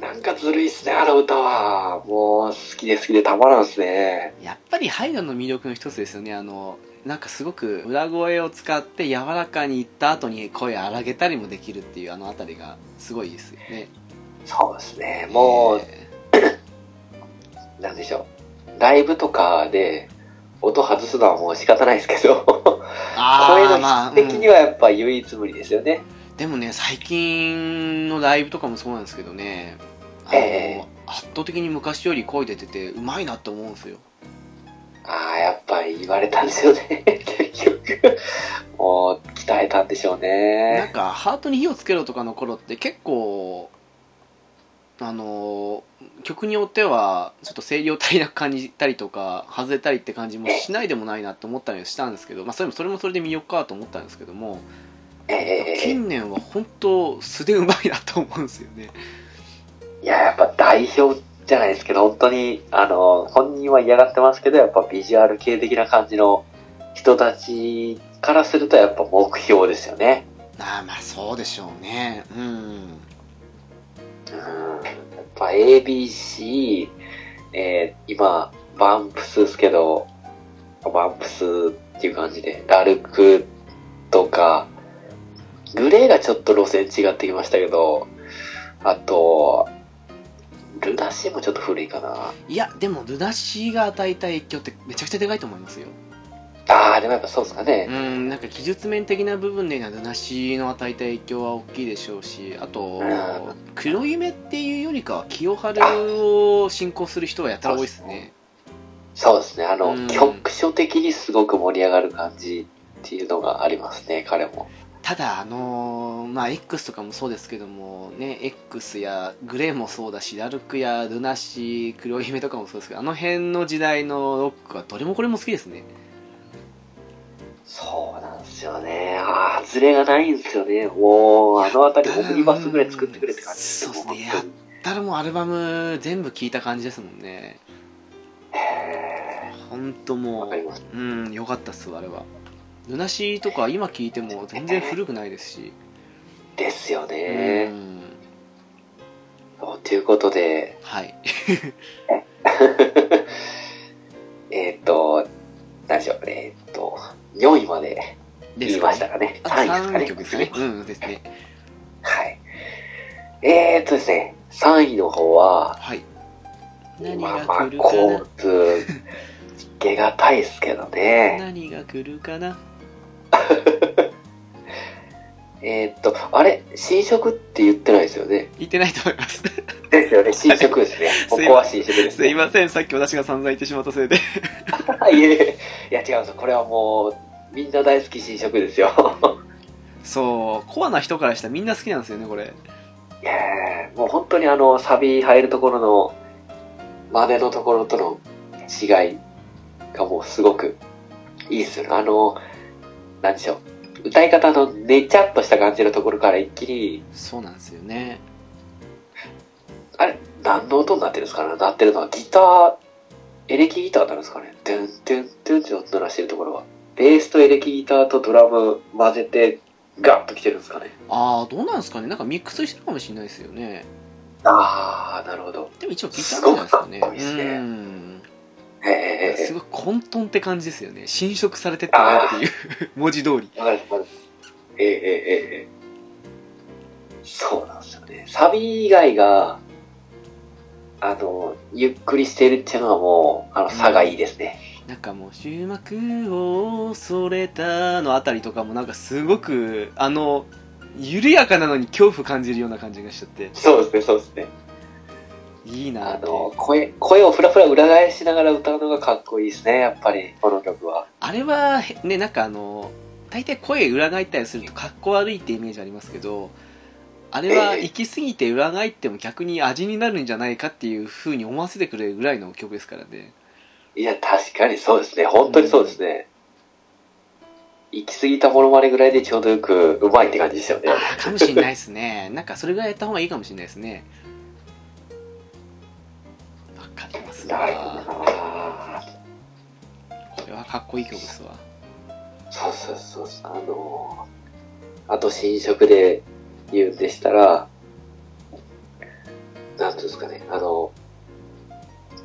Speaker 2: なんかずるいっすね、あの歌は。もう、好きで好きでたまらんっすね。
Speaker 1: やっぱりハイドンの魅力の一つですよねあのなんかすごく裏声を使って柔らかにいった後に声荒げたりもできるっていうあのあたりがすごいですよね
Speaker 2: そうですね、も
Speaker 1: え
Speaker 2: う、なんでしょう。ライブとかで、音外すのはもう仕方ないですけど、
Speaker 1: ー
Speaker 2: 声
Speaker 1: ああまあ、
Speaker 2: の質的に
Speaker 1: は
Speaker 2: はやっぱ唯一無二ですよね。
Speaker 1: でもね最近のライブとかもそうなんですけどねあの、
Speaker 2: ええ
Speaker 1: 圧倒的に昔より声出ててうまいなって思うんですよ
Speaker 2: ああ、やっぱり言われたんですよね、結局。もう、鍛えたんでしょうね。
Speaker 1: なんかハートに火をつけろとかの頃って結構あのー曲によってはちょっと声量足りなく感じたりとか外れたりって感じもしないでもないなと思ったりはしたんですけど、まあ、それもそれもそれで魅力かと思ったんですけども
Speaker 2: ええ
Speaker 1: 近年は本当素でうまいなと思うんですよね
Speaker 2: いや、やっぱ代表じゃないですけど、本当に、あの、本人は嫌がってますけど、やっぱビジュアル系的な感じの人たちからすると、やっぱ目標ですよね。
Speaker 1: ああまあそうでしょうねうん
Speaker 2: うん。やっぱ ABC、えー今、バンプスですけど、バンプスっていう感じで、ラルクとか、グレーがちょっと路線違ってきましたけど、あと、ルナシーもちょっと古いかな。
Speaker 1: いやでもルナシーが与えた影響ってめちゃくちゃでかいと思いますよ
Speaker 2: ああ、でもやっぱそうですかね
Speaker 1: う。んなんか技術面的な部分でのルナシーの与えた影響は大きいでしょうしあと
Speaker 2: うん
Speaker 1: 黒夢っていうよりかは清春を進行する人がやたら多いですね
Speaker 2: そうですね。あ
Speaker 1: うん
Speaker 2: の、局所的にすごく盛り上がる感じっていうのがありますね、彼も。
Speaker 1: ただあのーまあ X とかもそうですけどもね X やグレーもそうだしラルクやルナシー黒夢とかもそうですけどあの辺の時代のロックはどれもこれも好きですね
Speaker 2: そうなんですよね。ああ、ズレがないんですよね。もう、あのあたりオムニバスぐらい作ってくれって感じです
Speaker 1: うんそうですね
Speaker 2: も本当に
Speaker 1: ただもうアルバム全部聴いた感じですもんね
Speaker 2: へ
Speaker 1: 本当
Speaker 2: ー
Speaker 1: も
Speaker 2: わかり
Speaker 1: う
Speaker 2: ます。
Speaker 1: うん、良かったっす、あれは。ルナシーとか今聞いても全然古くないですし。
Speaker 2: ですよ
Speaker 1: う
Speaker 2: ね。
Speaker 1: ん
Speaker 2: そうということで、
Speaker 1: はい。
Speaker 2: えーっと、何でしょう。えーっと、4位まで言いましたかね。
Speaker 1: あと
Speaker 2: 3位です
Speaker 1: 3
Speaker 2: かね。
Speaker 1: 曲ですね。うん、ですね。
Speaker 2: はい。えーっとですね、3位の方は、
Speaker 1: はい。何
Speaker 2: まあ
Speaker 1: が
Speaker 2: まあ、
Speaker 1: 来るか
Speaker 2: 交通、いけがたいですけど
Speaker 1: [laughs] な
Speaker 2: ね。
Speaker 1: 何が来るかな
Speaker 2: えーっと、あれ、新色って言ってないですよね。
Speaker 1: 言ってないと思います。 [laughs]
Speaker 4: ですよね、新色 [laughs] ですね。ここは新色です、ね。
Speaker 1: すいません、さっき私が散々言ってしまったせいで。
Speaker 2: [laughs] いやいやいや、違うんですよ。これはもう、みんな大好き新色ですよ。 [laughs]
Speaker 1: そう、コアな人からしたらみんな好きなんですよね、これ。
Speaker 2: いやーもう本当にあの、サビ入るところの、真似のところとの違いがもうすごくいいですよね。あの、なんでしょう。歌い方のねちゃっとした感じのところから一気に、
Speaker 1: そうなんですよね。
Speaker 2: あれ、何の音になってるんですかねなってるのはギター、エレキギターなんですかねトゥントゥントゥンって音鳴らしてるところは。ベースとエレキギターとドラム混ぜてガッと来てるんですかね
Speaker 1: ああ、どうなんですかね。なんかミックスしてるかもしれないですよね。
Speaker 2: あー、なるほど。
Speaker 1: でも一応ギターなんじゃないですかね。
Speaker 2: すごくかっこいいですね
Speaker 1: うん
Speaker 2: へえ
Speaker 1: すごい混沌って感じですよね。侵食されてったなっていう文字通り。
Speaker 2: わかるわかるええええええそうなんですよね。サビ以外が、あの、ゆっくりしてるっていうのはもう、あの、差がいいですね。
Speaker 1: なんかもう、終幕を恐れたのあたりとかもなんかすごく、あの、緩やかなのに恐怖感じるような感じがしちゃって、
Speaker 2: そうですね、そうですね。
Speaker 1: いいな
Speaker 2: あ
Speaker 1: って。
Speaker 2: の、声、声をふらふら裏返しながら歌うのがかっこいいですね、やっぱり、この曲は。
Speaker 1: あれは、へね、なんかあの、大体声裏返ったりするとかっこ悪いってイメージありますけど、あれは
Speaker 2: ええ
Speaker 1: 行き過ぎて裏返っても逆に味になるんじゃないかっていう風に思わせてくれるぐらいの曲ですからね。
Speaker 2: いや、確かにそうですね、本当にそうですね。行き過ぎたものまねぐらいでちょうどよく、うまいって感じですよね。
Speaker 1: あーかもしれないですね。 [laughs] なんかそれぐらいやった方がいいかもしれないですね。わかります
Speaker 2: なるほ
Speaker 1: わ。
Speaker 2: どな。
Speaker 1: これはかっこいい曲ですわ。
Speaker 2: そうそうそうそう、あのーあと新色で言うんでしたら、なんていうんですかね、あの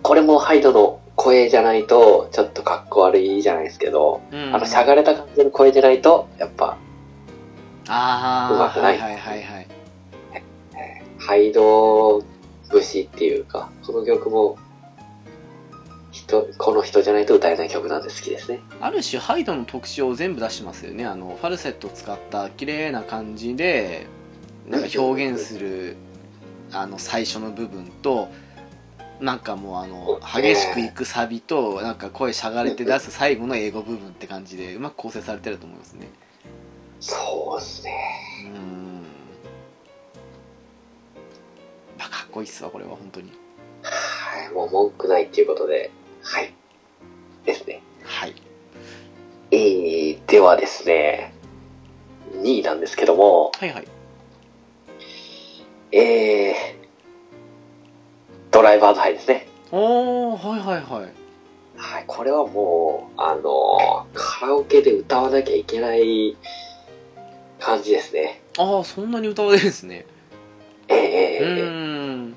Speaker 2: これもハイドの声じゃないと、ちょっとかっこ悪いじゃないですけど、
Speaker 1: うん
Speaker 2: あの、しゃがれた感じの声じゃないと、やっぱ、う
Speaker 1: あ
Speaker 2: ま
Speaker 1: あ、
Speaker 2: く
Speaker 1: は
Speaker 2: ないい
Speaker 1: はいはいはい。
Speaker 2: ハイド節っていうか、この曲も、人、この人じゃないと歌えない曲なんで好きですね。
Speaker 1: ある種ハイドの特徴を全部出してますよねあのファルセットを使った綺麗な感じでなんか表現するあの最初の部分となんかもうあの激しくいくサビとなんか声しゃがれて出す最後の英語部分って感じでうまく構成されてると思いますね
Speaker 2: そうですね。
Speaker 1: うーんまあかっこいいっすわこれは本当に
Speaker 2: はい、もう文句ないっていうことで、はい。ですね。
Speaker 1: はい
Speaker 2: えー、ではですね、2位なんですけども、
Speaker 1: はいはい
Speaker 2: えー、ドライバーズハイですね。
Speaker 1: おおはいはいはい
Speaker 2: はい、これはもう、あのーカラオケで歌わなきゃいけない感じですね。
Speaker 1: ああそんなに歌われるんですね
Speaker 2: えー
Speaker 1: う
Speaker 2: えーえ
Speaker 1: ーん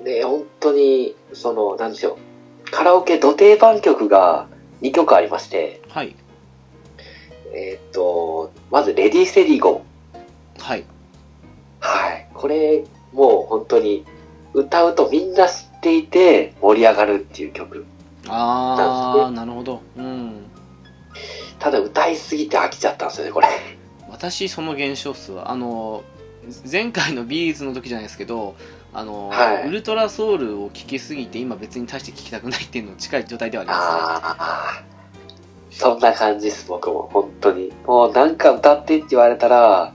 Speaker 2: ー、で、本当に、その、なんでしょう、カラオケ土定番曲が2曲ありまして、
Speaker 1: はい
Speaker 2: えーっと、まず、レディー・ステディ・ゴー。
Speaker 1: はい
Speaker 2: はい。これ、もう本当に、歌うとみんな知っていて盛り上がるっていう曲。
Speaker 1: ああなるほどうん
Speaker 2: ただ歌いすぎて飽きちゃったんですよね、これ。
Speaker 1: 私その現象っすわあの前回のビーズの時じゃないですけどあの、
Speaker 2: はい
Speaker 1: ウルトラソウルを聴きすぎて今別に大して聴きたくないっていうの近い状態ではありま
Speaker 2: ああ。そんな感じです、僕も。本当に。もうなんか歌ってって言われたら、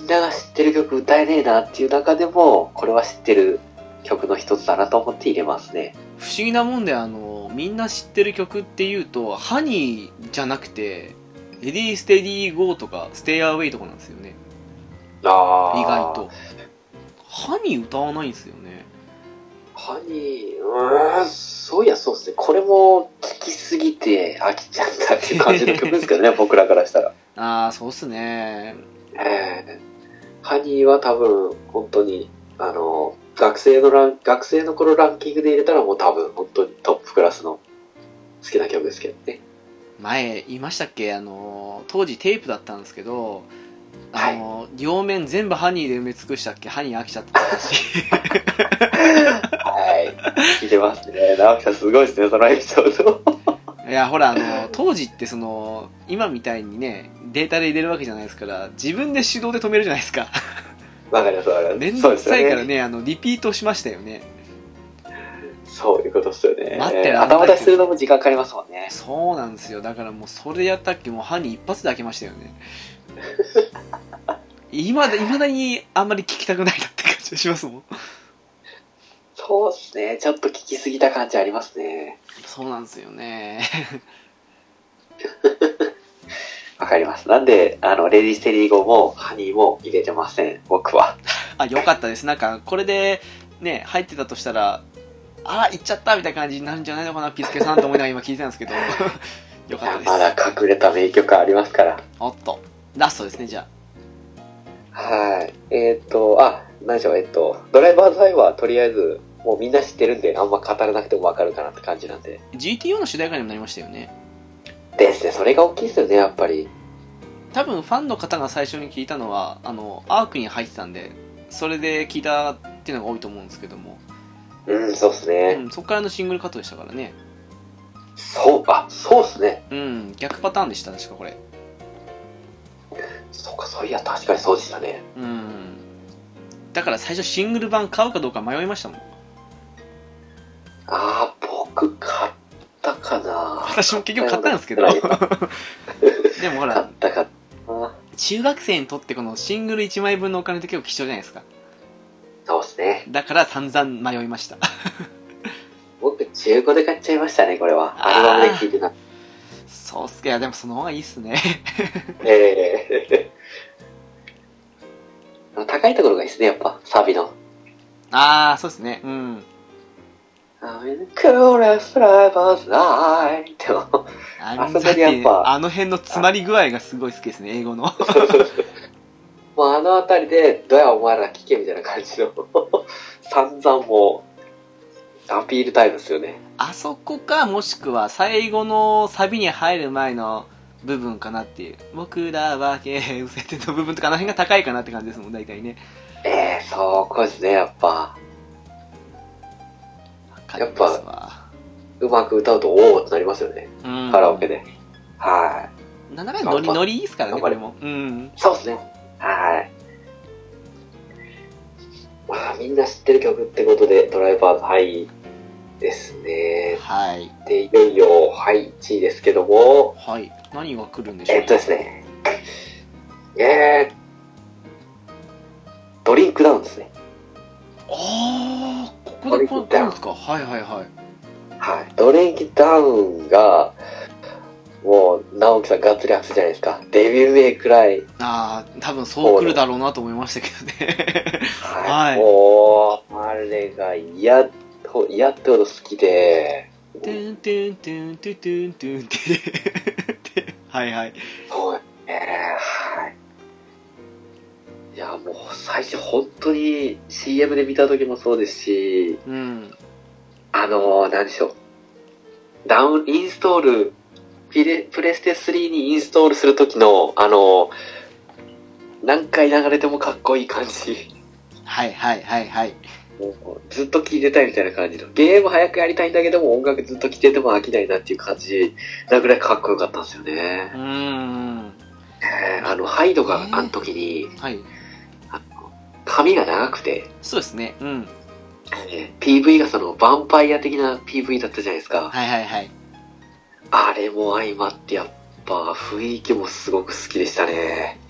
Speaker 2: みんなが知ってる曲歌えねえなっていう中でも、これは知ってる曲の一つだなと思って入れますね。
Speaker 1: すね不思議なもんであのみんな知ってる曲っていうと「ハニー」じゃなくて「レディー・ステディー・ゴー」とか「ステイ・アウェイ」とかなんですよね
Speaker 2: あ
Speaker 1: 意外と。「ハニー」歌わないんですよね
Speaker 2: ハニー、うーん、そういや、そうですね。これも聞きすぎて飽きちゃったっていう感じの曲ですけ
Speaker 1: [laughs]
Speaker 2: どね、僕らからしたら。
Speaker 1: ああそうっすね
Speaker 2: えーハニーは多分、本当に、あの、学生のラン、学生の頃ランキングで入れたらもう多分、本当にトップクラスの好きな曲ですけどね。
Speaker 1: 前言いましたっけあの当時テープだったんですけどあの、両面全部ハニーで埋め尽くしたっけハニー飽きちゃったし
Speaker 2: はい。聞いてますね。直樹さんすごいですね、そのエピソード。
Speaker 1: いやほらあの当時ってその今みたいにねデータで入れるわけじゃないですから自分で手動で止めるじゃないですか
Speaker 2: [laughs] わかりますわかります
Speaker 1: 面倒くさいから
Speaker 2: そうですよ
Speaker 1: ね
Speaker 2: ね
Speaker 1: あのリピートしましたよね
Speaker 2: そういうことっすよね
Speaker 1: 待ってらんない
Speaker 2: 頭出しするのも時間かかりますもんね
Speaker 1: そうなんですよだからもうそれやったっけもう歯に一発で開けましたよ
Speaker 2: [laughs]
Speaker 1: ねいまだいまだにあんまり聞きたくないなって感じがしますもん
Speaker 2: そうっすねちょっと聞きすぎた感じありますね
Speaker 1: そうなんですよね [laughs]
Speaker 2: わかりますなんであのレディステリー号もハニーも入れてません僕は
Speaker 1: あよかったですなんかこれでね入ってたとしたらあら行っちゃったみたいな感じになるんじゃないのかなピスケさんと思いながら今聞いてたんですけど [laughs] よ
Speaker 2: い
Speaker 1: かった
Speaker 2: や
Speaker 1: です
Speaker 2: まだ隠れた名曲ありますから
Speaker 1: おっとラストですねじゃ
Speaker 2: はいえっ、とあ何でしょうえっ、とドライバーズアイはとりあえずもうみんな知ってるんであんま語らなくてもわかるかなって感じなんで
Speaker 1: あ GTO の主題歌にもなりましたよね
Speaker 2: ですねそれが大きいですよねやっぱり
Speaker 1: 多分ファンの方が最初に聞いたのはあのアークに入ってたんでそれで聞いたっていうのが多いと思うんですけども、
Speaker 2: うんそうっすね、
Speaker 1: うん、そこからのシングルカットでしたからね
Speaker 2: そうあそうっすね
Speaker 1: うん逆パターンでした確かこれ
Speaker 2: そうかそういや確かにそうでしたね
Speaker 1: うんだから最初シングル版買うかどうか迷いましたもん
Speaker 2: ああ僕買ったかな
Speaker 1: 私も結局買ったんですけ
Speaker 2: [laughs]
Speaker 1: ど
Speaker 2: 買
Speaker 1: で
Speaker 2: っ
Speaker 1: もほ
Speaker 2: たよ買っ
Speaker 1: ら
Speaker 2: た買った
Speaker 1: 中学生にとってこのシングル1枚分のお金って結構貴重じゃないですか
Speaker 2: そうっすね
Speaker 1: だから散々迷いました [laughs]
Speaker 2: 僕中古で買っちゃいましたねこれは
Speaker 1: あー
Speaker 2: アルバムで聴いてた
Speaker 1: そうっすかいやでもその方がいいっすね
Speaker 2: え [laughs] え高いところがいいですねやっぱサビの
Speaker 1: ああそうですねうん
Speaker 2: 「I'm the coolest driver's night」でも
Speaker 1: あ
Speaker 2: あそこにやっぱ
Speaker 1: だてあの辺の詰まり具合がすごい好きですね英語
Speaker 2: [laughs]
Speaker 1: の
Speaker 2: もうあの辺りで「どやお前ら聞け」みたいな感じの [laughs] 散々もうアピールタイムですよね
Speaker 1: あそこかもしくは最後のサビに入る前の部分かなっていう僕らは経営せての部分とかあの辺が高いかなって感じですもん大体ね
Speaker 2: ええそうこうですねやっぱ
Speaker 1: 高いですわ
Speaker 2: うまく歌うと「おお!」ってなりますよね
Speaker 1: うん
Speaker 2: カラオケで、はい
Speaker 1: なんだかんだノリノリいいですからねこれもうん
Speaker 2: そうですねはいまあみんな知ってる曲ってことでドライバーズはいですね
Speaker 1: はい
Speaker 2: でいよいよはい1位ですけども
Speaker 1: はい何が来るんでしょう
Speaker 2: えっとですねえー、ドリンクダウンですね
Speaker 1: ああここでこうこうなんですかはいはいはい
Speaker 2: はいドリンクダウンがもう直樹さんがっつり拍手じゃないですかデビュー名くらい
Speaker 1: ああ多分そう来るだろうなと思いましたけどね
Speaker 2: は
Speaker 1: は
Speaker 2: い。
Speaker 1: い
Speaker 2: もう、あれが嫌と、嫌ってほど好きで、
Speaker 1: トゥントゥントゥントゥントゥントゥンってはいはい
Speaker 2: そうえはい。いや、もう最初本当に CM で見た時もそうですし、
Speaker 1: うん
Speaker 2: あのー、何でしょう。ダウン、インストール、ピレプレステ3にインストールする時の、あのー、何回流れてもかっこいい感じ。 [laughs]
Speaker 1: はいはいはいはい
Speaker 2: もうずっと聴いてたいみたいな感じの。ゲーム早くやりたいんだけども、音楽ずっと聴いてても飽きないなっていう感じなぐらいかっこよかったんですよね
Speaker 1: う。ーん
Speaker 2: えーあの、ハイドが
Speaker 1: ね
Speaker 2: あの時に、
Speaker 1: はい
Speaker 2: 髪が長くて、
Speaker 1: そうですねうん
Speaker 2: えー PV がその、ヴァンパイア的な PV だったじゃないですか。
Speaker 1: はいはいはい
Speaker 2: あれも相まって、やっぱ雰囲気もすごく好きでしたね。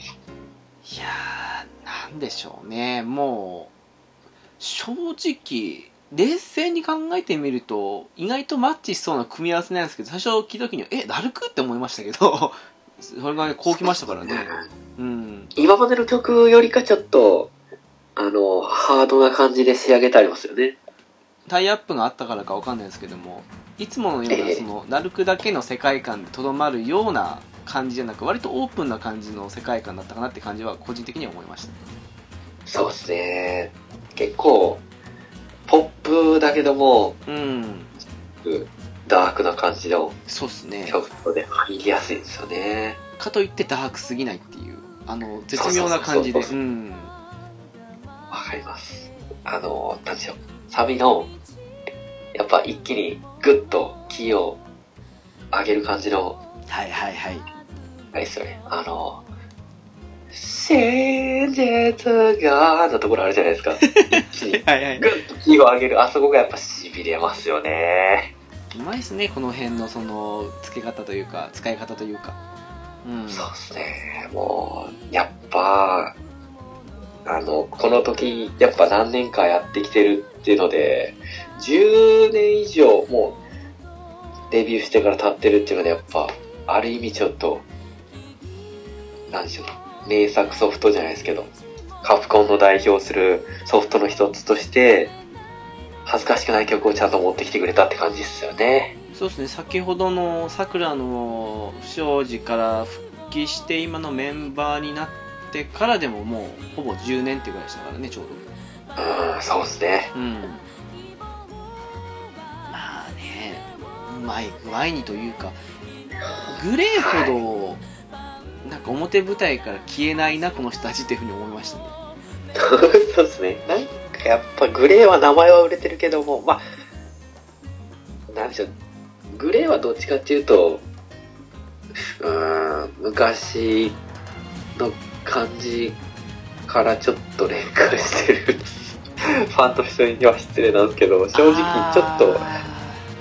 Speaker 1: いやーなんでしょうねもう正直冷静に考えてみると意外とマッチしそうな組み合わせなんですけど最初聞いた時にはえだるくって思いましたけど [laughs] それがねこうきましたからねうん
Speaker 2: 今までの曲よりかちょっと、あの、ハードな感じで仕上げてありますよね。
Speaker 1: タイアップがあったからかわかんないですけどもいつものよう
Speaker 2: え
Speaker 1: な
Speaker 2: え
Speaker 1: そのダルクだけの世界観でとどまるような感じじゃなく割とオープンな感じの世界観だったかなって感じは個人的には思いました
Speaker 2: そうですね。結構、ポップだけども、
Speaker 1: うん
Speaker 2: ダークな感じの
Speaker 1: そうっすね
Speaker 2: 曲で入りやすいですよね。
Speaker 1: かといってダークすぎないっていうあの絶妙な感じで
Speaker 2: そうそううそ
Speaker 1: ん
Speaker 2: わかります。あの、なんでしょう。サビの、やっぱ一気にグッとキーを上げる感じの
Speaker 1: はいはいはい
Speaker 2: あれですよね、あの、真実がのところあるじゃないですか。一
Speaker 1: はいはい
Speaker 2: 気にグッとキーを上げる、あそこがやっぱ痺れますよね。
Speaker 1: うまいですねこの辺のその付け方というか使い方というかうん
Speaker 2: そうですね、もう、やっぱ、あの、この時、やっぱ何年かやってきてるっていうので、10年以上、もう、デビューしてから経ってるっていうので、やっぱ、ある意味ちょっと、なんでしょう、名作ソフトじゃないですけど、カプコンの代表するソフトの一つとして、恥ずかしくない曲をちゃんと持ってきてくれたって感じですよね。
Speaker 1: そうですね先ほどのさくらの不祥事から復帰して今のメンバーになってからでももうほぼ10年ってぐらいでしたからねちょう
Speaker 2: うん、そうですね。
Speaker 1: どうんまあねうまい具合にというかグレーほどなんか表舞台から消えないなこの人たちっていうふうに思いましたね
Speaker 2: そうですね。なんかやっぱグレーは名前は売れてるけども、まあ、なんでしょう。グレーはどっちかっていうと、うーん、昔の感じからちょっと劣化してる。ファンと人には失礼なんですけど、正直ちょっと、
Speaker 1: あ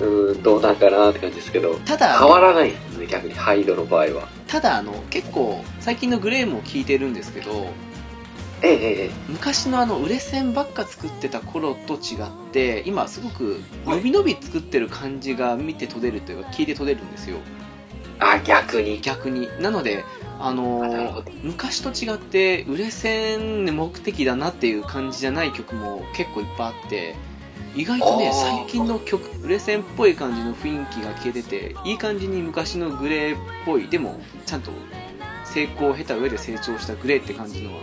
Speaker 2: うーん、どうなんかなって感じですけど、
Speaker 1: ーただ
Speaker 2: 変わらないですね、逆に、ハイドの場合は。
Speaker 1: ただあの結構最近のグレーも聞いてるんですけど
Speaker 2: ええええ
Speaker 1: 昔のあの売れ線ばっか作ってた頃と違って今すごく伸び伸び作ってる感じが見て取れるというか聞いて取れるんですよ
Speaker 2: あ、逆に。
Speaker 1: 逆になのであ
Speaker 2: あなる
Speaker 1: の
Speaker 2: ほ
Speaker 1: ー
Speaker 2: ど
Speaker 1: 昔と違って売れ線目的だなっていう感じじゃない曲も結構いっぱいあって意外とね
Speaker 2: あー
Speaker 1: 最近の曲売れ線っぽい感じの雰囲気が消えてていい感じに昔のグレーっぽいでもちゃんと成功を経た上で成長したグレーって感じのは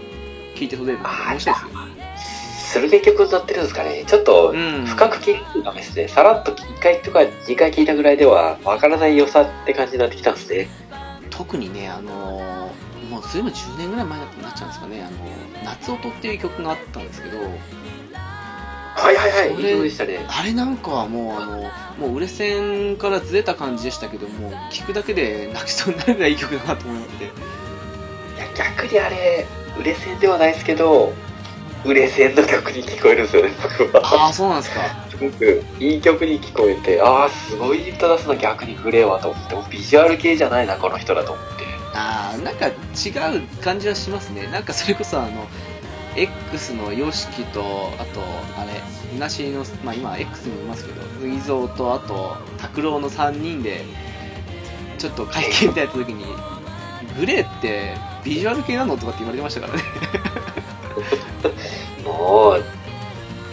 Speaker 1: 聞いて取れるので面白いですよ
Speaker 2: するべき曲になってるんですかね。ちょっと、
Speaker 1: うん
Speaker 2: 深く聞いてたんですね。さらっと1回とか2回聞いたぐらいでは、わからない良さって感じになってきたんですね。
Speaker 1: 特にねあのーもうそれも10年ぐらい前だったなっちゃうんですかね「あのー夏音」っていう曲があったんですけど
Speaker 2: はいはいはい。
Speaker 1: そ
Speaker 2: い
Speaker 1: れ
Speaker 2: い曲でしたね。
Speaker 1: あれなんかはもうあのもう売れ線からずれた感じでしたけどもう聞くだけで泣きそうになるぐらいいい曲だなと思って
Speaker 2: いや、逆にあれ、売れ線ではないですけど、売れ線の曲に聞こえるんですよね、僕は。
Speaker 1: ああそうなんですか
Speaker 2: すごくいい曲に聞こえて、ああ、すごい歌出すの逆にグレーはと思って、もうビジュアル系じゃないな、この人だと思って。
Speaker 1: ああなんか違う感じはしますねなんかそれこそあの X の YOSHIKI とあとあれ東のまあ今 X もいますけど伊蔵とあと拓郎の3人でちょっと会見みたいな時にグレーってビジュアル系なのとかって言われてましたからね [laughs]
Speaker 2: もう、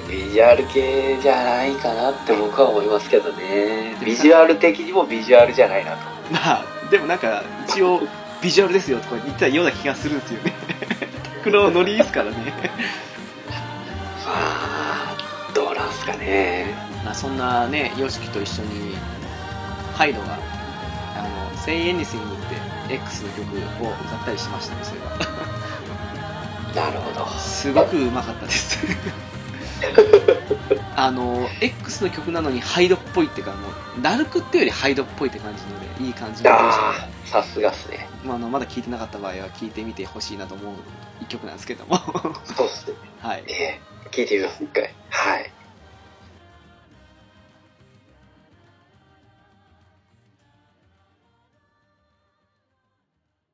Speaker 2: ビジュアル系じゃないかなって僕は思いますけどね。ビジュアル的にもビジュアルじゃないなと。
Speaker 1: まあでもなんか一応ビジュアルですよとか言ってたような気がするんですよね [laughs] 拓郎ノリですからね
Speaker 2: あーどうなんすかね
Speaker 1: まあそんなね YOSHIKI と一緒にハイドが「あの Say Anything」って X の曲を歌ったりしましたねそれ
Speaker 2: [laughs]
Speaker 1: は
Speaker 2: なるほど
Speaker 1: すごくうまかったです
Speaker 2: [laughs]
Speaker 1: あの X の曲なのにハイドっぽいっていうかもうダルクっていうよりハイドっぽいって感じのでいい感じの歌でした
Speaker 2: あーさすがっすね
Speaker 1: まああのまだ聴いてなかった場合は聴いてみてほしいなと思う一曲なんですけども [laughs]
Speaker 2: そうっすね
Speaker 1: はい
Speaker 2: ええ聞いてみます一回はい